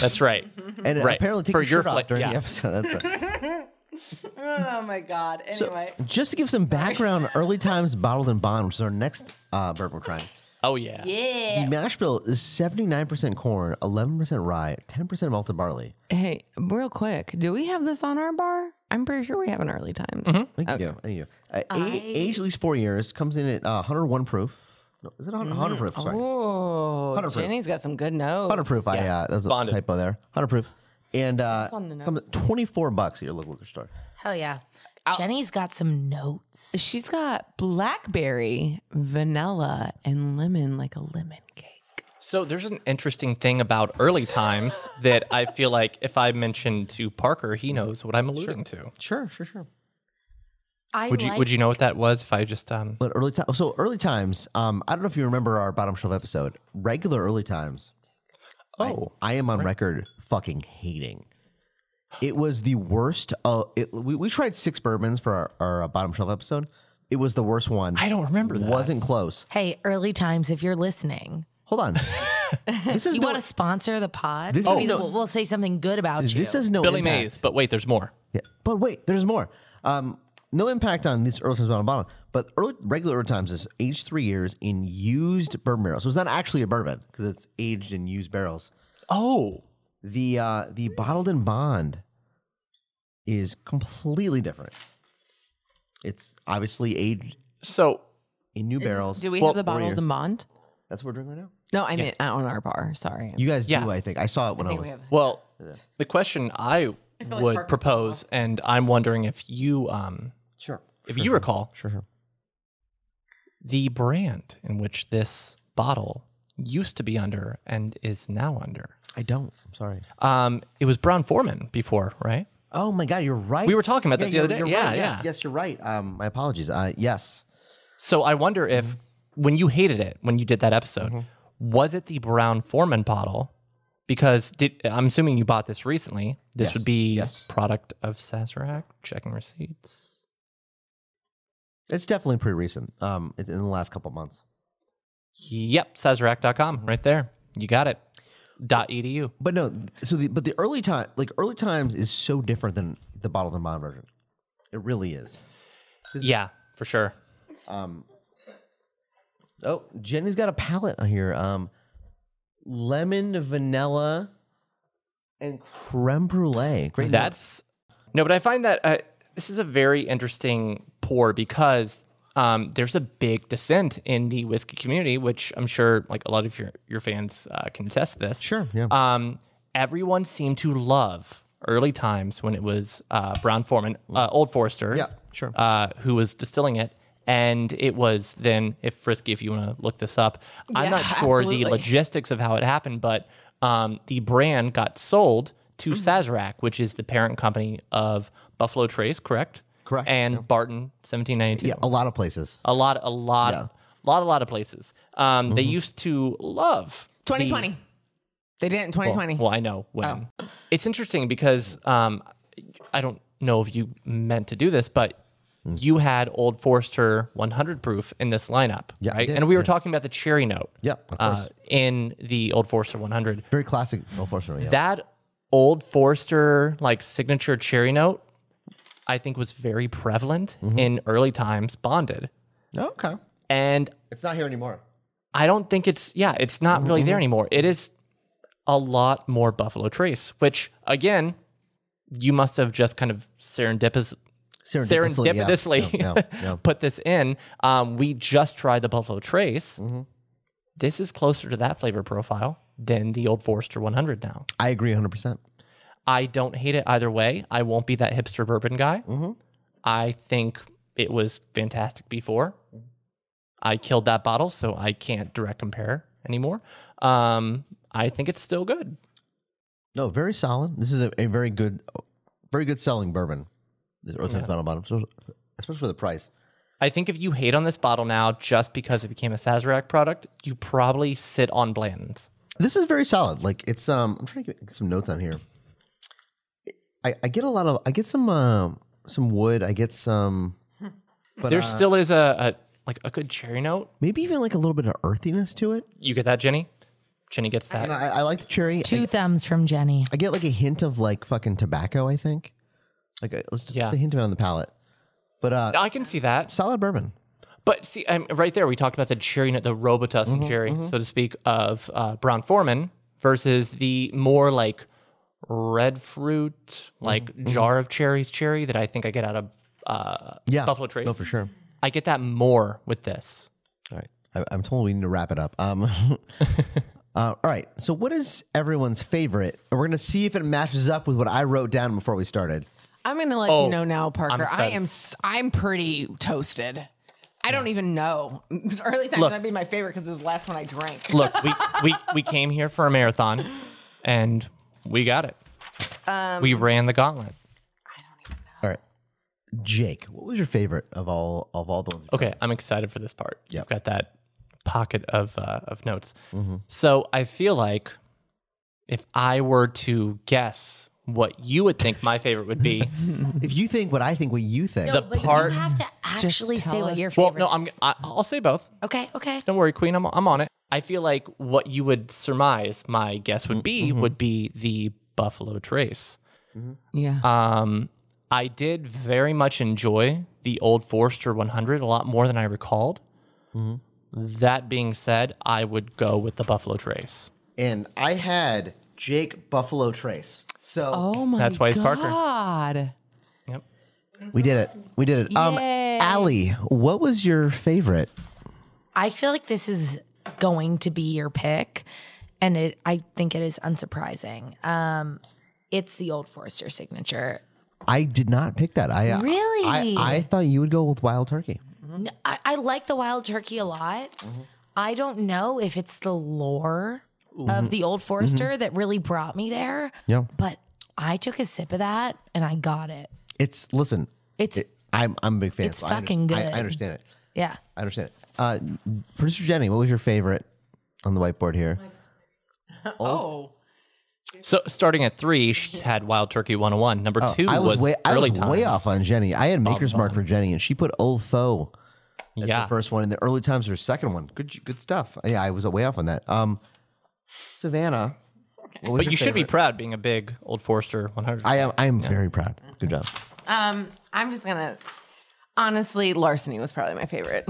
[SPEAKER 2] That's right.
[SPEAKER 1] And
[SPEAKER 2] Right.
[SPEAKER 1] apparently, take
[SPEAKER 2] For
[SPEAKER 1] your
[SPEAKER 2] your
[SPEAKER 1] shirt off
[SPEAKER 2] flight,
[SPEAKER 1] during the
[SPEAKER 2] yeah.
[SPEAKER 1] episode. That's it.
[SPEAKER 8] oh my god. Anyway,
[SPEAKER 1] Just to give some background, Early Times Bottled and Bond, which is our next uh, bourbon we're tryring.
[SPEAKER 2] Oh yeah. Yeah.
[SPEAKER 1] The mash bill is 79% corn, 11% rye, 10% malted barley.
[SPEAKER 3] Hey, real quick, do we have this on our bar? I'm pretty sure we have an early times.
[SPEAKER 1] Thank you. Thank you. Uh, a- Age at least four years, comes in at uh, 101 proof. No, is it 100, 100
[SPEAKER 8] Mm-hmm.
[SPEAKER 1] proof? Sorry.
[SPEAKER 3] Oh,
[SPEAKER 1] 100 proof.
[SPEAKER 3] Jenny's got some good notes.
[SPEAKER 1] 100 proof. I, uh, that was a
[SPEAKER 2] Bonded.
[SPEAKER 1] typo there. 100 proof. And uh,
[SPEAKER 3] on the nose.
[SPEAKER 1] comes at 24 bucks at your local liquor store.
[SPEAKER 4] Hell yeah. Jenny's got some notes.
[SPEAKER 3] She's got blackberry, vanilla, and lemon like a lemon cake.
[SPEAKER 2] So there's an interesting thing about early times that I feel like if I mention to Parker, he knows what I'm alluding to.
[SPEAKER 1] Sure, sure, sure.
[SPEAKER 4] I
[SPEAKER 2] Would you
[SPEAKER 4] like
[SPEAKER 2] Would you know what that was if I just um?
[SPEAKER 1] But early time, so early times. Um, I don't know if you remember our bottom shelf episode. Regular early times. Oh, I, I am on record fucking hating. It was the worst. Uh, it, we, we tried six bourbons for our, our uh, bottom shelf episode. It was the worst one.
[SPEAKER 2] I don't remember that.
[SPEAKER 1] Wasn't close.
[SPEAKER 4] Hey, early times if you're listening.
[SPEAKER 1] Hold on. this is
[SPEAKER 4] You
[SPEAKER 1] no,
[SPEAKER 4] want to sponsor the pod?
[SPEAKER 1] This
[SPEAKER 4] I
[SPEAKER 1] is
[SPEAKER 4] mean,
[SPEAKER 1] no-
[SPEAKER 4] we'll, we'll say something good about you.
[SPEAKER 1] this is no
[SPEAKER 2] Billy
[SPEAKER 1] impact.
[SPEAKER 2] Mays. But wait, there's more.
[SPEAKER 1] Yeah. But wait, there's more. Um, no impact on this early times bottom bottom, but early, regular early times is aged three years in used bourbon barrels. So it's not actually a bourbon because it's aged in used barrels.
[SPEAKER 2] Oh,
[SPEAKER 1] the uh, the bottled and bond is completely different. It's obviously aged
[SPEAKER 2] so
[SPEAKER 1] in new barrels.
[SPEAKER 3] Do we
[SPEAKER 2] Well,
[SPEAKER 3] have the bottle
[SPEAKER 1] warrior.
[SPEAKER 3] of the bond?
[SPEAKER 1] That's what we're drinking right now.
[SPEAKER 3] No, I meant uh, on our bar. Sorry.
[SPEAKER 1] You guys
[SPEAKER 2] Yeah.
[SPEAKER 1] do, I think. I saw it when I, was.
[SPEAKER 2] well, the question I, would propose, and I'm wondering if you um,
[SPEAKER 1] Sure.
[SPEAKER 2] if you recall,
[SPEAKER 1] Sure, sure.
[SPEAKER 2] the brand in which this bottle used to be under and is now under.
[SPEAKER 1] I don't. I'm sorry.
[SPEAKER 2] Um, it was Brown Foreman before, right?
[SPEAKER 1] Oh my God, you're right.
[SPEAKER 2] We were talking about that the
[SPEAKER 1] you're-
[SPEAKER 2] other day.
[SPEAKER 1] you're
[SPEAKER 2] Yeah,
[SPEAKER 1] right. Yes,
[SPEAKER 2] yeah.
[SPEAKER 1] yes, you're right. Um, my apologies. Uh, yes.
[SPEAKER 2] So I wonder if
[SPEAKER 1] Mm-hmm.
[SPEAKER 2] when you hated it when you did that episode, was it the Brown Foreman bottle? Because did, I'm assuming you bought this recently. This
[SPEAKER 1] Yes,
[SPEAKER 2] would be
[SPEAKER 1] yes.
[SPEAKER 2] product of Sazerac. Checking receipts.
[SPEAKER 1] It's definitely pretty recent. Um, it's in the last couple months.
[SPEAKER 2] Yep, Sazerac.com, right there. You got it. Dot E edu.
[SPEAKER 1] But no, so the but the early time like early times is so different than the bottled and bond version. It really is. Um,
[SPEAKER 2] Yeah, for sure.
[SPEAKER 1] Oh, Jenny's got a palette on here. Um, lemon, vanilla, and creme brulee. Great.
[SPEAKER 2] That's no, but I find that uh, this is a very interesting pour because um, there's a big dissent in the whiskey community, which I'm sure like a lot of your your fans uh, can attest to this.
[SPEAKER 1] Sure, yeah.
[SPEAKER 2] Um, everyone seemed to love early times when it was uh, Brown Foreman, uh, Old Forester.
[SPEAKER 1] Yeah, sure.
[SPEAKER 2] Uh, who was distilling it. And it was then, if Frisky, if you want to look this up, I'm
[SPEAKER 3] Yeah,
[SPEAKER 2] not sure the
[SPEAKER 3] absolutely.
[SPEAKER 2] logistics of how it happened, but um, the brand got sold to
[SPEAKER 1] Mm-hmm.
[SPEAKER 2] Sazerac, which is the parent company of Buffalo Trace, correct?
[SPEAKER 1] Correct,
[SPEAKER 2] And Barton, 1792.
[SPEAKER 1] Yeah, a lot of places.
[SPEAKER 2] A lot, a lot,
[SPEAKER 1] Yeah. Mm-hmm.
[SPEAKER 2] lot, a lot of places. Um, They used to love the-
[SPEAKER 8] 2020. they did it in
[SPEAKER 2] well,
[SPEAKER 8] 2020.
[SPEAKER 2] Well, I know when. It's interesting because um, I don't know if you meant to do this, but
[SPEAKER 1] Mm-hmm.
[SPEAKER 2] you had Old Forester 100 proof in this lineup,
[SPEAKER 1] Yeah, I
[SPEAKER 2] right?
[SPEAKER 1] did,
[SPEAKER 2] And we were
[SPEAKER 1] yeah.
[SPEAKER 2] talking about the cherry note.
[SPEAKER 1] Yep, of
[SPEAKER 2] uh,
[SPEAKER 1] course.
[SPEAKER 2] in the Old Forester 100,
[SPEAKER 1] Very classic, unfortunately. Yeah.
[SPEAKER 2] that Old Forester like signature cherry note, I think was very prevalent
[SPEAKER 1] Mm-hmm.
[SPEAKER 2] in early times bonded,
[SPEAKER 1] Oh, okay.
[SPEAKER 2] and
[SPEAKER 1] It's not here anymore.
[SPEAKER 2] I don't think it's yeah, it's not really
[SPEAKER 1] Mm-hmm.
[SPEAKER 2] there anymore. It is a lot more Buffalo Trace, which again, you must have just kind of serendipitous
[SPEAKER 1] Serendipitously, yeah.
[SPEAKER 2] serendipitously
[SPEAKER 1] Yeah, yeah, yeah.
[SPEAKER 2] put this in. Um, we just tried the Buffalo Trace.
[SPEAKER 1] Mm-hmm.
[SPEAKER 2] This is closer to that flavor profile than the Old Forester 100 now.
[SPEAKER 1] I agree 100%.
[SPEAKER 2] I don't hate it either way. I won't be that hipster bourbon guy. I think it was fantastic before. I killed that bottle, so I can't direct compare anymore. Um, I think it's still good.
[SPEAKER 1] No, very solid. This is a, a very good, very good selling bourbon. This Earth Times Bottom Bottom, especially- especially for the price.
[SPEAKER 2] I think if you hate on this bottle now just because it became a Sazerac product, you probably sit on Blanton's.
[SPEAKER 1] This is very solid. Like it's um, I'm trying to get get some notes on here. I, I get a lot of, I get some um, some wood. I get some, but
[SPEAKER 2] there
[SPEAKER 1] uh,
[SPEAKER 2] still is a, a like a good cherry note.
[SPEAKER 1] maybe even like a little bit of earthiness to it.
[SPEAKER 2] You get that, Jenny? Jenny gets that.
[SPEAKER 1] And I, I like the cherry. I-
[SPEAKER 4] Two thumbs from Jenny.
[SPEAKER 1] I get like a hint of like fucking tobacco. I think, like a, let's just,
[SPEAKER 2] Yeah.
[SPEAKER 1] a hint of it on the palate. But uh,
[SPEAKER 2] I can see that.
[SPEAKER 1] solid bourbon.
[SPEAKER 2] But see, I'm, right there, we talked about the cherry, note, the Robitussin
[SPEAKER 1] Mm-hmm,
[SPEAKER 2] cherry, so to speak, of uh, Brown Foreman versus the more like red fruit,
[SPEAKER 1] Mm-hmm,
[SPEAKER 2] like jar of cherries cherry that I think I get out of uh,
[SPEAKER 1] Yeah,
[SPEAKER 2] Buffalo Trace.
[SPEAKER 1] No, for sure.
[SPEAKER 2] I get that more with this.
[SPEAKER 1] All right. I, I'm told we need to wrap it up. Um, uh, all right. So, what is everyone's favorite? And we're going to see if it matches up with what I wrote down before we started.
[SPEAKER 8] I'm gonna let
[SPEAKER 2] Oh,
[SPEAKER 8] you know now, Parker. I
[SPEAKER 2] excited.
[SPEAKER 8] am s- I'm pretty toasted. I don't even know. Early times
[SPEAKER 2] Look.
[SPEAKER 8] might be my favorite because it was the last one I drank.
[SPEAKER 2] Look, we, we, we came here for a marathon and we got it. we ran the gauntlet.
[SPEAKER 1] All right. Jake, what was your favorite of all of all the ones?
[SPEAKER 2] Okay, I'm excited for this part.
[SPEAKER 1] Yep.
[SPEAKER 2] You've got that pocket of uh, of notes. So I feel like if I were to guess what you would think my favorite would be,
[SPEAKER 1] If you think what I think, what you think,
[SPEAKER 2] the part.
[SPEAKER 4] You have to actually say what your
[SPEAKER 2] Well,
[SPEAKER 4] favorite.
[SPEAKER 2] no, I'm
[SPEAKER 4] is.
[SPEAKER 2] I, I'll say both.
[SPEAKER 4] okay. Okay.
[SPEAKER 2] Don't worry, Queen. I'm I'm on it. I feel like what you would surmise my guess would be would be the Buffalo Trace.
[SPEAKER 8] Yeah.
[SPEAKER 2] Um, I did very much enjoy the old Forester 100 a lot more than I recalled. That being said, I would go with the Buffalo Trace.
[SPEAKER 1] and I had Jake Buffalo Trace. So
[SPEAKER 8] oh my
[SPEAKER 2] That's why he's Parker.
[SPEAKER 8] God.
[SPEAKER 1] we did it. We did it. Um, Allie, what was your favorite?
[SPEAKER 4] I feel like this is going to be your pick, and it I think it is unsurprising. Um, it's the old Forester signature.
[SPEAKER 1] I did not pick that. I
[SPEAKER 4] Really?
[SPEAKER 1] I, I thought you would go with Wild Turkey.
[SPEAKER 4] I, I like the wild turkey a lot.
[SPEAKER 1] Mm-hmm.
[SPEAKER 4] I don't know if it's the lore
[SPEAKER 1] Mm-hmm.
[SPEAKER 4] of the old Forester that really brought me there.
[SPEAKER 1] Yeah.
[SPEAKER 4] But I took a sip of that and I got it.
[SPEAKER 1] It's listen.
[SPEAKER 4] It's
[SPEAKER 1] It, I'm I'm a big fan.
[SPEAKER 4] It's
[SPEAKER 1] so I under-
[SPEAKER 4] fucking
[SPEAKER 1] I-
[SPEAKER 4] good.
[SPEAKER 1] I understand it.
[SPEAKER 4] yeah.
[SPEAKER 1] I understand. Uh, Producer Jenny, what was your favorite on the whiteboard here?
[SPEAKER 8] Oh.
[SPEAKER 2] So starting at three, she had Wild Turkey 101. Number two
[SPEAKER 1] Mm-hmm. Oh, I was, way I
[SPEAKER 2] early
[SPEAKER 1] was way
[SPEAKER 2] Times.
[SPEAKER 1] off on Jenny. I had Maker's Mark for Jenny, and she put Old Foe as
[SPEAKER 2] Yeah.
[SPEAKER 1] the first one, and the early times her second one. Good good stuff. Yeah, I was way off on that. Um, Savannah, what was
[SPEAKER 2] But
[SPEAKER 1] your
[SPEAKER 2] you should be
[SPEAKER 1] favorite?
[SPEAKER 2] proud being a big Old Forester 100.
[SPEAKER 1] I am. I am very proud. Good job.
[SPEAKER 8] Um, I'm just gonna honestly, larceny was probably my favorite.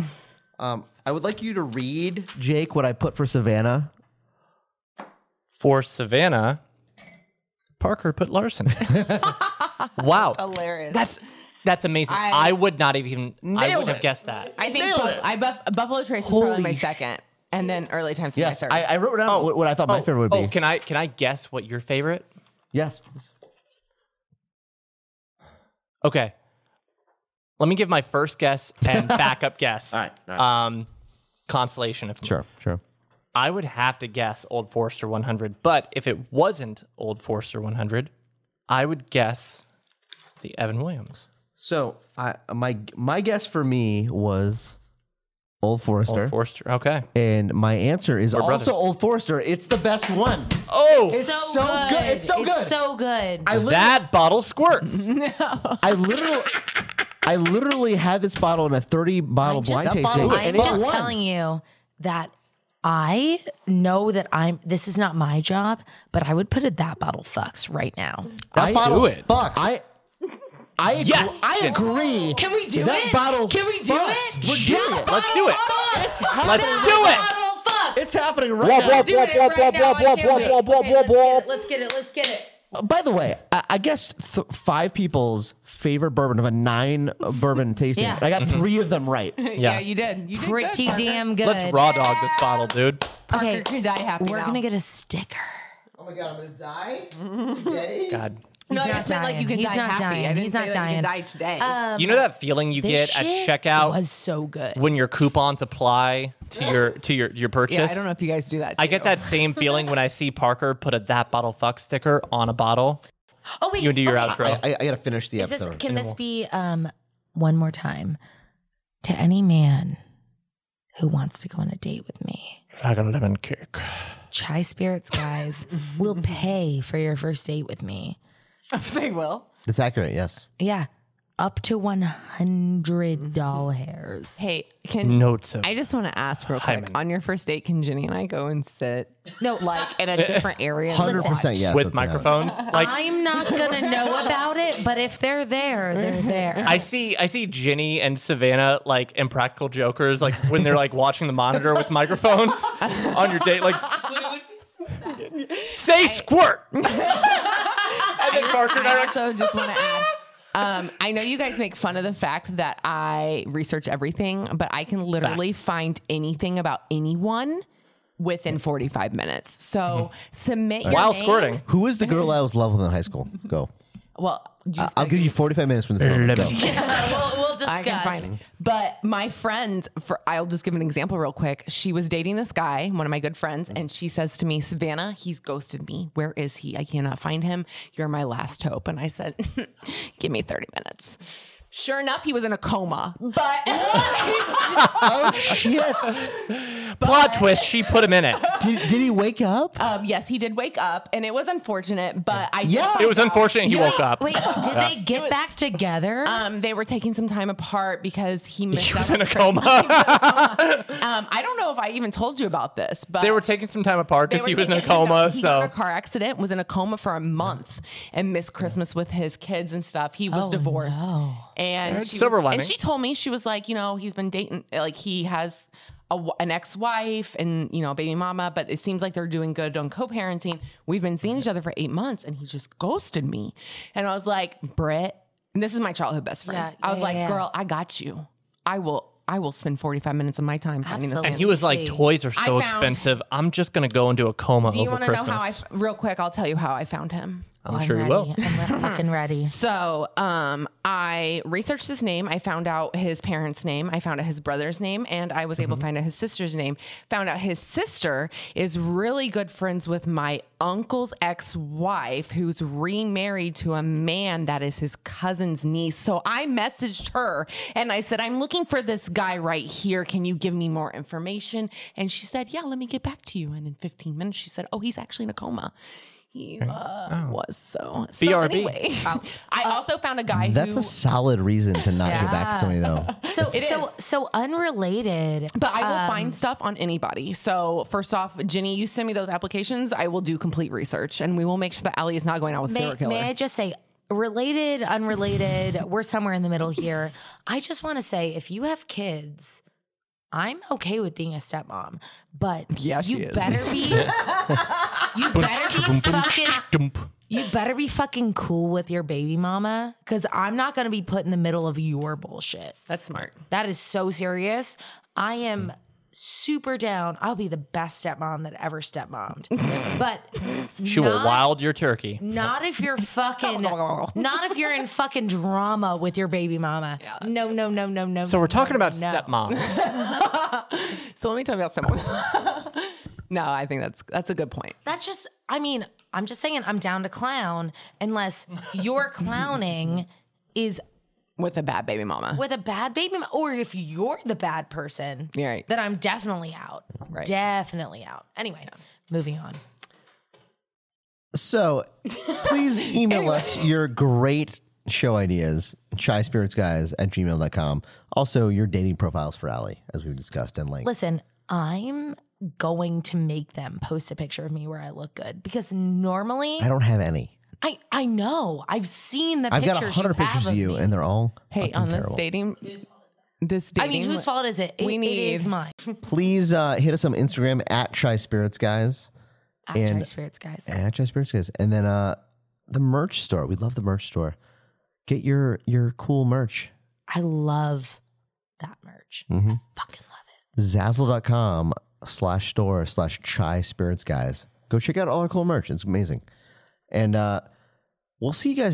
[SPEAKER 1] Um, I would like you to read Jake what I put for Savannah.
[SPEAKER 2] For Savannah, Parker put Larson. wow.
[SPEAKER 8] Hilarious.
[SPEAKER 2] That's that's amazing. I,
[SPEAKER 8] I-
[SPEAKER 2] would not have even I
[SPEAKER 1] Nailed
[SPEAKER 2] would have
[SPEAKER 1] it.
[SPEAKER 2] guessed that.
[SPEAKER 8] I think
[SPEAKER 1] Nailed
[SPEAKER 8] Buff-
[SPEAKER 1] it.
[SPEAKER 8] I buff- Buffalo Trace is
[SPEAKER 1] Holy
[SPEAKER 8] probably my
[SPEAKER 1] sh-
[SPEAKER 8] second, and then early times
[SPEAKER 1] Yes,
[SPEAKER 8] is my
[SPEAKER 1] I,
[SPEAKER 8] third.
[SPEAKER 1] I wrote down what, what I thought my favorite would be.
[SPEAKER 2] Oh, can I can I guess what your favorite?
[SPEAKER 1] Yes.
[SPEAKER 2] Okay. Let me give my first guess and backup guess.
[SPEAKER 1] All right, all
[SPEAKER 2] Um consolation if
[SPEAKER 1] Sure. Sure.
[SPEAKER 2] I would have to guess Old Forester 100, but if it wasn't Old Forester 100, I would guess the Evan Williams.
[SPEAKER 1] So I my my guess for me was Old Forester,
[SPEAKER 2] Old Forster. Okay.
[SPEAKER 1] and my answer is also
[SPEAKER 2] brothers.
[SPEAKER 1] Old Forester. It's the best one. Oh, it's so, good. It's so good.
[SPEAKER 4] so good.
[SPEAKER 1] I literally,
[SPEAKER 2] That bottle squirts.
[SPEAKER 1] I literally, I literally had this bottle in a thirty bottle
[SPEAKER 4] I'm
[SPEAKER 1] blind
[SPEAKER 4] just,
[SPEAKER 1] tasting,
[SPEAKER 4] I'm
[SPEAKER 1] and it
[SPEAKER 4] just
[SPEAKER 1] won.
[SPEAKER 4] telling you that I know that I'm. This is not my job, but I would put it that bottle fucks right now.
[SPEAKER 1] That
[SPEAKER 2] I
[SPEAKER 1] bottle
[SPEAKER 2] do it.
[SPEAKER 1] Fucks. I, I agree,
[SPEAKER 2] Yes.
[SPEAKER 1] I agree.
[SPEAKER 4] Can we do
[SPEAKER 1] that
[SPEAKER 4] it?
[SPEAKER 1] bottle.
[SPEAKER 4] Can we do
[SPEAKER 1] fucks.
[SPEAKER 4] it?
[SPEAKER 1] We're
[SPEAKER 2] Shit.
[SPEAKER 1] doing it.
[SPEAKER 2] Let's do it.
[SPEAKER 1] It's happening.
[SPEAKER 2] Let's do it.
[SPEAKER 1] It's happening right now.
[SPEAKER 3] Do it right now. I can't wait. Okay, let's get it. Let's get it. Let's get it.
[SPEAKER 1] By the way, I, I guess th- five people's favorite bourbon of a nine uh, bourbon tasting.
[SPEAKER 4] Yeah. Mm-hmm.
[SPEAKER 1] I got three of them right.
[SPEAKER 2] Yeah.
[SPEAKER 9] you did. You did
[SPEAKER 4] Pretty
[SPEAKER 9] good, Parker.
[SPEAKER 4] damn good.
[SPEAKER 2] Let's raw dog this bottle, dude.
[SPEAKER 9] Parker
[SPEAKER 4] Okay,
[SPEAKER 9] can die happy
[SPEAKER 4] We're
[SPEAKER 9] now.
[SPEAKER 4] gonna get a sticker.
[SPEAKER 1] Oh my god, I'm gonna die.
[SPEAKER 2] God.
[SPEAKER 9] No,
[SPEAKER 4] He's
[SPEAKER 9] I
[SPEAKER 4] not
[SPEAKER 9] just meant like you
[SPEAKER 4] dying.
[SPEAKER 9] can
[SPEAKER 4] He's
[SPEAKER 9] die
[SPEAKER 4] not
[SPEAKER 9] happy.
[SPEAKER 4] dying.
[SPEAKER 9] I didn't
[SPEAKER 4] He's
[SPEAKER 9] say
[SPEAKER 4] not
[SPEAKER 9] Like you can die
[SPEAKER 4] dying.
[SPEAKER 2] Uh,
[SPEAKER 9] today.
[SPEAKER 2] You know that feeling
[SPEAKER 9] Um,
[SPEAKER 2] you
[SPEAKER 4] This
[SPEAKER 2] get at
[SPEAKER 4] shit
[SPEAKER 2] checkout
[SPEAKER 4] was so good.
[SPEAKER 2] when your coupons apply to your to your your purchase?
[SPEAKER 9] yeah, I don't know if you guys do that.
[SPEAKER 2] I
[SPEAKER 9] too.
[SPEAKER 2] get that same feeling when I see Parker put a that bottle fuck sticker on a bottle.
[SPEAKER 4] Oh wait,
[SPEAKER 2] You do your
[SPEAKER 4] okay.
[SPEAKER 1] I,
[SPEAKER 2] outro.
[SPEAKER 1] I, I gotta finish the
[SPEAKER 4] Is this,
[SPEAKER 1] episode.
[SPEAKER 4] can this be um, one more time to any man who wants to go on a date with me?
[SPEAKER 2] Dragon lemon cake.
[SPEAKER 4] Chai Spirits guys will pay for your first date with me.
[SPEAKER 9] they will.
[SPEAKER 1] It's accurate, yes.
[SPEAKER 4] Yeah, up to one hundred doll hairs.
[SPEAKER 3] Hey, can
[SPEAKER 2] Notes of
[SPEAKER 3] I just want to ask real quick
[SPEAKER 2] Hymen.
[SPEAKER 3] on your first date? Can Ginny and I go and sit
[SPEAKER 4] No, like
[SPEAKER 3] in a different area? of the
[SPEAKER 1] Hundred percent, yes.
[SPEAKER 2] with
[SPEAKER 1] that's gonna happen.
[SPEAKER 2] microphones. Like
[SPEAKER 4] I'm not gonna know about it, but if they're there, they're there.
[SPEAKER 2] I see I see Ginny and Savannah like impractical jokers like when they're like watching the monitor with microphones on your date like say squirt. and then Parker and I are
[SPEAKER 3] I
[SPEAKER 2] like,
[SPEAKER 3] also just want to add. Um, I know you guys make fun of the fact that I research everything, but I can literally find anything about anyone within 45 minutes. So submit your
[SPEAKER 2] while
[SPEAKER 3] name.
[SPEAKER 2] squirting.
[SPEAKER 1] Who is the girl I was loving in high school? Go.
[SPEAKER 3] Well, you just
[SPEAKER 1] I- I'll
[SPEAKER 3] gotta
[SPEAKER 1] give you 45 minutes from this moment. Go.
[SPEAKER 4] we'll, we'll discuss.
[SPEAKER 3] I can find it. But my friend, for I'll just give an example real quick. She was dating this guy, one of my good friends, and she says to me, Savannah, he's ghosted me. Where is he? I cannot find him. You're my last hope. And I said, Give me 30 minutes. Sure enough, he was in a coma. But
[SPEAKER 1] Oh shit!
[SPEAKER 2] Plot twist, she put him in it.
[SPEAKER 1] Did, did he wake up?
[SPEAKER 3] um, yes, he did wake up, and it was unfortunate. But I
[SPEAKER 1] Yeah.
[SPEAKER 2] It was unfortunate he woke up.
[SPEAKER 4] Wait, did they get back together?
[SPEAKER 3] Um, they were taking some time apart because he missed
[SPEAKER 2] He
[SPEAKER 3] out
[SPEAKER 2] was in
[SPEAKER 3] on
[SPEAKER 2] a
[SPEAKER 3] Christmas.
[SPEAKER 2] coma.
[SPEAKER 3] Um, I don't know if I even told you about this, but
[SPEAKER 2] they were taking some time apart
[SPEAKER 3] They
[SPEAKER 2] because he
[SPEAKER 3] were
[SPEAKER 2] was in a
[SPEAKER 3] taking- he got-
[SPEAKER 2] coma.
[SPEAKER 3] he got in
[SPEAKER 2] So
[SPEAKER 3] a car accident, was in a coma for a month, and missed Christmas with his kids and stuff. He was
[SPEAKER 4] Oh,
[SPEAKER 3] divorced,
[SPEAKER 4] no.
[SPEAKER 3] and she
[SPEAKER 2] silver
[SPEAKER 3] was,
[SPEAKER 2] lining.
[SPEAKER 3] And she told me she was like, you know, he's been dating, like he has a w an ex-wife and you know a baby mama, but it seems like they're doing good on co-parenting. We've been seeing each other for eight months, and he just ghosted me. And I was like, Britt, and this is my childhood best friend.
[SPEAKER 4] Yeah,
[SPEAKER 3] I was
[SPEAKER 4] yeah,
[SPEAKER 3] like,
[SPEAKER 4] yeah.
[SPEAKER 3] girl, I got you. I will. I will spend forty five minutes of my time finding this.
[SPEAKER 4] Absolutely.
[SPEAKER 3] man."
[SPEAKER 2] and he was like, toys are
[SPEAKER 3] I
[SPEAKER 2] so
[SPEAKER 3] found-
[SPEAKER 2] expensive. I'm just gonna go into a coma
[SPEAKER 3] Do you
[SPEAKER 2] over
[SPEAKER 3] want to know
[SPEAKER 2] Christmas. Oh.
[SPEAKER 3] how I? f- Real quick, I'll tell you how I found him.
[SPEAKER 2] I'm sure
[SPEAKER 4] ready.
[SPEAKER 2] you will.
[SPEAKER 4] I'm re- fucking ready.
[SPEAKER 3] So, um, I researched his name. I found out his parents' name. I found out his brother's name, and I was
[SPEAKER 2] Mm-hmm.
[SPEAKER 3] able to find out his sister's name. Found out his sister is really good friends with my uncle's ex-wife, who's remarried to a man that is his cousin's niece. So I messaged her and I said, "I'm looking for this guy right here. Can you give me more information?" And she said, "Yeah, let me get back to you." And in 15 minutes, she said, "Oh, he's actually in a coma." He
[SPEAKER 1] Oh.
[SPEAKER 3] uh, was so. so
[SPEAKER 2] BRB.
[SPEAKER 3] anyway. I
[SPEAKER 4] Uh,
[SPEAKER 3] also found a guy
[SPEAKER 1] That's
[SPEAKER 3] who.
[SPEAKER 1] a solid reason to not get back to somebody though.
[SPEAKER 4] So so so unrelated.
[SPEAKER 3] but I will
[SPEAKER 4] Um,
[SPEAKER 3] find stuff on anybody. So first off, Ginny, you send me those applications. I will do complete research, and we will make sure that Ellie is not going out with
[SPEAKER 4] May,
[SPEAKER 3] serial killer.
[SPEAKER 4] may I just say, related, unrelated, we're somewhere in the middle here. I just want to say, if you have kids, I'm okay with being a stepmom, but
[SPEAKER 3] Yeah, she
[SPEAKER 4] you
[SPEAKER 3] is.
[SPEAKER 4] better be, you better be fucking,
[SPEAKER 2] Dump.
[SPEAKER 4] you better be fucking cool with your baby mama, because I'm not gonna be put in the middle of your bullshit.
[SPEAKER 3] That's smart.
[SPEAKER 4] That is so serious. I am super down. I'll be the best stepmom that ever stepmommed. but
[SPEAKER 2] She will
[SPEAKER 4] not-
[SPEAKER 2] wild your turkey.
[SPEAKER 4] Not if you're fucking. not if you're in fucking drama with your baby mama. No, no, no, no, no.
[SPEAKER 2] So we're talking about
[SPEAKER 4] no.
[SPEAKER 2] stepmoms.
[SPEAKER 3] So let me tell you about someone.
[SPEAKER 8] No, I think that's that's a good point.
[SPEAKER 4] That's just, I mean, I'm just saying I'm down to clown unless your clowning is
[SPEAKER 8] With a bad baby mama.
[SPEAKER 4] with a bad baby mo- or if you're the bad person,
[SPEAKER 8] You're right.
[SPEAKER 4] then I'm definitely out.
[SPEAKER 8] Right.
[SPEAKER 4] Definitely out. Anyway, moving on.
[SPEAKER 1] So please email us your great show ideas, shyspiritsguys at gmail.com. Also, your dating profiles for Allie, as we've discussed in length.
[SPEAKER 4] Listen, I'm going to make them post a picture of me where I look good because normally
[SPEAKER 1] I don't have any.
[SPEAKER 4] I I know I've seen the
[SPEAKER 1] I've
[SPEAKER 4] pictures
[SPEAKER 1] got a hundred
[SPEAKER 4] you have
[SPEAKER 1] pictures of
[SPEAKER 4] of
[SPEAKER 1] you,
[SPEAKER 4] me.
[SPEAKER 1] and they're all
[SPEAKER 8] Hey,
[SPEAKER 1] fucking
[SPEAKER 8] on this
[SPEAKER 1] terrible.
[SPEAKER 8] dating, this
[SPEAKER 4] I
[SPEAKER 8] dating.
[SPEAKER 4] mean, whose fault is it? It-
[SPEAKER 8] We
[SPEAKER 4] it is
[SPEAKER 8] need-
[SPEAKER 4] mine.
[SPEAKER 1] Please uh, hit us on Instagram at shy spirits guys
[SPEAKER 4] At
[SPEAKER 1] And-
[SPEAKER 4] Dry Spirits, guys.
[SPEAKER 1] at shy spirits guys, and then uh, the merch store. We love the merch store. Get your your cool merch.
[SPEAKER 4] I love
[SPEAKER 1] Mm-hmm.
[SPEAKER 4] that merch. I fucking love it.
[SPEAKER 1] Zazzle.com slash store slash chai spirits guys. Go check out all our cool merch. It's amazing. And uh, we'll see you guys